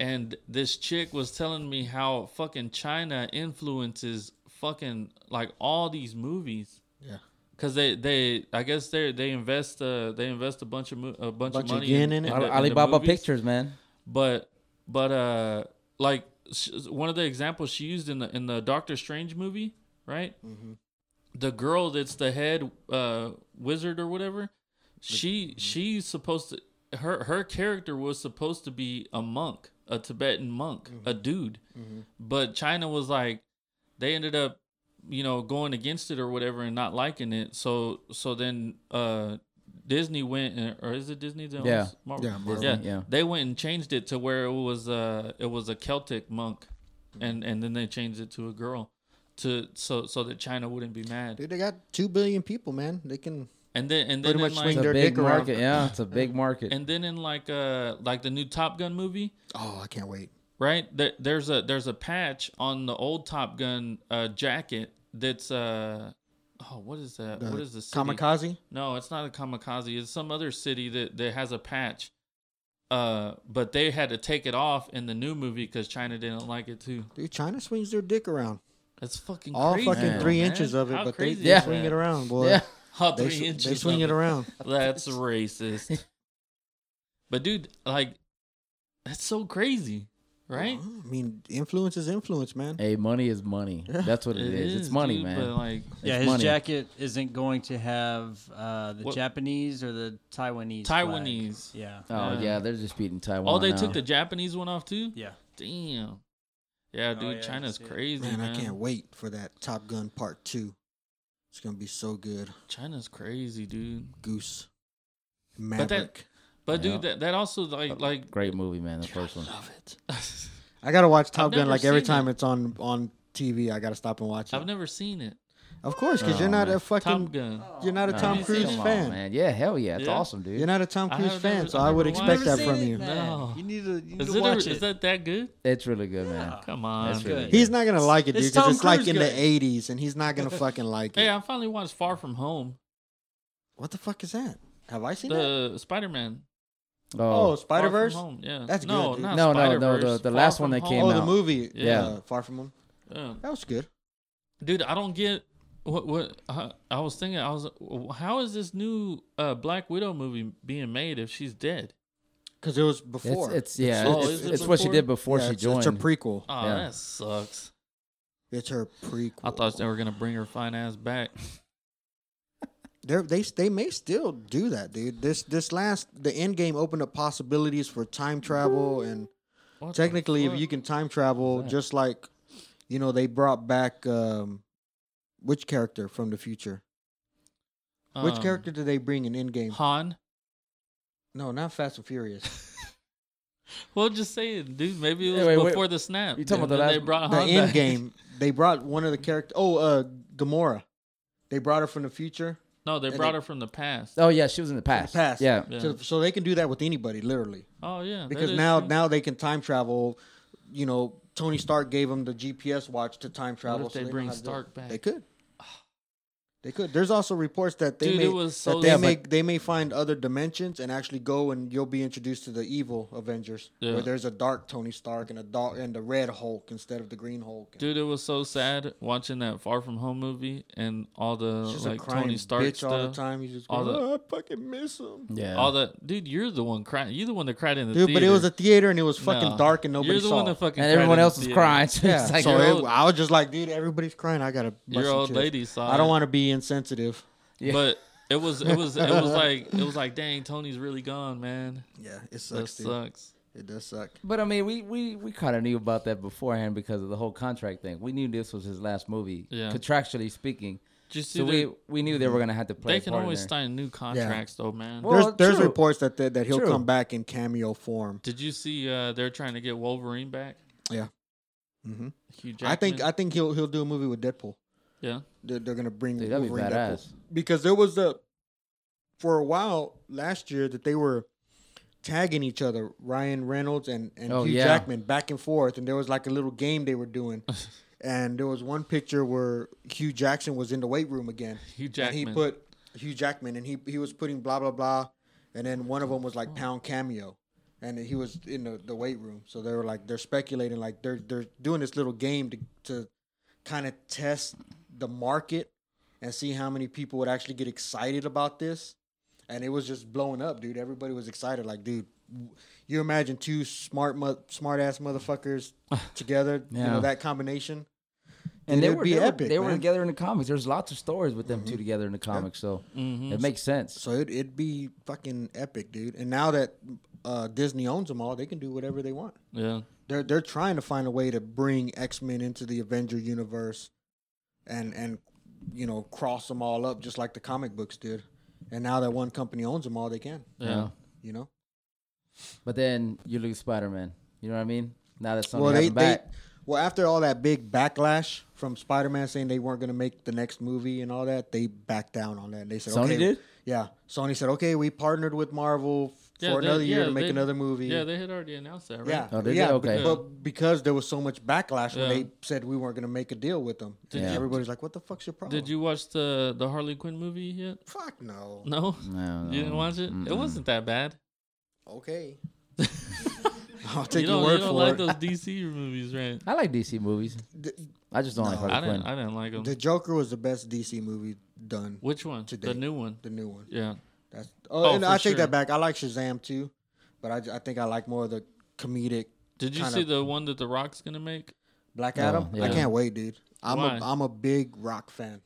Speaker 1: And this chick was telling me how fucking China influences fucking like all these movies.
Speaker 2: Yeah.
Speaker 1: Cause they, they I guess they they invest uh they invest a bunch of mo- a bunch,
Speaker 2: Bunch
Speaker 1: of
Speaker 2: of
Speaker 1: money
Speaker 2: yen in it.
Speaker 1: the-
Speaker 3: Al-
Speaker 1: the
Speaker 3: Alibaba
Speaker 1: movies.
Speaker 3: Pictures, man.
Speaker 1: but but uh like sh- one of the examples she used in the in the Doctor Strange movie right
Speaker 2: Mhm.
Speaker 1: the girl that's the head uh wizard or whatever
Speaker 2: Mm-hmm.
Speaker 1: she she's supposed to her her character was supposed to be a monk a Tibetan monk
Speaker 2: Mm-hmm.
Speaker 1: a dude but China was like they ended up you know going against it or whatever and not liking it so so then uh Disney went and, or is it Disney? that
Speaker 3: Yeah.
Speaker 1: owns Marvel?
Speaker 2: Yeah, Marvel.
Speaker 1: yeah,
Speaker 3: Yeah.
Speaker 1: They went and changed it to where it was uh it was a Celtic monk, and and then they changed it to a girl, to so so that China wouldn't be mad.
Speaker 2: Dude, they got two billion people, man. They can.
Speaker 1: And then and then
Speaker 2: Pretty
Speaker 1: in
Speaker 2: much
Speaker 1: like
Speaker 3: It's
Speaker 2: swing
Speaker 3: a
Speaker 2: their
Speaker 3: big
Speaker 2: dick around.
Speaker 3: market. Yeah, it's a big market.
Speaker 1: and then in like uh like the new Top Gun movie,
Speaker 2: Oh, I can't wait.
Speaker 1: right? There, there's a there's a patch on the old Top Gun uh jacket that's uh oh what is that?
Speaker 2: The
Speaker 1: what is the city?
Speaker 2: Kamikaze.
Speaker 1: No, it's not a kamikaze. It's some other city that, that has a patch. Uh, but they had to take it off in the new movie because China didn't like it too.
Speaker 2: Dude, China swings their dick around.
Speaker 1: That's fucking
Speaker 2: All
Speaker 1: crazy,
Speaker 2: fucking
Speaker 1: though,
Speaker 2: three
Speaker 1: man.
Speaker 2: inches of it,
Speaker 1: How
Speaker 2: but they,
Speaker 1: crazy
Speaker 2: they
Speaker 1: is
Speaker 3: Yeah.
Speaker 2: swing
Speaker 1: that?
Speaker 2: it around, boy.
Speaker 3: yeah,
Speaker 1: How
Speaker 2: They,
Speaker 1: three
Speaker 2: sw- they
Speaker 1: inches.
Speaker 2: swing
Speaker 1: of
Speaker 2: it around.
Speaker 1: That's racist. but dude, like, that's so crazy, right?
Speaker 2: Well, I mean, influence is influence, man.
Speaker 3: hey, money is money. That's what it is. It's money,
Speaker 1: dude, But
Speaker 3: man.
Speaker 1: like,
Speaker 3: It's
Speaker 4: Yeah, his
Speaker 3: money.
Speaker 4: jacket isn't going to have uh, the
Speaker 1: What-
Speaker 4: Japanese or the Taiwanese. flag.
Speaker 1: Taiwanese.
Speaker 4: Yeah.
Speaker 3: Oh
Speaker 1: Yeah.
Speaker 3: yeah, they're just beating Taiwan.
Speaker 1: oh, they
Speaker 3: now.
Speaker 1: took the Japanese one off too.
Speaker 4: Yeah.
Speaker 1: Damn. Yeah,
Speaker 4: Oh,
Speaker 1: dude,
Speaker 4: yeah, I
Speaker 1: China's
Speaker 4: see it.
Speaker 1: crazy,
Speaker 2: Man,
Speaker 1: man.
Speaker 2: I can't wait for that Top Gun Part Two. It's gonna be so good.
Speaker 1: China's crazy, dude.
Speaker 2: Goose,
Speaker 1: that-
Speaker 2: Maverick.
Speaker 1: But
Speaker 3: Yeah.
Speaker 1: dude, that that also
Speaker 2: Uh,
Speaker 1: like like
Speaker 3: great movie, man. The first one.
Speaker 2: love it. I gotta watch Top Gun
Speaker 1: never
Speaker 2: like every
Speaker 1: seen
Speaker 2: time
Speaker 1: it.
Speaker 2: it's on on TV. I gotta stop and watch it.
Speaker 1: I've never seen it.
Speaker 2: of course, because
Speaker 3: Oh,
Speaker 2: you're not
Speaker 3: man.
Speaker 2: a fucking Oh,
Speaker 1: Top Gun.
Speaker 2: you're not a
Speaker 1: No,
Speaker 2: Tom
Speaker 1: man.
Speaker 2: Cruise
Speaker 3: Come on,
Speaker 2: fan.
Speaker 3: man. Yeah, hell yeah, it's
Speaker 1: Yeah.
Speaker 3: awesome, dude.
Speaker 2: You're not a Tom
Speaker 1: I
Speaker 2: Cruise
Speaker 1: have
Speaker 2: fan,
Speaker 1: never-
Speaker 2: so
Speaker 1: I've
Speaker 2: I would
Speaker 1: never
Speaker 2: expect
Speaker 1: watched
Speaker 2: that
Speaker 1: it.
Speaker 2: from you.
Speaker 1: No.
Speaker 4: You need to, you need
Speaker 1: Is
Speaker 4: to
Speaker 1: it, a,
Speaker 4: watch
Speaker 1: is
Speaker 4: it.
Speaker 1: that that good?
Speaker 3: It's really good, man.
Speaker 2: Oh,
Speaker 1: Come on.
Speaker 3: That's
Speaker 4: good.
Speaker 3: really good.
Speaker 2: He's not gonna like it, dude,
Speaker 4: It's
Speaker 2: because
Speaker 4: Tom
Speaker 2: it's like
Speaker 4: Cruise
Speaker 2: in
Speaker 4: good.
Speaker 2: the '80s, and he's not gonna fucking like
Speaker 1: Hey,
Speaker 2: it.
Speaker 1: I finally watched Far From Home,
Speaker 2: What the fuck is that? Have I seen that?
Speaker 1: the Spider Man.
Speaker 2: Oh,
Speaker 3: Oh,
Speaker 2: Spider Verse.
Speaker 1: Home. Yeah.
Speaker 2: That's
Speaker 1: no,
Speaker 2: good, dude.
Speaker 1: Not
Speaker 3: No, no, no,
Speaker 1: Spider-Verse,
Speaker 3: the-
Speaker 1: Far
Speaker 3: the last one
Speaker 1: From
Speaker 3: that
Speaker 1: Home.
Speaker 3: came
Speaker 2: Oh,
Speaker 3: out.
Speaker 2: the movie.
Speaker 1: Yeah.
Speaker 2: uh, Far from Home.
Speaker 1: Yeah.
Speaker 2: That was good.
Speaker 1: Dude, I don't get what what uh, I was thinking. I was, how is this new uh, Black Widow movie being made if she's dead?
Speaker 2: Because it was
Speaker 3: it's
Speaker 2: before.
Speaker 3: it's yeah,
Speaker 1: Oh,
Speaker 3: it's,
Speaker 1: is it
Speaker 3: it's what she
Speaker 1: before?
Speaker 3: did before
Speaker 2: Yeah,
Speaker 3: she
Speaker 2: it's-
Speaker 3: joined.
Speaker 2: It's her prequel.
Speaker 1: Oh,
Speaker 3: Yeah.
Speaker 1: that sucks.
Speaker 2: It's her prequel.
Speaker 1: I thought they were gonna bring her fine ass back.
Speaker 2: They're, they they may still do that, dude. This this last the end game opened up possibilities for time travel, and
Speaker 1: What the
Speaker 2: technically, if
Speaker 1: fuck?
Speaker 2: you can time travel,
Speaker 3: that?
Speaker 2: just like you know, they brought back um, which character from the future? which
Speaker 1: Um,
Speaker 2: character did they bring in Endgame?
Speaker 1: Han.
Speaker 2: no, not Fast and Furious.
Speaker 1: Well, just saying, dude. Maybe it was
Speaker 3: Yeah, wait, wait.
Speaker 1: before the snap.
Speaker 3: You talking
Speaker 1: and
Speaker 3: about the
Speaker 1: then
Speaker 3: last-
Speaker 1: they brought
Speaker 2: the
Speaker 1: Han
Speaker 2: end
Speaker 1: back.
Speaker 2: game. They brought one of the characters. Oh, uh, Gamora. They brought her from the future.
Speaker 1: No, they
Speaker 2: And
Speaker 1: brought
Speaker 2: they-
Speaker 1: her from the past.
Speaker 3: oh yeah, she was in the past.
Speaker 2: Past.
Speaker 3: Yeah.
Speaker 1: Yeah.
Speaker 2: So, so they can do that with anybody, literally.
Speaker 1: Oh yeah, that
Speaker 2: because
Speaker 1: is
Speaker 2: now
Speaker 1: true.
Speaker 2: now they can time travel. You know, Tony Stark gave him the GPS watch to time travel.
Speaker 1: if they
Speaker 2: know
Speaker 1: bring
Speaker 2: how to do
Speaker 1: Stark
Speaker 2: it.
Speaker 1: back?
Speaker 2: They could. They could. There's also reports that they
Speaker 1: Dude,
Speaker 2: may
Speaker 1: it was so-
Speaker 2: that they
Speaker 1: Yeah,
Speaker 2: may
Speaker 1: but-
Speaker 2: they may find other dimensions and actually go and you'll be introduced to the evil Avengers
Speaker 1: Yeah.
Speaker 2: where there's a dark Tony Stark and a dark and the red Hulk instead of the green Hulk.
Speaker 1: Dude, it was so sad watching that Far From Home movie and all the
Speaker 2: He's just
Speaker 1: like
Speaker 2: a crying
Speaker 1: Tony Stark
Speaker 2: bitch
Speaker 1: stuff.
Speaker 2: all the time. He's just
Speaker 1: All
Speaker 2: going,
Speaker 1: the-
Speaker 2: "Oh, I fucking miss him.
Speaker 3: Yeah.
Speaker 1: All the dude, you're the one crying. You're the one that cried in the
Speaker 2: Dude,
Speaker 1: theater.
Speaker 2: but it was a theater and it was
Speaker 1: No.
Speaker 2: fucking dark and nobody
Speaker 1: You're the
Speaker 2: saw.
Speaker 1: one
Speaker 2: it.
Speaker 1: that fucking
Speaker 3: and
Speaker 1: cried in
Speaker 3: everyone
Speaker 1: the
Speaker 3: else was
Speaker 1: theater.
Speaker 3: crying. So
Speaker 2: Yeah.
Speaker 3: it's like,
Speaker 2: so
Speaker 1: your
Speaker 2: it-
Speaker 1: old-
Speaker 2: I was just like, dude, everybody's crying. I gotta. bust
Speaker 1: Your
Speaker 2: some
Speaker 1: old
Speaker 2: chairs.
Speaker 1: lady saw.
Speaker 2: I don't
Speaker 1: it.
Speaker 2: want to be insensitive.
Speaker 3: Yeah.
Speaker 1: But it was it was it was like it was like dang, Tony's really gone, man.
Speaker 2: Yeah, it
Speaker 1: That
Speaker 2: sucks. dude.
Speaker 1: sucks.
Speaker 2: It does suck.
Speaker 3: But I mean, we we we kind of knew about that beforehand because of the whole contract thing. We knew this was his last movie,
Speaker 1: Yeah.
Speaker 3: contractually speaking.
Speaker 1: Just
Speaker 3: So we we knew they were gonna have to play.
Speaker 1: they
Speaker 3: a
Speaker 1: can
Speaker 3: part in
Speaker 1: always
Speaker 3: there.
Speaker 1: sign new contracts though, man.
Speaker 3: Well,
Speaker 2: there's there's
Speaker 3: true.
Speaker 2: reports that that, that he'll
Speaker 3: True.
Speaker 2: come back in cameo form.
Speaker 1: Did you see uh they're trying to get Wolverine back?
Speaker 2: hmm
Speaker 1: Hugh Jackman.
Speaker 2: I think I think he'll he'll do a movie with Deadpool.
Speaker 1: yeah.
Speaker 2: They're, they're gonna bring
Speaker 3: Dude, that'd be
Speaker 2: Wolverine Deadpool
Speaker 3: badass.
Speaker 2: because there was a for a while last year that they were tagging each other, Ryan Reynolds and and
Speaker 3: Oh,
Speaker 2: Hugh
Speaker 3: yeah.
Speaker 2: Jackman back and forth, and there was like a little game they were doing. And there was one picture where Hugh Jackson was in the weight room again.
Speaker 1: Hugh
Speaker 2: and
Speaker 1: Jackman.
Speaker 2: he put Hugh Jackman, and he he was putting blah blah blah, and then one of them was like pound cameo, and he was in the, the weight room. So they were like they're speculating, like they're they're doing this little game to to kind of test the market and see how many people would actually get excited about this. And it was just blowing up, dude. Everybody was excited, like dude. w- You imagine two smart, mo- smart ass motherfuckers together, you
Speaker 3: Yeah.
Speaker 2: know that combination.
Speaker 3: and
Speaker 2: Dude,
Speaker 3: they
Speaker 2: it'd
Speaker 3: were
Speaker 2: be
Speaker 3: they,
Speaker 2: epic,
Speaker 3: were they were
Speaker 2: man.
Speaker 3: together in the comics. There's lots of stories with them
Speaker 1: Mm-hmm.
Speaker 3: two together in the comics, so
Speaker 1: Mhm.
Speaker 3: it makes sense.
Speaker 2: So it, it'd be fucking epic, dude. And now that uh, Disney owns them all, they can do whatever they want.
Speaker 1: Yeah.
Speaker 2: They're they're trying to find a way to bring X Men into the Avenger universe, and and you know cross them all up just like the comic books did. And now that one company owns them all, they can.
Speaker 3: you
Speaker 1: Yeah.
Speaker 3: know?
Speaker 2: You know.
Speaker 3: But then you lose Spider Man. You know what I mean? Now that Sony
Speaker 2: well,
Speaker 3: has
Speaker 2: they,
Speaker 3: him back.
Speaker 2: they well after all that big backlash from Spider Man saying they weren't going to make the next movie and all that, they backed down on that. And they said,
Speaker 3: Sony
Speaker 2: okay,
Speaker 3: did?
Speaker 2: Yeah, Sony said, okay, we partnered with Marvel f-
Speaker 1: Yeah,
Speaker 2: for
Speaker 1: they-
Speaker 2: another year
Speaker 1: yeah,
Speaker 2: to make
Speaker 1: they-
Speaker 2: another movie.
Speaker 1: Yeah, they had already announced that, right?
Speaker 2: Yeah,
Speaker 3: Oh, did they?
Speaker 2: yeah, b-
Speaker 3: Okay.
Speaker 2: But because there was so much backlash when
Speaker 1: Yeah.
Speaker 2: they said we weren't going to make a deal with them,
Speaker 1: Did
Speaker 2: and
Speaker 3: you-
Speaker 2: everybody's like, "What the fuck's your problem?"
Speaker 1: Did you watch the the Harley Quinn movie yet?
Speaker 2: Fuck no.
Speaker 1: No,
Speaker 3: No,
Speaker 1: you didn't
Speaker 3: no.
Speaker 1: watch it. It
Speaker 3: Mm-mm.
Speaker 1: wasn't that bad.
Speaker 2: Okay. I'll take
Speaker 1: you
Speaker 2: your
Speaker 1: don't,
Speaker 2: word
Speaker 1: you don't
Speaker 2: for
Speaker 1: like
Speaker 2: it.
Speaker 1: those DC movies, right?
Speaker 3: I like DC movies.
Speaker 2: The,
Speaker 3: I just don't like
Speaker 1: I
Speaker 3: Harley
Speaker 1: didn't.
Speaker 3: Quinn.
Speaker 1: I didn't like them.
Speaker 2: the Joker was the best DC movie done.
Speaker 1: Which one?
Speaker 2: To
Speaker 1: The
Speaker 2: date.
Speaker 1: new one.
Speaker 2: The new one.
Speaker 1: Yeah.
Speaker 2: That's oh,
Speaker 1: Oh,
Speaker 2: and
Speaker 1: for
Speaker 2: I take
Speaker 1: sure.
Speaker 2: that back. I like Shazam too, but I, j- I think I like more of the comedic
Speaker 1: Did you
Speaker 2: Kinda-
Speaker 1: see the one that The Rock's gonna make?
Speaker 2: Black
Speaker 3: Oh,
Speaker 2: Adam. I
Speaker 3: yeah.
Speaker 2: can't wait, dude. I'm
Speaker 1: Why?
Speaker 2: a I'm a big rock fan,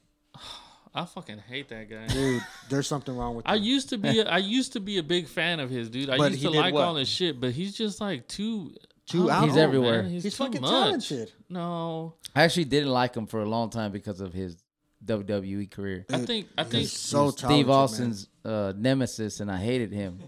Speaker 1: I fucking hate that guy.
Speaker 2: dude. there's something wrong with
Speaker 1: I
Speaker 2: you.
Speaker 1: used to be a, I used to be a big fan of his dude. I
Speaker 2: But
Speaker 1: used
Speaker 2: he
Speaker 1: to
Speaker 2: did
Speaker 1: like
Speaker 2: what?
Speaker 1: all his shit, but he's just like too
Speaker 2: Too
Speaker 1: I don't
Speaker 2: out
Speaker 1: know,
Speaker 3: He's everywhere.
Speaker 1: man. He's,
Speaker 2: He's
Speaker 1: too
Speaker 2: fucking
Speaker 1: much.
Speaker 2: talented.
Speaker 1: No,
Speaker 3: I actually didn't like him for a long time because of his WWE career.
Speaker 1: I think I think
Speaker 2: He's so talented.
Speaker 3: Steve
Speaker 2: man.
Speaker 3: Austin's uh, nemesis, and I hated him.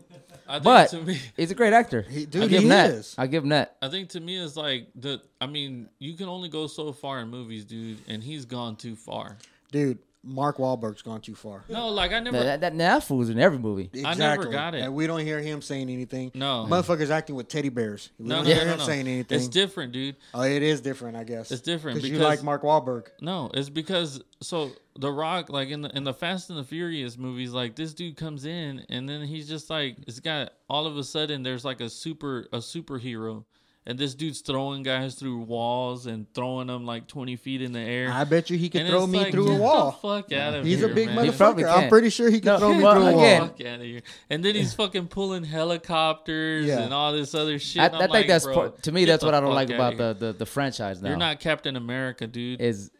Speaker 1: I think
Speaker 3: But-
Speaker 1: to me
Speaker 3: He's a great actor.
Speaker 2: He-
Speaker 3: I
Speaker 2: dude,
Speaker 3: give
Speaker 2: he
Speaker 3: him that.
Speaker 2: is.
Speaker 3: I give him that.
Speaker 1: I think to me it's like the I mean you can only go so far in movies, dude, and he's gone too far.
Speaker 2: Dude, Mark Wahlberg's gone too far.
Speaker 1: No, like I never.
Speaker 3: That, that, that now fool's in every movie.
Speaker 1: never got it.
Speaker 2: And we don't hear him saying anything.
Speaker 1: No.
Speaker 2: motherfuckers acting with teddy bears. We
Speaker 1: no,
Speaker 2: don't
Speaker 1: no,
Speaker 2: hear
Speaker 1: no, no,
Speaker 2: him
Speaker 1: no.
Speaker 2: saying anything.
Speaker 1: It's different, dude.
Speaker 2: oh, it is different, I guess.
Speaker 1: It's different
Speaker 2: because you
Speaker 1: because-
Speaker 2: like Mark Wahlberg.
Speaker 1: No, it's because so The Rock, like in the in the Fast and the Furious movies, like this dude comes in and then he's just like it's got all of a sudden there's like a super a superhero, and this dude's throwing guys through walls and throwing them like twenty feet in the air.
Speaker 2: I bet you he could
Speaker 1: And
Speaker 2: throw
Speaker 1: it's
Speaker 2: me
Speaker 1: like,
Speaker 2: through
Speaker 1: get
Speaker 2: a
Speaker 1: the
Speaker 2: wall.
Speaker 1: fuck out of
Speaker 2: He's
Speaker 1: here,
Speaker 2: a big
Speaker 1: man.
Speaker 3: He probably
Speaker 2: motherfucker. I'm
Speaker 3: can.
Speaker 2: pretty sure he could
Speaker 3: No,
Speaker 2: throw me
Speaker 3: well,
Speaker 2: through a
Speaker 3: again,
Speaker 2: wall.
Speaker 1: Oh, Fuck out of here. And then he's fucking pulling helicopters
Speaker 2: Yeah.
Speaker 1: and all this other shit.
Speaker 3: I, I
Speaker 1: and I'm
Speaker 3: think
Speaker 1: like,
Speaker 3: that's
Speaker 1: bro,
Speaker 3: part, to me.
Speaker 1: get
Speaker 3: That's
Speaker 1: the
Speaker 3: what I don't
Speaker 1: fuck
Speaker 3: like
Speaker 1: outta
Speaker 3: about
Speaker 1: here.
Speaker 3: the, the the franchise now.
Speaker 1: You're not Captain America, dude.
Speaker 3: is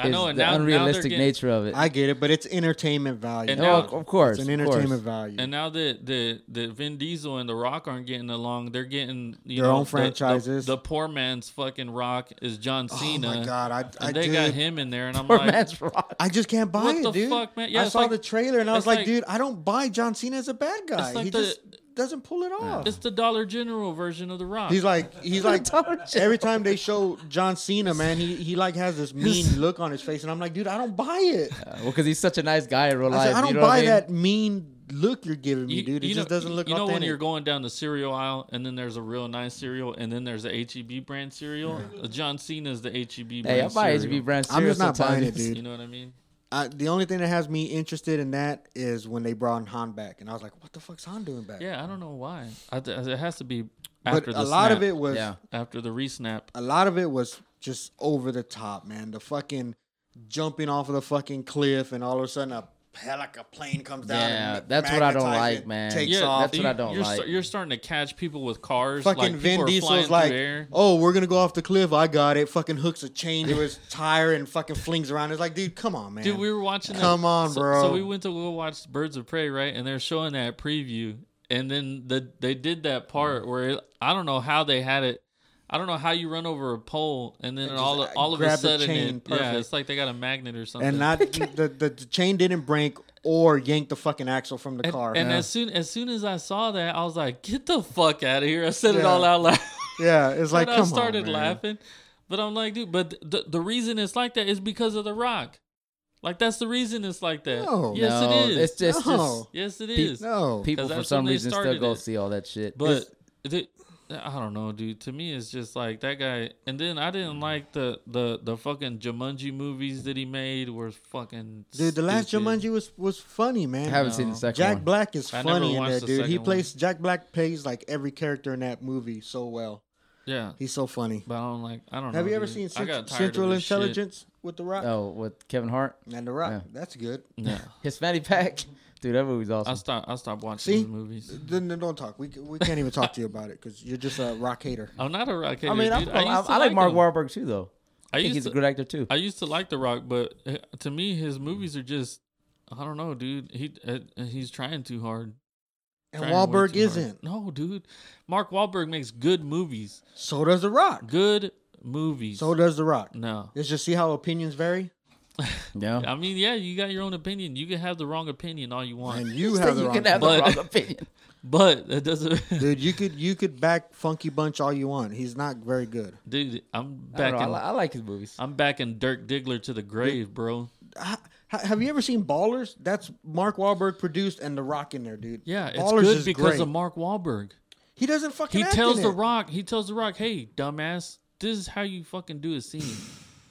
Speaker 3: is
Speaker 1: I know,
Speaker 3: the
Speaker 1: and now- now they're
Speaker 3: unrealistic
Speaker 1: getting-
Speaker 3: nature of it.
Speaker 2: I get it, but it's entertainment value.
Speaker 1: And
Speaker 3: oh,
Speaker 1: now-
Speaker 3: of course,
Speaker 2: it's an
Speaker 3: of course.
Speaker 2: entertainment value.
Speaker 1: And now that the the Vin Diesel and the Rock aren't getting along, they're getting you
Speaker 2: Their
Speaker 1: know,
Speaker 2: own
Speaker 1: the- the-
Speaker 2: franchises.
Speaker 1: The, poor man's fucking Rock is John
Speaker 2: oh
Speaker 1: Cena.
Speaker 2: my god, I I,
Speaker 1: And they
Speaker 2: dude,
Speaker 1: got him in there, and I'm
Speaker 3: Poor uh,
Speaker 1: like,
Speaker 3: man's rock.
Speaker 2: I just can't buy
Speaker 1: What
Speaker 2: it,
Speaker 1: the
Speaker 2: dude.
Speaker 1: fuck, man? Yeah,
Speaker 2: I
Speaker 1: it's
Speaker 2: saw
Speaker 1: like-
Speaker 2: the trailer and I was
Speaker 1: it's
Speaker 2: like,
Speaker 1: like-
Speaker 2: dude, I don't buy John Cena as a bad guy.
Speaker 1: like
Speaker 2: he
Speaker 1: the-
Speaker 2: just doesn't pull it off.
Speaker 1: it's the Dollar General version of the Rock.
Speaker 2: He's like he's like every time they show John Cena, man, he he like has this mean look on his face, and I'm like, dude, I don't buy it.
Speaker 3: well, because he's such a nice guy in real
Speaker 2: I,
Speaker 3: life.
Speaker 2: said, I
Speaker 3: you
Speaker 2: don't
Speaker 3: know what
Speaker 2: buy
Speaker 3: mean?
Speaker 2: that mean look you're giving me, dude. It
Speaker 1: you
Speaker 2: just
Speaker 1: know,
Speaker 2: doesn't look
Speaker 1: You know
Speaker 2: authentic.
Speaker 1: when you're going down the cereal aisle, and then there's a real nice cereal, and then there's the HEB brand cereal. Uh, John Cena's the HEB.
Speaker 3: Hey, I
Speaker 1: brand
Speaker 3: buy
Speaker 1: cereal.
Speaker 3: HB brand.
Speaker 2: I'm just not buying it,
Speaker 3: sometimes.
Speaker 2: E dude.
Speaker 1: You know what I mean?
Speaker 2: I, the only thing that has me interested in that is when they brought in Han back, and I was like, what the fuck's Han doing back?
Speaker 1: Yeah, I don't know why. I th- it has to be
Speaker 2: but
Speaker 1: after the
Speaker 2: a lot of
Speaker 1: snap.
Speaker 2: it was
Speaker 3: Yeah.
Speaker 1: after the resnap.
Speaker 2: a lot of it was just over the top, man. The fucking jumping off of the fucking cliff, and all of a sudden a helicopter plane comes down. and
Speaker 3: Yeah,
Speaker 2: ma-
Speaker 3: that's what I don't
Speaker 2: magnetizes
Speaker 3: like,
Speaker 2: it,
Speaker 3: man.
Speaker 2: Takes
Speaker 3: Yeah,
Speaker 2: off.
Speaker 3: that's what I don't
Speaker 1: you're
Speaker 3: like.
Speaker 1: sta- you're starting to catch people with cars.
Speaker 2: Fucking
Speaker 1: like, people
Speaker 2: Vin
Speaker 1: are flying
Speaker 2: Diesel's
Speaker 1: through
Speaker 2: like,
Speaker 1: air.
Speaker 2: oh, we're gonna go off the cliff. I got it. Fucking hooks a chain to his tire and fucking flings around. It's like, dude, come on, man.
Speaker 1: dude, we were watching. that-
Speaker 2: Come on,
Speaker 1: so-
Speaker 2: bro.
Speaker 1: So we went to go watch Birds of Prey, right? And they're showing that preview, and then the they did that part
Speaker 2: Mm.
Speaker 1: where it, I don't know how they had it. I don't know how you run over a pole, and then
Speaker 2: And
Speaker 1: all
Speaker 2: just, uh,
Speaker 1: all of a
Speaker 2: grab the
Speaker 1: sudden,
Speaker 2: chain,
Speaker 1: it, yeah,
Speaker 2: perfect.
Speaker 1: it's like they got a magnet or something.
Speaker 2: and not the, the the chain didn't break or yank the fucking axle from the
Speaker 1: And,
Speaker 2: car.
Speaker 1: and
Speaker 2: yeah.
Speaker 1: as soon as soon as I saw that, I was like, "Get the fuck out of here!" I said it
Speaker 2: Yeah.
Speaker 1: all out loud.
Speaker 2: yeah, it's like
Speaker 1: and
Speaker 2: come
Speaker 1: I started
Speaker 2: on, man.
Speaker 1: laughing. But I'm like, dude, but the the reason it's like that is because of The Rock. Like that's the reason it's like that.
Speaker 2: No.
Speaker 1: yes,
Speaker 3: no,
Speaker 1: it is.
Speaker 3: It's just,
Speaker 2: No.
Speaker 1: yes, it
Speaker 3: Pe-
Speaker 1: is.
Speaker 2: No,
Speaker 3: just people
Speaker 1: 'Cause
Speaker 3: for
Speaker 1: that's
Speaker 3: some
Speaker 1: when they
Speaker 3: reason still
Speaker 1: started
Speaker 3: go
Speaker 1: it.
Speaker 3: see all that shit.
Speaker 1: But the- I don't know, dude. To me, it's just like that guy. And then I didn't like the the the fucking Jumanji movies that he made were fucking
Speaker 2: dude, the last
Speaker 1: stupid.
Speaker 2: Jumanji was was funny, man.
Speaker 3: I haven't seen the
Speaker 1: no.
Speaker 3: second
Speaker 2: Jack
Speaker 3: one.
Speaker 2: Black is
Speaker 1: I never
Speaker 2: funny in
Speaker 1: watched
Speaker 2: that
Speaker 1: the
Speaker 2: dude. He
Speaker 1: second
Speaker 2: plays Jack Black plays like every character in that movie so well.
Speaker 1: Yeah,
Speaker 2: He's so funny.
Speaker 1: but I don't like. I don't.
Speaker 2: Have
Speaker 1: know,
Speaker 2: you ever
Speaker 1: dude.
Speaker 2: seen
Speaker 1: I got
Speaker 2: Cent-
Speaker 1: tired of
Speaker 2: Central
Speaker 1: this shit.
Speaker 2: Intelligence with The Rock
Speaker 3: oh, with Kevin Hart,
Speaker 2: and The Rock?
Speaker 3: Yeah.
Speaker 2: That's good.
Speaker 1: No,
Speaker 3: his fanny pack, dude, that movie's
Speaker 1: I
Speaker 3: awesome.
Speaker 1: stop. I stopped watching
Speaker 2: See?
Speaker 1: these movies.
Speaker 2: Then then don't talk. We c- we can't even talk to you about it because you're just a rock hater.
Speaker 1: I'm not a rock.
Speaker 3: I, mean,
Speaker 1: hater,
Speaker 3: I'm,
Speaker 1: dude.
Speaker 3: I'm,
Speaker 1: used to
Speaker 3: I like Mark
Speaker 1: him.
Speaker 3: Wahlberg too, though.
Speaker 1: I
Speaker 3: I
Speaker 1: used
Speaker 3: think he's
Speaker 1: to,
Speaker 3: a good actor too.
Speaker 1: I used to like The Rock, but uh, to me, his movies are just. I don't know, dude. He uh, he's trying too hard.
Speaker 2: And
Speaker 1: Trying way
Speaker 2: Wahlberg
Speaker 1: too hard.
Speaker 2: isn't.
Speaker 1: No, dude. Mark Wahlberg makes good movies.
Speaker 2: So does The Rock.
Speaker 1: Good movies.
Speaker 2: So does The Rock.
Speaker 1: no.
Speaker 2: Let's just see how opinions vary.
Speaker 3: Yeah.
Speaker 1: I mean, yeah, you got your own opinion. You can have the wrong opinion all you want,
Speaker 2: And you have the
Speaker 3: you
Speaker 2: wrong
Speaker 3: can have the
Speaker 1: But-
Speaker 3: wrong opinion.
Speaker 1: but that doesn't.
Speaker 2: dude. You could you could back Funky Bunch all you want. He's not very good.
Speaker 1: Dude, I'm
Speaker 3: I, don't know, I,
Speaker 1: backing.
Speaker 3: li- I like his movies.
Speaker 1: I'm backing Dirk Diggler to the grave, bro.
Speaker 2: Ha- ha- have you ever seen Ballers? That's Mark Wahlberg produced and The Rock in there, dude.
Speaker 1: Yeah, it's
Speaker 2: Ballers
Speaker 1: good
Speaker 2: is
Speaker 1: because
Speaker 2: great.
Speaker 1: of Mark Wahlberg.
Speaker 2: He doesn't fucking.
Speaker 1: He
Speaker 2: act
Speaker 1: tells
Speaker 2: in
Speaker 1: The
Speaker 2: it.
Speaker 1: Rock, he tells The Rock, hey, dumbass, this is how you fucking do a scene.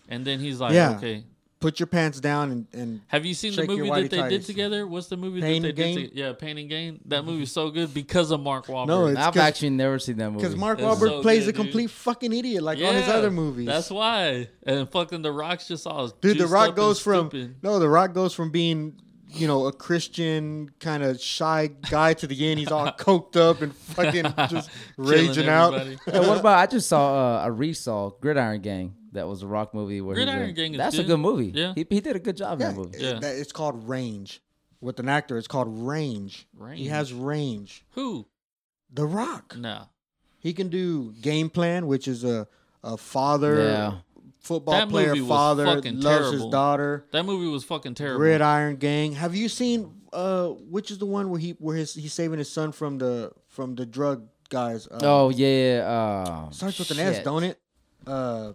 Speaker 1: and then he's like,
Speaker 2: Yeah.
Speaker 1: okay.
Speaker 2: Put your pants down and, and
Speaker 1: Have you seen
Speaker 2: Shake
Speaker 1: the
Speaker 2: your
Speaker 1: movie
Speaker 2: whitey
Speaker 1: that they did
Speaker 2: tighties.
Speaker 1: together? What's the movie
Speaker 2: Pain
Speaker 1: that
Speaker 2: and
Speaker 1: they
Speaker 2: Gain?
Speaker 1: did? To, yeah, Pain and Gain. That movie's so good because of Mark Wahlberg.
Speaker 2: it's
Speaker 3: I've
Speaker 2: 'cause-
Speaker 3: actually never seen that movie.
Speaker 2: because Mark
Speaker 1: It's
Speaker 2: Wahlberg
Speaker 1: so
Speaker 2: plays
Speaker 1: good,
Speaker 2: a
Speaker 1: dude.
Speaker 2: complete fucking idiot like all his
Speaker 1: Yeah,
Speaker 2: other movies.
Speaker 1: That's why. And fucking The Rock's just all
Speaker 2: dude. The
Speaker 1: juiced up
Speaker 2: Rock
Speaker 1: and
Speaker 2: goes from
Speaker 1: stupid.
Speaker 2: no, The Rock goes from being you know a Christian kind of shy guy to the end. He's all coked up and fucking just
Speaker 1: Killing
Speaker 2: raging out.
Speaker 1: everybody.
Speaker 3: Hey, what about? I just saw uh, a resaw Gridiron Gang. That was a rock movie where he was
Speaker 1: Gridiron
Speaker 3: in.
Speaker 1: Gang is
Speaker 3: That's
Speaker 1: good.
Speaker 3: a good movie.
Speaker 1: Yeah.
Speaker 3: he, he did a good job in that movie.
Speaker 2: it-
Speaker 1: Yeah.
Speaker 2: that- it's called range. With an actor, it's called range. He has range.
Speaker 1: Who?
Speaker 2: The Rock.
Speaker 1: Nah.
Speaker 2: He can do game plan, which is a a father,
Speaker 3: Yeah.
Speaker 2: football
Speaker 1: That
Speaker 2: player,
Speaker 1: movie was
Speaker 2: father loves
Speaker 1: fucking
Speaker 2: his
Speaker 1: terrible.
Speaker 2: daughter.
Speaker 1: That movie was fucking terrible.
Speaker 2: Gridiron Gang. Have you seen uh which is the one where he where his he's saving his son from the from the drug guys? Uh,
Speaker 3: Oh yeah. Uh,
Speaker 2: starts with an
Speaker 3: shit.
Speaker 2: S, don't it? Uh,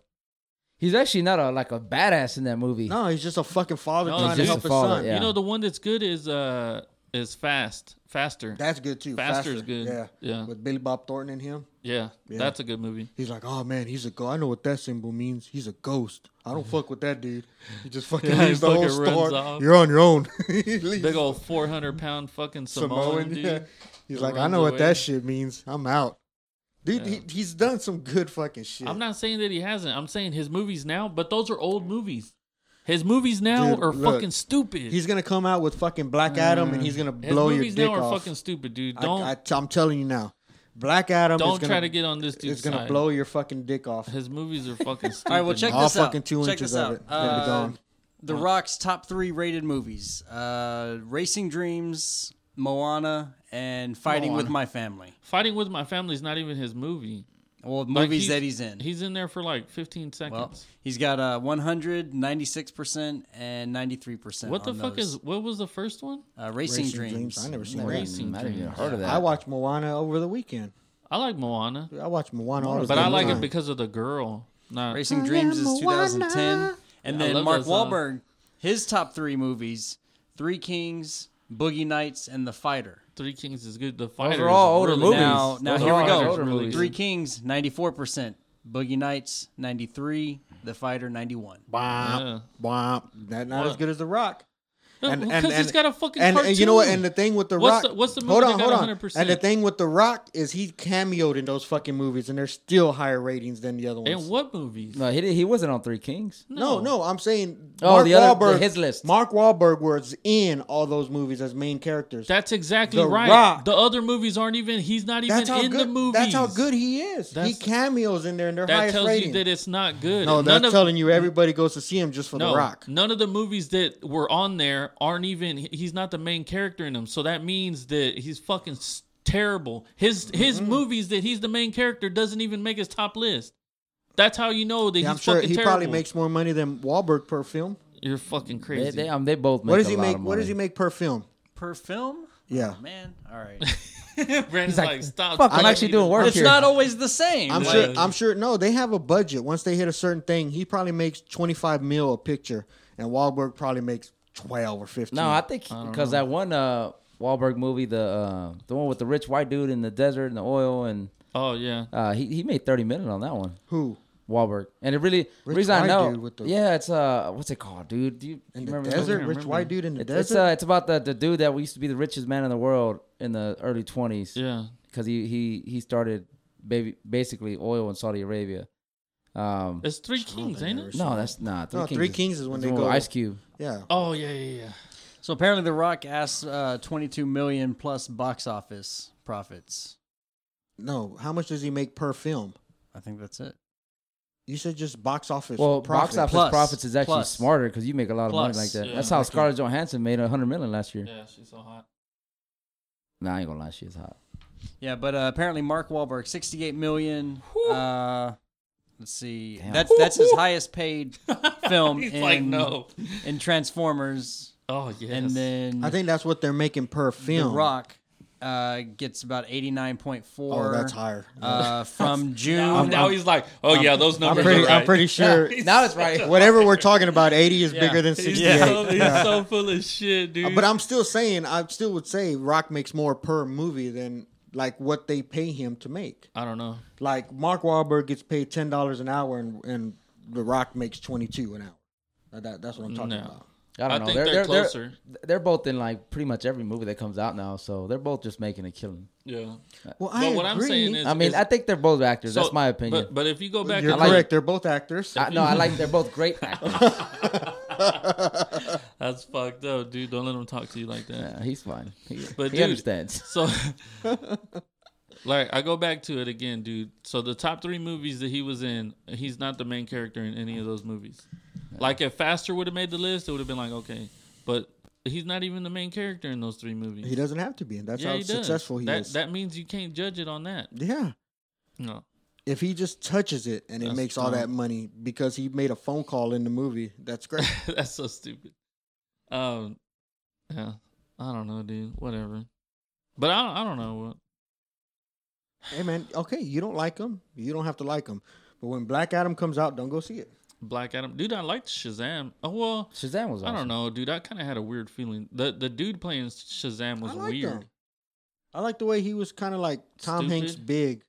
Speaker 3: He's actually not a like a badass in that movie.
Speaker 2: no, he's just a fucking father
Speaker 1: No,
Speaker 2: trying
Speaker 1: he's
Speaker 2: to
Speaker 1: just
Speaker 2: help
Speaker 1: a
Speaker 2: his
Speaker 3: father,
Speaker 2: son.
Speaker 3: yeah.
Speaker 1: You know the one that's good is uh is fast, faster.
Speaker 2: That's good too.
Speaker 1: Faster's good.
Speaker 2: Yeah,
Speaker 1: Yeah.
Speaker 2: With Billy Bob Thornton in him.
Speaker 1: yeah,
Speaker 2: Yeah.
Speaker 1: that's a good movie.
Speaker 2: He's like, oh man, he's a ghost. I know what that symbol means. He's a ghost. I don't fuck with that dude. He just fucking
Speaker 1: Yeah, he
Speaker 2: leaves the
Speaker 1: fucking
Speaker 2: whole
Speaker 1: runs
Speaker 2: store.
Speaker 1: off.
Speaker 2: You're on your own. He leaves
Speaker 1: Big old four hundred pound fucking Samoan, dude.
Speaker 2: yeah. He's like, I
Speaker 1: runs
Speaker 2: know what
Speaker 1: away.
Speaker 2: that shit means. I'm out. Dude, he, he's done some good fucking shit.
Speaker 1: I'm not saying that he hasn't. I'm saying his movies now, but those are old movies. His movies now
Speaker 2: Dude,
Speaker 1: are
Speaker 2: look,
Speaker 1: fucking stupid.
Speaker 2: He's gonna come out with fucking Black Adam and he's gonna
Speaker 1: Mm. his
Speaker 2: blow your
Speaker 1: movies
Speaker 2: dick
Speaker 1: now are
Speaker 2: off.
Speaker 1: fucking stupid, dude. Don't
Speaker 2: I, am telling you now, Black Adam.
Speaker 1: don't
Speaker 2: is gonna,
Speaker 1: try to get on this dude's
Speaker 2: It's gonna
Speaker 1: side.
Speaker 2: blow your fucking dick off.
Speaker 1: His movies are fucking stupid.
Speaker 4: All right, well, check
Speaker 2: All
Speaker 4: this out.
Speaker 2: fucking two
Speaker 4: check
Speaker 2: inches
Speaker 4: this
Speaker 2: of
Speaker 4: out.
Speaker 2: it. They'll be
Speaker 4: Uh,
Speaker 2: gone.
Speaker 4: The Rock's top three rated movies: uh, Racing Dreams, Moana, and Fighting with My Family.
Speaker 1: Fighting with my family is not even his movie.
Speaker 4: Well,
Speaker 1: Like,
Speaker 4: movies that he's in.
Speaker 1: He's in there for like 15 seconds.
Speaker 4: well, he's got uh, 100, 96%, and 93%.
Speaker 1: what the
Speaker 4: on
Speaker 1: fuck
Speaker 4: those.
Speaker 1: is what was the first one?
Speaker 4: uh, Racing, Dreams?
Speaker 2: I never seen
Speaker 3: Never
Speaker 2: that.
Speaker 3: even, I didn't even heard of that.
Speaker 2: I watched Moana over the weekend.
Speaker 1: I like Moana,
Speaker 2: I watched Moana, all the
Speaker 1: but I
Speaker 2: damn
Speaker 1: like
Speaker 2: time.
Speaker 1: it because of the girl. Not
Speaker 4: Racing Dreams is 2010. And
Speaker 1: I
Speaker 4: then
Speaker 1: love uh,
Speaker 4: Mark
Speaker 1: that song.
Speaker 4: Wahlberg, his top three movies Three Kings, Boogie Nights, and The Fighter.
Speaker 1: Three Kings is good. The Fighter.
Speaker 3: are all older movies.
Speaker 4: Now, now
Speaker 3: Those
Speaker 4: here
Speaker 3: are
Speaker 4: we
Speaker 3: all
Speaker 4: go.
Speaker 3: older movies.
Speaker 4: Three Kings, 94%. Boogie Nights, 93. The Fighter, 91.
Speaker 2: Womp, womp. That not as
Speaker 1: What?
Speaker 2: good as The Rock. And- and-
Speaker 1: Because it's
Speaker 2: and-
Speaker 1: got a fucking
Speaker 2: And,
Speaker 1: cartoon.
Speaker 2: and you know what? And the thing with the
Speaker 1: What's
Speaker 2: Rock,
Speaker 1: the- what's the movie
Speaker 2: hold
Speaker 1: that
Speaker 2: on,
Speaker 1: got
Speaker 2: hold on.
Speaker 1: 100%?
Speaker 2: And the thing with the Rock is he cameoed in those fucking movies, and they're still higher ratings than the other ones.
Speaker 1: And what movies?
Speaker 3: No, he did, he wasn't on Three Kings.
Speaker 2: No, no, I'm saying
Speaker 3: Oh, the other- the- his list.
Speaker 2: Mark Wahlberg was in all those movies as main characters.
Speaker 1: That's exactly
Speaker 2: The
Speaker 1: right.
Speaker 2: Rock.
Speaker 1: The other movies aren't even. He's not even
Speaker 2: That's how
Speaker 1: in
Speaker 2: good.
Speaker 1: the movies.
Speaker 2: That's how good he is. he
Speaker 1: That's-
Speaker 2: cameos in there, and they're
Speaker 1: That
Speaker 2: highest
Speaker 1: tells
Speaker 2: rating.
Speaker 1: you that it's not good.
Speaker 2: no,
Speaker 1: None
Speaker 2: that's
Speaker 1: of-
Speaker 2: telling you everybody goes to see him just for
Speaker 1: no,
Speaker 2: The Rock.
Speaker 1: None of the movies that were on there aren't even. He's not the main character in them, so that means that he's fucking s- terrible. His his
Speaker 2: Mm-hmm.
Speaker 1: movies that he's the main character doesn't even make his top list. That's how you know that
Speaker 2: Yeah, I'm
Speaker 1: he's
Speaker 2: sure
Speaker 1: fucking
Speaker 2: he
Speaker 1: terrible.
Speaker 2: probably makes more money than Wahlberg per film.
Speaker 1: You're fucking
Speaker 3: They,
Speaker 1: crazy.
Speaker 3: they, um, they both make
Speaker 2: What does
Speaker 3: a
Speaker 2: he
Speaker 3: lot
Speaker 2: make?
Speaker 3: of
Speaker 2: What does he
Speaker 3: money.
Speaker 2: make per film?
Speaker 4: Per film? Oh,
Speaker 2: Yeah.
Speaker 4: Man, all right.
Speaker 1: Brandon's
Speaker 3: like,
Speaker 1: like, stop.
Speaker 3: "Fuck, I'm
Speaker 1: telling
Speaker 3: actually
Speaker 1: me
Speaker 3: doing
Speaker 1: to-
Speaker 3: work
Speaker 4: it's
Speaker 3: here."
Speaker 4: not always the same.
Speaker 2: I'm
Speaker 4: Like,
Speaker 2: sure. I'm sure. No, they have a budget. Once they hit a certain thing, he probably makes 25 mil a picture, and Wahlberg probably makes 12 or 15.
Speaker 3: No, I think because that one uh, Wahlberg movie, the uh, the one with the rich white dude in the desert and the oil, and
Speaker 1: Oh yeah.
Speaker 3: uh, he he made thirty million on that one.
Speaker 2: who
Speaker 3: Wahlberg, and it really
Speaker 2: Rich
Speaker 3: reason I
Speaker 2: white
Speaker 3: know.
Speaker 2: dude with the-
Speaker 3: yeah, it's uh, what's it called, dude? Do you, do
Speaker 2: in
Speaker 3: you
Speaker 2: the
Speaker 3: remember?
Speaker 2: desert?
Speaker 1: I
Speaker 2: Rich
Speaker 1: remember.
Speaker 2: white dude in the
Speaker 3: It,
Speaker 2: desert.
Speaker 3: it's uh, it's about the, the dude that used to be the richest man in the world in the early twenties.
Speaker 1: Yeah.
Speaker 3: because he he he started baby basically oil in Saudi Arabia. Um,
Speaker 1: It's Three Kings, ain't it?
Speaker 3: no, that's not. Three
Speaker 2: No,
Speaker 3: Kings
Speaker 2: Three
Speaker 3: is-
Speaker 2: Kings is when
Speaker 3: that's
Speaker 2: they
Speaker 3: the one
Speaker 2: go-
Speaker 3: with Ice Cube.
Speaker 2: yeah.
Speaker 1: Oh yeah, yeah, yeah.
Speaker 4: So apparently, The Rock asked uh, 22 million plus box office profits.
Speaker 2: No, how much does he make per film?
Speaker 4: I think that's it.
Speaker 2: You said just box office.
Speaker 3: Well,
Speaker 2: profit.
Speaker 3: box office
Speaker 4: Plus.
Speaker 3: profits is actually
Speaker 4: Plus.
Speaker 3: smarter because you make a lot of money
Speaker 4: Plus.
Speaker 3: like that.
Speaker 1: Yeah.
Speaker 3: That's how Scarlett Johansson made a hundred million last year.
Speaker 1: Yeah, she's so hot.
Speaker 3: Nah, I ain't gonna lie, she's hot.
Speaker 4: Yeah, but uh, apparently Mark Wahlberg, 68 million. Uh, Let's see.
Speaker 3: Damn.
Speaker 4: That's that's his highest paid film
Speaker 1: He's
Speaker 4: in,
Speaker 1: like, no.
Speaker 4: in Transformers.
Speaker 1: Oh yes.
Speaker 4: And then
Speaker 2: I think that's what they're making per
Speaker 4: The
Speaker 2: film.
Speaker 4: Rock uh, gets about 89.4
Speaker 2: Oh, that's higher.
Speaker 4: uh, from
Speaker 1: now,
Speaker 4: June.
Speaker 1: now he's like, oh yeah, those
Speaker 2: I'm
Speaker 1: numbers.
Speaker 2: pretty.
Speaker 1: are
Speaker 2: I'm
Speaker 1: right.
Speaker 2: pretty sure.
Speaker 3: now it's right.
Speaker 2: Whatever we're talking about, 80 is bigger than
Speaker 1: He's,
Speaker 2: 68.
Speaker 1: so, he's so full of shit, dude.
Speaker 2: Uh, But I'm still saying, I still would say Rock makes more per movie than like what they pay him to make.
Speaker 1: I don't know.
Speaker 2: Like Mark Wahlberg gets paid ten dollars an hour, and and The Rock makes twenty two an hour. Uh, That- that- that's what I'm talking
Speaker 1: No.
Speaker 2: about.
Speaker 3: I don't
Speaker 1: I
Speaker 3: know.
Speaker 1: think
Speaker 3: they're,
Speaker 1: they're
Speaker 3: they're, they're-
Speaker 1: closer.
Speaker 3: They're, both in like pretty much every movie that comes out now, so they're both just making a killing.
Speaker 1: Yeah.
Speaker 2: Well,
Speaker 1: But what I'm saying is,
Speaker 3: I mean,
Speaker 1: is-
Speaker 3: I think they're both actors.
Speaker 1: so-
Speaker 3: That's my opinion.
Speaker 1: But, but if you go back,
Speaker 2: you're
Speaker 1: and
Speaker 3: like-
Speaker 2: correct. They're both actors.
Speaker 3: I, no, I like they're both great actors.
Speaker 1: that's fucked up, dude. Don't let him talk to you like that.
Speaker 3: Yeah, he's fine. He,
Speaker 1: But
Speaker 3: he
Speaker 1: dude-
Speaker 3: understands.
Speaker 1: So, like, I go back to it again, dude. So the top three movies that he was in, he's not the main character in any of those movies. Like, if Faster would have made the list, it would have been like, okay, but he's not even the main character in those three movies.
Speaker 2: he doesn't have to be, and that's
Speaker 1: yeah,
Speaker 2: how
Speaker 1: he does.
Speaker 2: successful he
Speaker 1: that,
Speaker 2: is.
Speaker 1: That means you can't judge it on that.
Speaker 2: yeah.
Speaker 1: No.
Speaker 2: If he just touches it and it
Speaker 1: That's
Speaker 2: makes all
Speaker 1: dumb.
Speaker 2: that money because he made a phone call in the movie, that's great.
Speaker 1: That's so stupid. Um, yeah, I don't know, dude. Whatever. But I don't, I don't know what.
Speaker 2: hey man, okay, you don't like him, you don't have to like him. But when Black Adam comes out, don't go see it.
Speaker 1: Black Adam, dude. I liked Shazam. Oh well,
Speaker 3: Shazam was. Awesome.
Speaker 1: I don't know, dude. I kind of had a weird feeling. the The dude playing Shazam was
Speaker 2: I liked
Speaker 1: weird.
Speaker 2: him. I like the way he was kind of like Tom
Speaker 1: Stupid.
Speaker 2: Hanks, big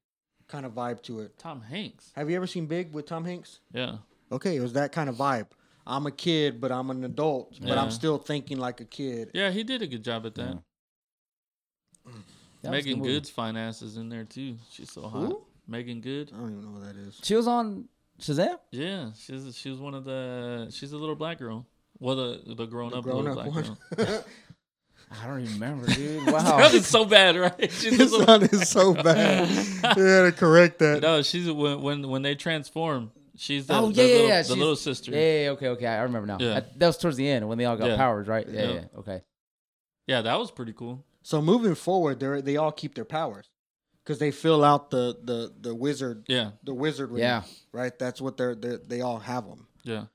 Speaker 2: kind of vibe to it.
Speaker 1: Tom Hanks.
Speaker 2: Have you ever seen Big with Tom Hanks?
Speaker 1: Yeah,
Speaker 2: Okay, it was that kind of vibe. I'm a kid, but I'm an adult, but
Speaker 1: Yeah.
Speaker 2: I'm still thinking like a kid.
Speaker 1: yeah. He did a good job at that.
Speaker 3: That was a
Speaker 1: Megan
Speaker 3: good movie.
Speaker 1: Good's fine ass is in there too. She's so hot.
Speaker 2: Who?
Speaker 1: Megan Good.
Speaker 2: I don't even know what that is.
Speaker 3: She was on Shazam.
Speaker 1: Yeah, she's she's one of the. She's a little black girl. Well, the the grown up little
Speaker 2: grown-up
Speaker 1: black
Speaker 2: one.
Speaker 1: girl.
Speaker 3: I don't even remember, dude. Wow.
Speaker 1: That is so bad, right? She's a
Speaker 2: It
Speaker 1: little,
Speaker 2: sounded so bad. You had to correct that.
Speaker 1: no, she's when when when they transform. She's the,
Speaker 3: oh
Speaker 1: the
Speaker 3: yeah, yeah,
Speaker 1: little,
Speaker 3: yeah.
Speaker 1: the
Speaker 3: she's-
Speaker 1: little sister.
Speaker 3: Yeah, yeah, okay, okay. I remember now.
Speaker 1: Yeah.
Speaker 3: I- that was towards the end when they all got
Speaker 1: Yeah.
Speaker 3: powers, right? Yeah,
Speaker 1: Yeah.
Speaker 3: yeah. Okay.
Speaker 1: Yeah, that was pretty cool.
Speaker 2: So moving forward, they they all keep their powers because they fill out the the the wizard
Speaker 1: Yeah,
Speaker 2: the wizard ring,
Speaker 3: Yeah.
Speaker 2: right. That's what they're, they're they all have them.
Speaker 1: yeah.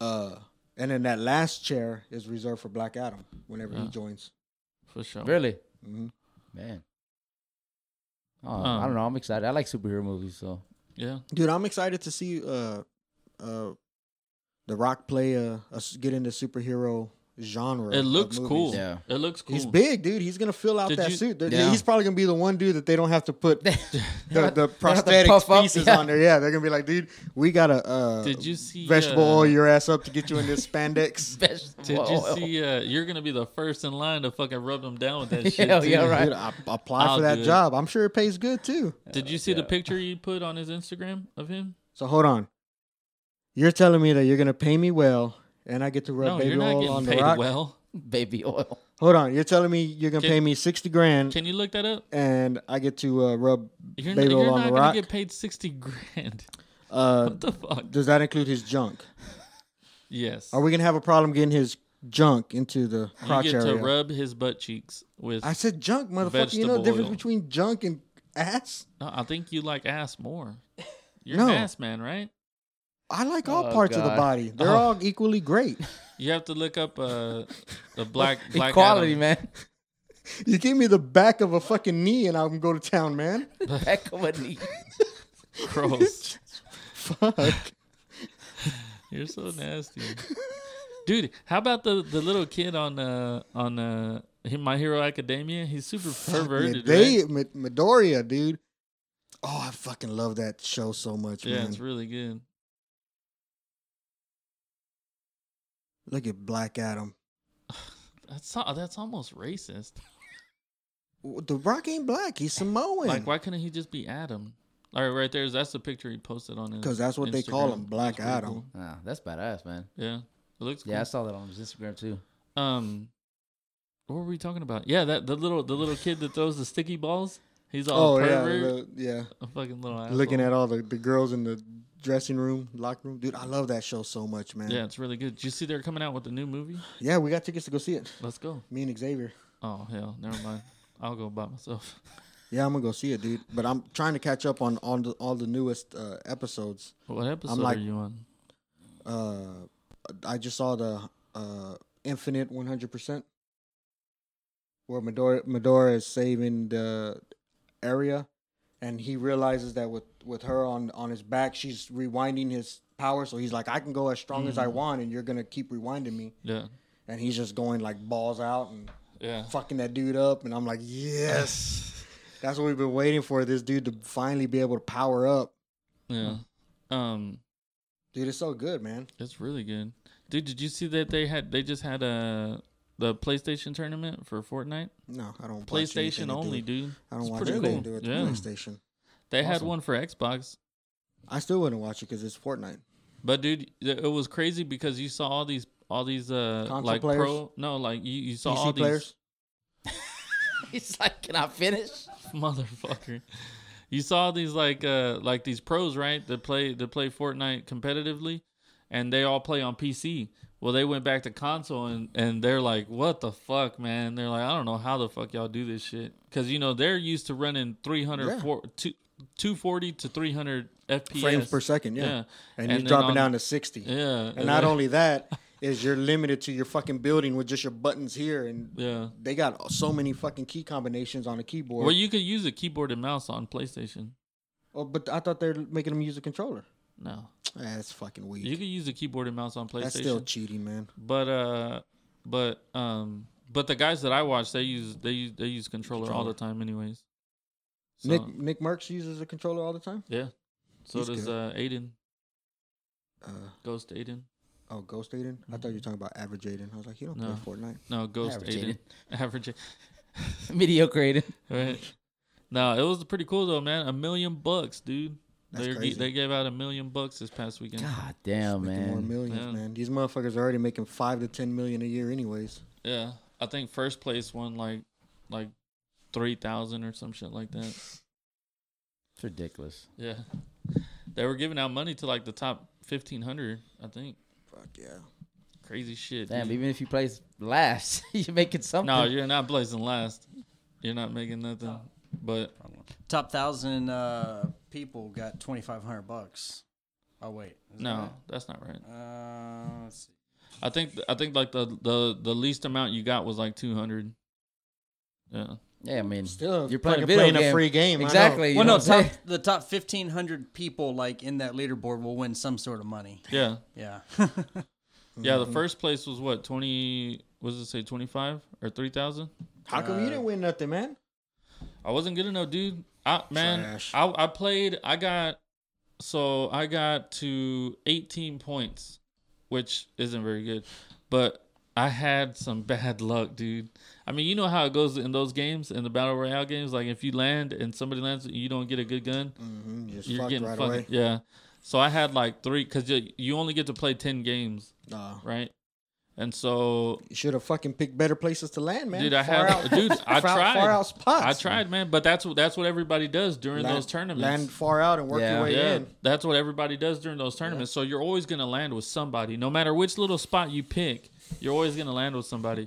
Speaker 2: Uh, and then that last chair is reserved for Black Adam whenever
Speaker 1: Yeah.
Speaker 2: he joins.
Speaker 1: For sure.
Speaker 3: Really,
Speaker 2: hmm
Speaker 3: man. Oh, I don't know. I'm excited. I like superhero movies, so
Speaker 1: Yeah.
Speaker 2: Dude, I'm excited to see uh uh the Rock play uh us get into superhero genre.
Speaker 1: It
Speaker 2: of
Speaker 1: looks cool.
Speaker 2: movies.
Speaker 3: Yeah.
Speaker 1: It looks cool.
Speaker 2: He's big, dude. He's gonna fill out
Speaker 1: Did
Speaker 2: that
Speaker 1: you-
Speaker 2: suit. They're-
Speaker 3: Yeah.
Speaker 2: He's probably gonna be the one dude that they don't have to put the, the
Speaker 3: have to
Speaker 2: prosthetic
Speaker 3: puff up,
Speaker 2: pieces
Speaker 3: yeah.
Speaker 2: on there. Yeah, they're gonna be like, dude, we gotta uh,
Speaker 1: Did you see,
Speaker 2: vegetable
Speaker 1: uh,
Speaker 2: oil your ass up to get you in this spandex?
Speaker 1: Did
Speaker 3: Whoa.
Speaker 1: you see? Uh, you're gonna be the first in line to fucking rub them down with that shit.
Speaker 3: Hell
Speaker 1: too.
Speaker 3: yeah, right.
Speaker 2: Dude, I, apply
Speaker 1: I'll
Speaker 2: for
Speaker 1: do
Speaker 2: that
Speaker 1: it.
Speaker 2: job. I'm sure it pays good too.
Speaker 1: Did you see the picture you put on his Instagram of him?
Speaker 2: So hold on. You're telling me that you're gonna pay me well, and I get to rub
Speaker 1: no,
Speaker 2: baby
Speaker 1: you're not
Speaker 2: oil
Speaker 1: getting
Speaker 2: on the
Speaker 1: paid
Speaker 2: rock.
Speaker 1: well.
Speaker 3: baby oil?
Speaker 2: Hold on, you're telling me you're gonna
Speaker 1: Can-
Speaker 2: pay me sixty grand,
Speaker 1: Can you look that up?
Speaker 2: and I get to uh, rub
Speaker 1: You're,
Speaker 2: baby
Speaker 1: not,
Speaker 2: oil
Speaker 1: you're
Speaker 2: on
Speaker 1: not
Speaker 2: the
Speaker 1: gonna
Speaker 2: rock.
Speaker 1: get paid sixty grand.
Speaker 2: Uh,
Speaker 1: What the fuck?
Speaker 2: does that include his junk?
Speaker 1: Yes.
Speaker 2: Are we gonna have a problem getting his junk into the
Speaker 1: you
Speaker 2: crotch
Speaker 1: get
Speaker 2: area?
Speaker 1: to rub his butt cheeks with.
Speaker 2: I
Speaker 1: I,
Speaker 2: said junk, motherfucker. You
Speaker 1: Vegetable
Speaker 2: know the difference
Speaker 1: oil.
Speaker 2: between junk and ass.
Speaker 1: no, I think you like ass more. You're
Speaker 2: No.
Speaker 1: an ass man, right?
Speaker 2: I like all
Speaker 3: Oh,
Speaker 2: parts of the
Speaker 3: God.
Speaker 2: body. They're
Speaker 1: Oh.
Speaker 2: all equally great.
Speaker 1: You have to look up uh, the black black
Speaker 3: Equality,
Speaker 1: Adam.
Speaker 3: man.
Speaker 2: You give me the back of a fucking knee, and I'm go to town, man.
Speaker 3: Heck of a knee.
Speaker 1: Gross.
Speaker 2: Fuck.
Speaker 1: You're so nasty, dude. How about the the little kid on uh on uh he- My Hero Academia? He's super perverted.
Speaker 2: They
Speaker 1: right?
Speaker 2: Mid- Midoriya, dude. Oh, I fucking love that show so much,
Speaker 1: Yeah,
Speaker 2: man.
Speaker 1: it's really good.
Speaker 2: Look at Black Adam.
Speaker 1: That's al- that's almost racist.
Speaker 2: W- The Rock ain't black. He's Samoan.
Speaker 1: Like, why couldn't he just be Adam? All right, right there. That's the picture he posted on his.
Speaker 2: 'Cause that's what they call
Speaker 1: Instagram.
Speaker 2: him, Black
Speaker 1: That's pretty
Speaker 2: Adam.
Speaker 1: cool.
Speaker 3: Ah, that's badass, man.
Speaker 1: Yeah, it looks. Cool.
Speaker 3: Yeah, I saw that on his Instagram too.
Speaker 1: Um, what were we talking about? Yeah, that the little the little kid that throws the sticky balls. He's all
Speaker 2: oh yeah,
Speaker 1: pervert.
Speaker 2: the- yeah.
Speaker 1: a fucking little. Asshole.
Speaker 2: Looking at all the, the girls in the dressing room, locker room, dude. I love that show so much, man.
Speaker 1: Yeah, it's really good. Did you see they're coming out with a new movie?
Speaker 2: Yeah, we got tickets to go see it.
Speaker 1: Let's go.
Speaker 2: Me and Xavier.
Speaker 1: Oh hell, never mind. I'll go by myself.
Speaker 2: Yeah, I'm gonna go see it, dude. But I'm trying to catch up on on the, all the newest uh, episodes.
Speaker 1: What episode
Speaker 2: like-
Speaker 1: are you on?
Speaker 2: Uh, I just saw the uh, Infinite 100, percent where Medora Medora is saving the area, and he realizes that with with her on on his back, she's rewinding his power. So he's like, I can go as strong as I
Speaker 1: Mm-hmm.
Speaker 2: want, and you're gonna keep rewinding me.
Speaker 1: Yeah.
Speaker 2: And he's just going like balls out and
Speaker 1: Yeah.
Speaker 2: fucking that dude up, and I'm like, yes. That's what we've been waiting for. This dude to finally be able to power up.
Speaker 1: Yeah. Um,
Speaker 2: Dude, it's so good, man.
Speaker 1: it's really good. Dude, did you see that they had they just had a the PlayStation tournament for Fortnite?
Speaker 2: No, I don't. watch anything
Speaker 1: PlayStation
Speaker 2: to
Speaker 1: only,
Speaker 2: Do.
Speaker 1: dude.
Speaker 2: I don't
Speaker 1: It's
Speaker 2: watch
Speaker 1: pretty
Speaker 2: anything
Speaker 1: cool.
Speaker 2: to do with
Speaker 1: Yeah.
Speaker 2: the PlayStation.
Speaker 1: They had
Speaker 3: Awesome.
Speaker 1: one for Xbox.
Speaker 2: I still wouldn't watch it because it's Fortnite.
Speaker 1: But dude, th- it was crazy because you saw all these all these uh
Speaker 2: Console
Speaker 1: like
Speaker 2: players?
Speaker 1: pro no like you, you saw
Speaker 2: PC
Speaker 1: all
Speaker 2: players.
Speaker 3: He's like, can I finish?
Speaker 1: these motherfucker. You saw these like uh like these pros, right? That play that play Fortnite competitively and they all play on PC. Well, they went back to console and and they're like, "What the fuck, man?" They're like, "I don't know how the fuck y'all do this shit." Cuz you know, they're used to running 300
Speaker 2: Yeah.
Speaker 1: four- two- 240 to 300 FPS
Speaker 2: Frames per second, yeah. And,
Speaker 1: then
Speaker 2: you're dropping
Speaker 1: on-
Speaker 2: down to sixty.
Speaker 1: Yeah. uh,
Speaker 2: And not only that is you're limited to your fucking building with just your buttons here, and
Speaker 1: Yeah.
Speaker 2: they got so many fucking key combinations on a keyboard.
Speaker 1: Well, you could use a keyboard and mouse on PlayStation.
Speaker 2: oh, but I thought they're making them use a controller.
Speaker 1: No,
Speaker 2: Ah, that's fucking
Speaker 1: you
Speaker 2: weak.
Speaker 1: could use a keyboard and mouse on PlayStation.
Speaker 2: That's still cheating, man.
Speaker 1: but uh, but um, but the guys that I watch, they use they use they use controller, all the time, anyways. So,
Speaker 2: Nick Nick Merckx uses a controller all the time.
Speaker 1: yeah. So
Speaker 2: he's
Speaker 1: does
Speaker 2: good.
Speaker 1: uh, Aiden,
Speaker 2: Uh,
Speaker 1: Ghost Aiden.
Speaker 2: oh, Ghost Aiden. I thought you were talking about Average Aiden. I was like, he don't
Speaker 1: No.
Speaker 2: play Fortnite.
Speaker 1: No, Ghost
Speaker 3: Average
Speaker 1: Aiden. Average. Aiden.
Speaker 3: Mediocre. Aiden.
Speaker 1: Right. No, it was pretty cool though, man. A million bucks, dude.
Speaker 2: That's
Speaker 1: They
Speaker 2: crazy.
Speaker 1: they gave out a million bucks this past weekend.
Speaker 3: God damn,
Speaker 2: Making more
Speaker 3: man.
Speaker 2: millions,
Speaker 1: Yeah.
Speaker 2: man. These motherfuckers are already making five to ten million a year, anyways.
Speaker 1: Yeah, I think first place won like like three thousand or some shit like that.
Speaker 3: It's ridiculous.
Speaker 1: Yeah. They were giving out money to like the top 1500, I think.
Speaker 2: Fuck yeah.
Speaker 1: Crazy shit.
Speaker 3: Damn,
Speaker 1: dude.
Speaker 3: even if you play last, you're making something.
Speaker 1: No, you're not placing last. You're not making nothing. But
Speaker 4: Top thousand uh, people got twenty five hundred bucks. Oh wait, is that
Speaker 1: no, that's not right.
Speaker 4: right? Uh, let's see.
Speaker 1: I think I think like the the the least amount you got was like 200. Yeah.
Speaker 3: yeah, I mean,
Speaker 2: Still,
Speaker 3: you're playing a
Speaker 2: fucking
Speaker 3: video
Speaker 2: playing a
Speaker 3: game.
Speaker 2: free game, I know.
Speaker 3: Exactly. you
Speaker 4: Well,
Speaker 3: know
Speaker 4: no,
Speaker 3: what I'm
Speaker 4: top,
Speaker 3: saying?
Speaker 4: the top fifteen hundred people like in that leaderboard will win some sort of money.
Speaker 1: Yeah.
Speaker 4: Yeah,
Speaker 1: Yeah,
Speaker 2: Mm-hmm.
Speaker 1: the first place was what? 20 what does it say 25 or 3000?
Speaker 2: How come you didn't win nothing, man?
Speaker 1: I wasn't good enough, dude. I man,
Speaker 2: Trash.
Speaker 1: I I played. I got so I got to 18 points, which isn't very good, but I had some bad luck, dude. I mean, you know how it goes in those games, in the battle royale games. Like if you land and somebody lands, you don't get a good gun.
Speaker 2: Mm-hmm. You just
Speaker 1: You're
Speaker 2: fucked
Speaker 1: getting
Speaker 2: right
Speaker 1: fucking
Speaker 2: away.
Speaker 1: yeah. So I had like three because you, you only get to play 10 games,
Speaker 2: Nah.
Speaker 1: right? And so
Speaker 2: You should have fucking picked better places to land, man.
Speaker 1: Dude, I
Speaker 2: far
Speaker 1: had-
Speaker 2: out,
Speaker 1: dude, I
Speaker 2: far, out-
Speaker 1: tried.
Speaker 2: Far out spots.
Speaker 1: I tried, man, but that's what that's what everybody does during
Speaker 2: Land-
Speaker 1: those tournaments.
Speaker 2: Land far out and work
Speaker 3: Yeah.
Speaker 2: your way
Speaker 1: Yeah,
Speaker 2: in.
Speaker 1: that's what everybody does during those tournaments. So you're always gonna land with somebody, no matter which little spot you pick. You're always gonna land with somebody.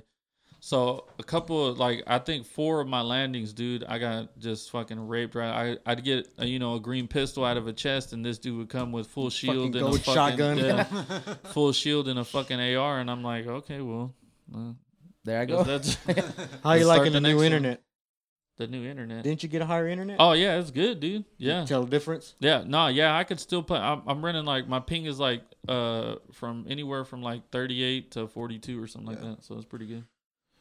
Speaker 1: So a couple of like I think four of my landings, dude, I got just fucking raped. Right, I I'd get a, you know a green pistol out of a chest, and this dude would come with full shield and a
Speaker 2: gold
Speaker 1: fucking,
Speaker 2: shotgun.
Speaker 1: yeah, full shield and a fucking AR, and I'm like, okay, well,
Speaker 3: There I go.
Speaker 1: that's
Speaker 2: How you
Speaker 1: Let's start
Speaker 2: liking
Speaker 1: the
Speaker 2: the
Speaker 1: next
Speaker 2: new
Speaker 1: one.
Speaker 2: internet?
Speaker 1: the new internet.
Speaker 2: Didn't you get a higher internet?
Speaker 1: Oh yeah, it's good, dude. Yeah,
Speaker 2: Tell the difference.
Speaker 1: Yeah, no, yeah, I could still play. I'm, I'm running like my ping is like uh from anywhere from like 38 to 42 or something like that, so it's pretty good.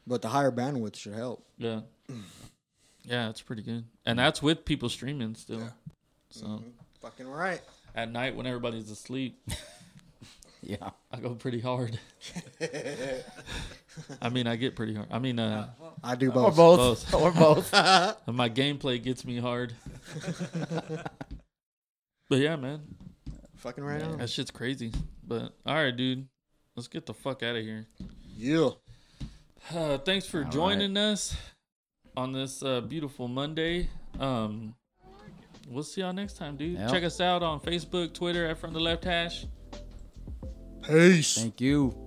Speaker 2: But the higher bandwidth should help.
Speaker 1: Yeah, yeah, it's pretty good, and that's with people streaming still. So
Speaker 2: Fucking right.
Speaker 1: at night when everybody's asleep,
Speaker 3: yeah.
Speaker 1: I go pretty hard. I mean, I get pretty hard. I mean, uh,
Speaker 2: I do
Speaker 3: Or
Speaker 2: both.
Speaker 3: both.
Speaker 1: Both.
Speaker 3: or both.
Speaker 1: my gameplay gets me hard. but yeah, man,
Speaker 2: Fucking right on.
Speaker 1: that shit's crazy. But all right, dude, let's get the fuck out of here.
Speaker 2: Yeah.
Speaker 1: Uh, thanks for
Speaker 3: right.
Speaker 1: joining us on this uh, beautiful Monday. Um, we'll see y'all next time, dude.
Speaker 3: Yeah.
Speaker 1: Check us out on Facebook, Twitter at From the Left Hash.
Speaker 2: Peace.
Speaker 3: Thank you.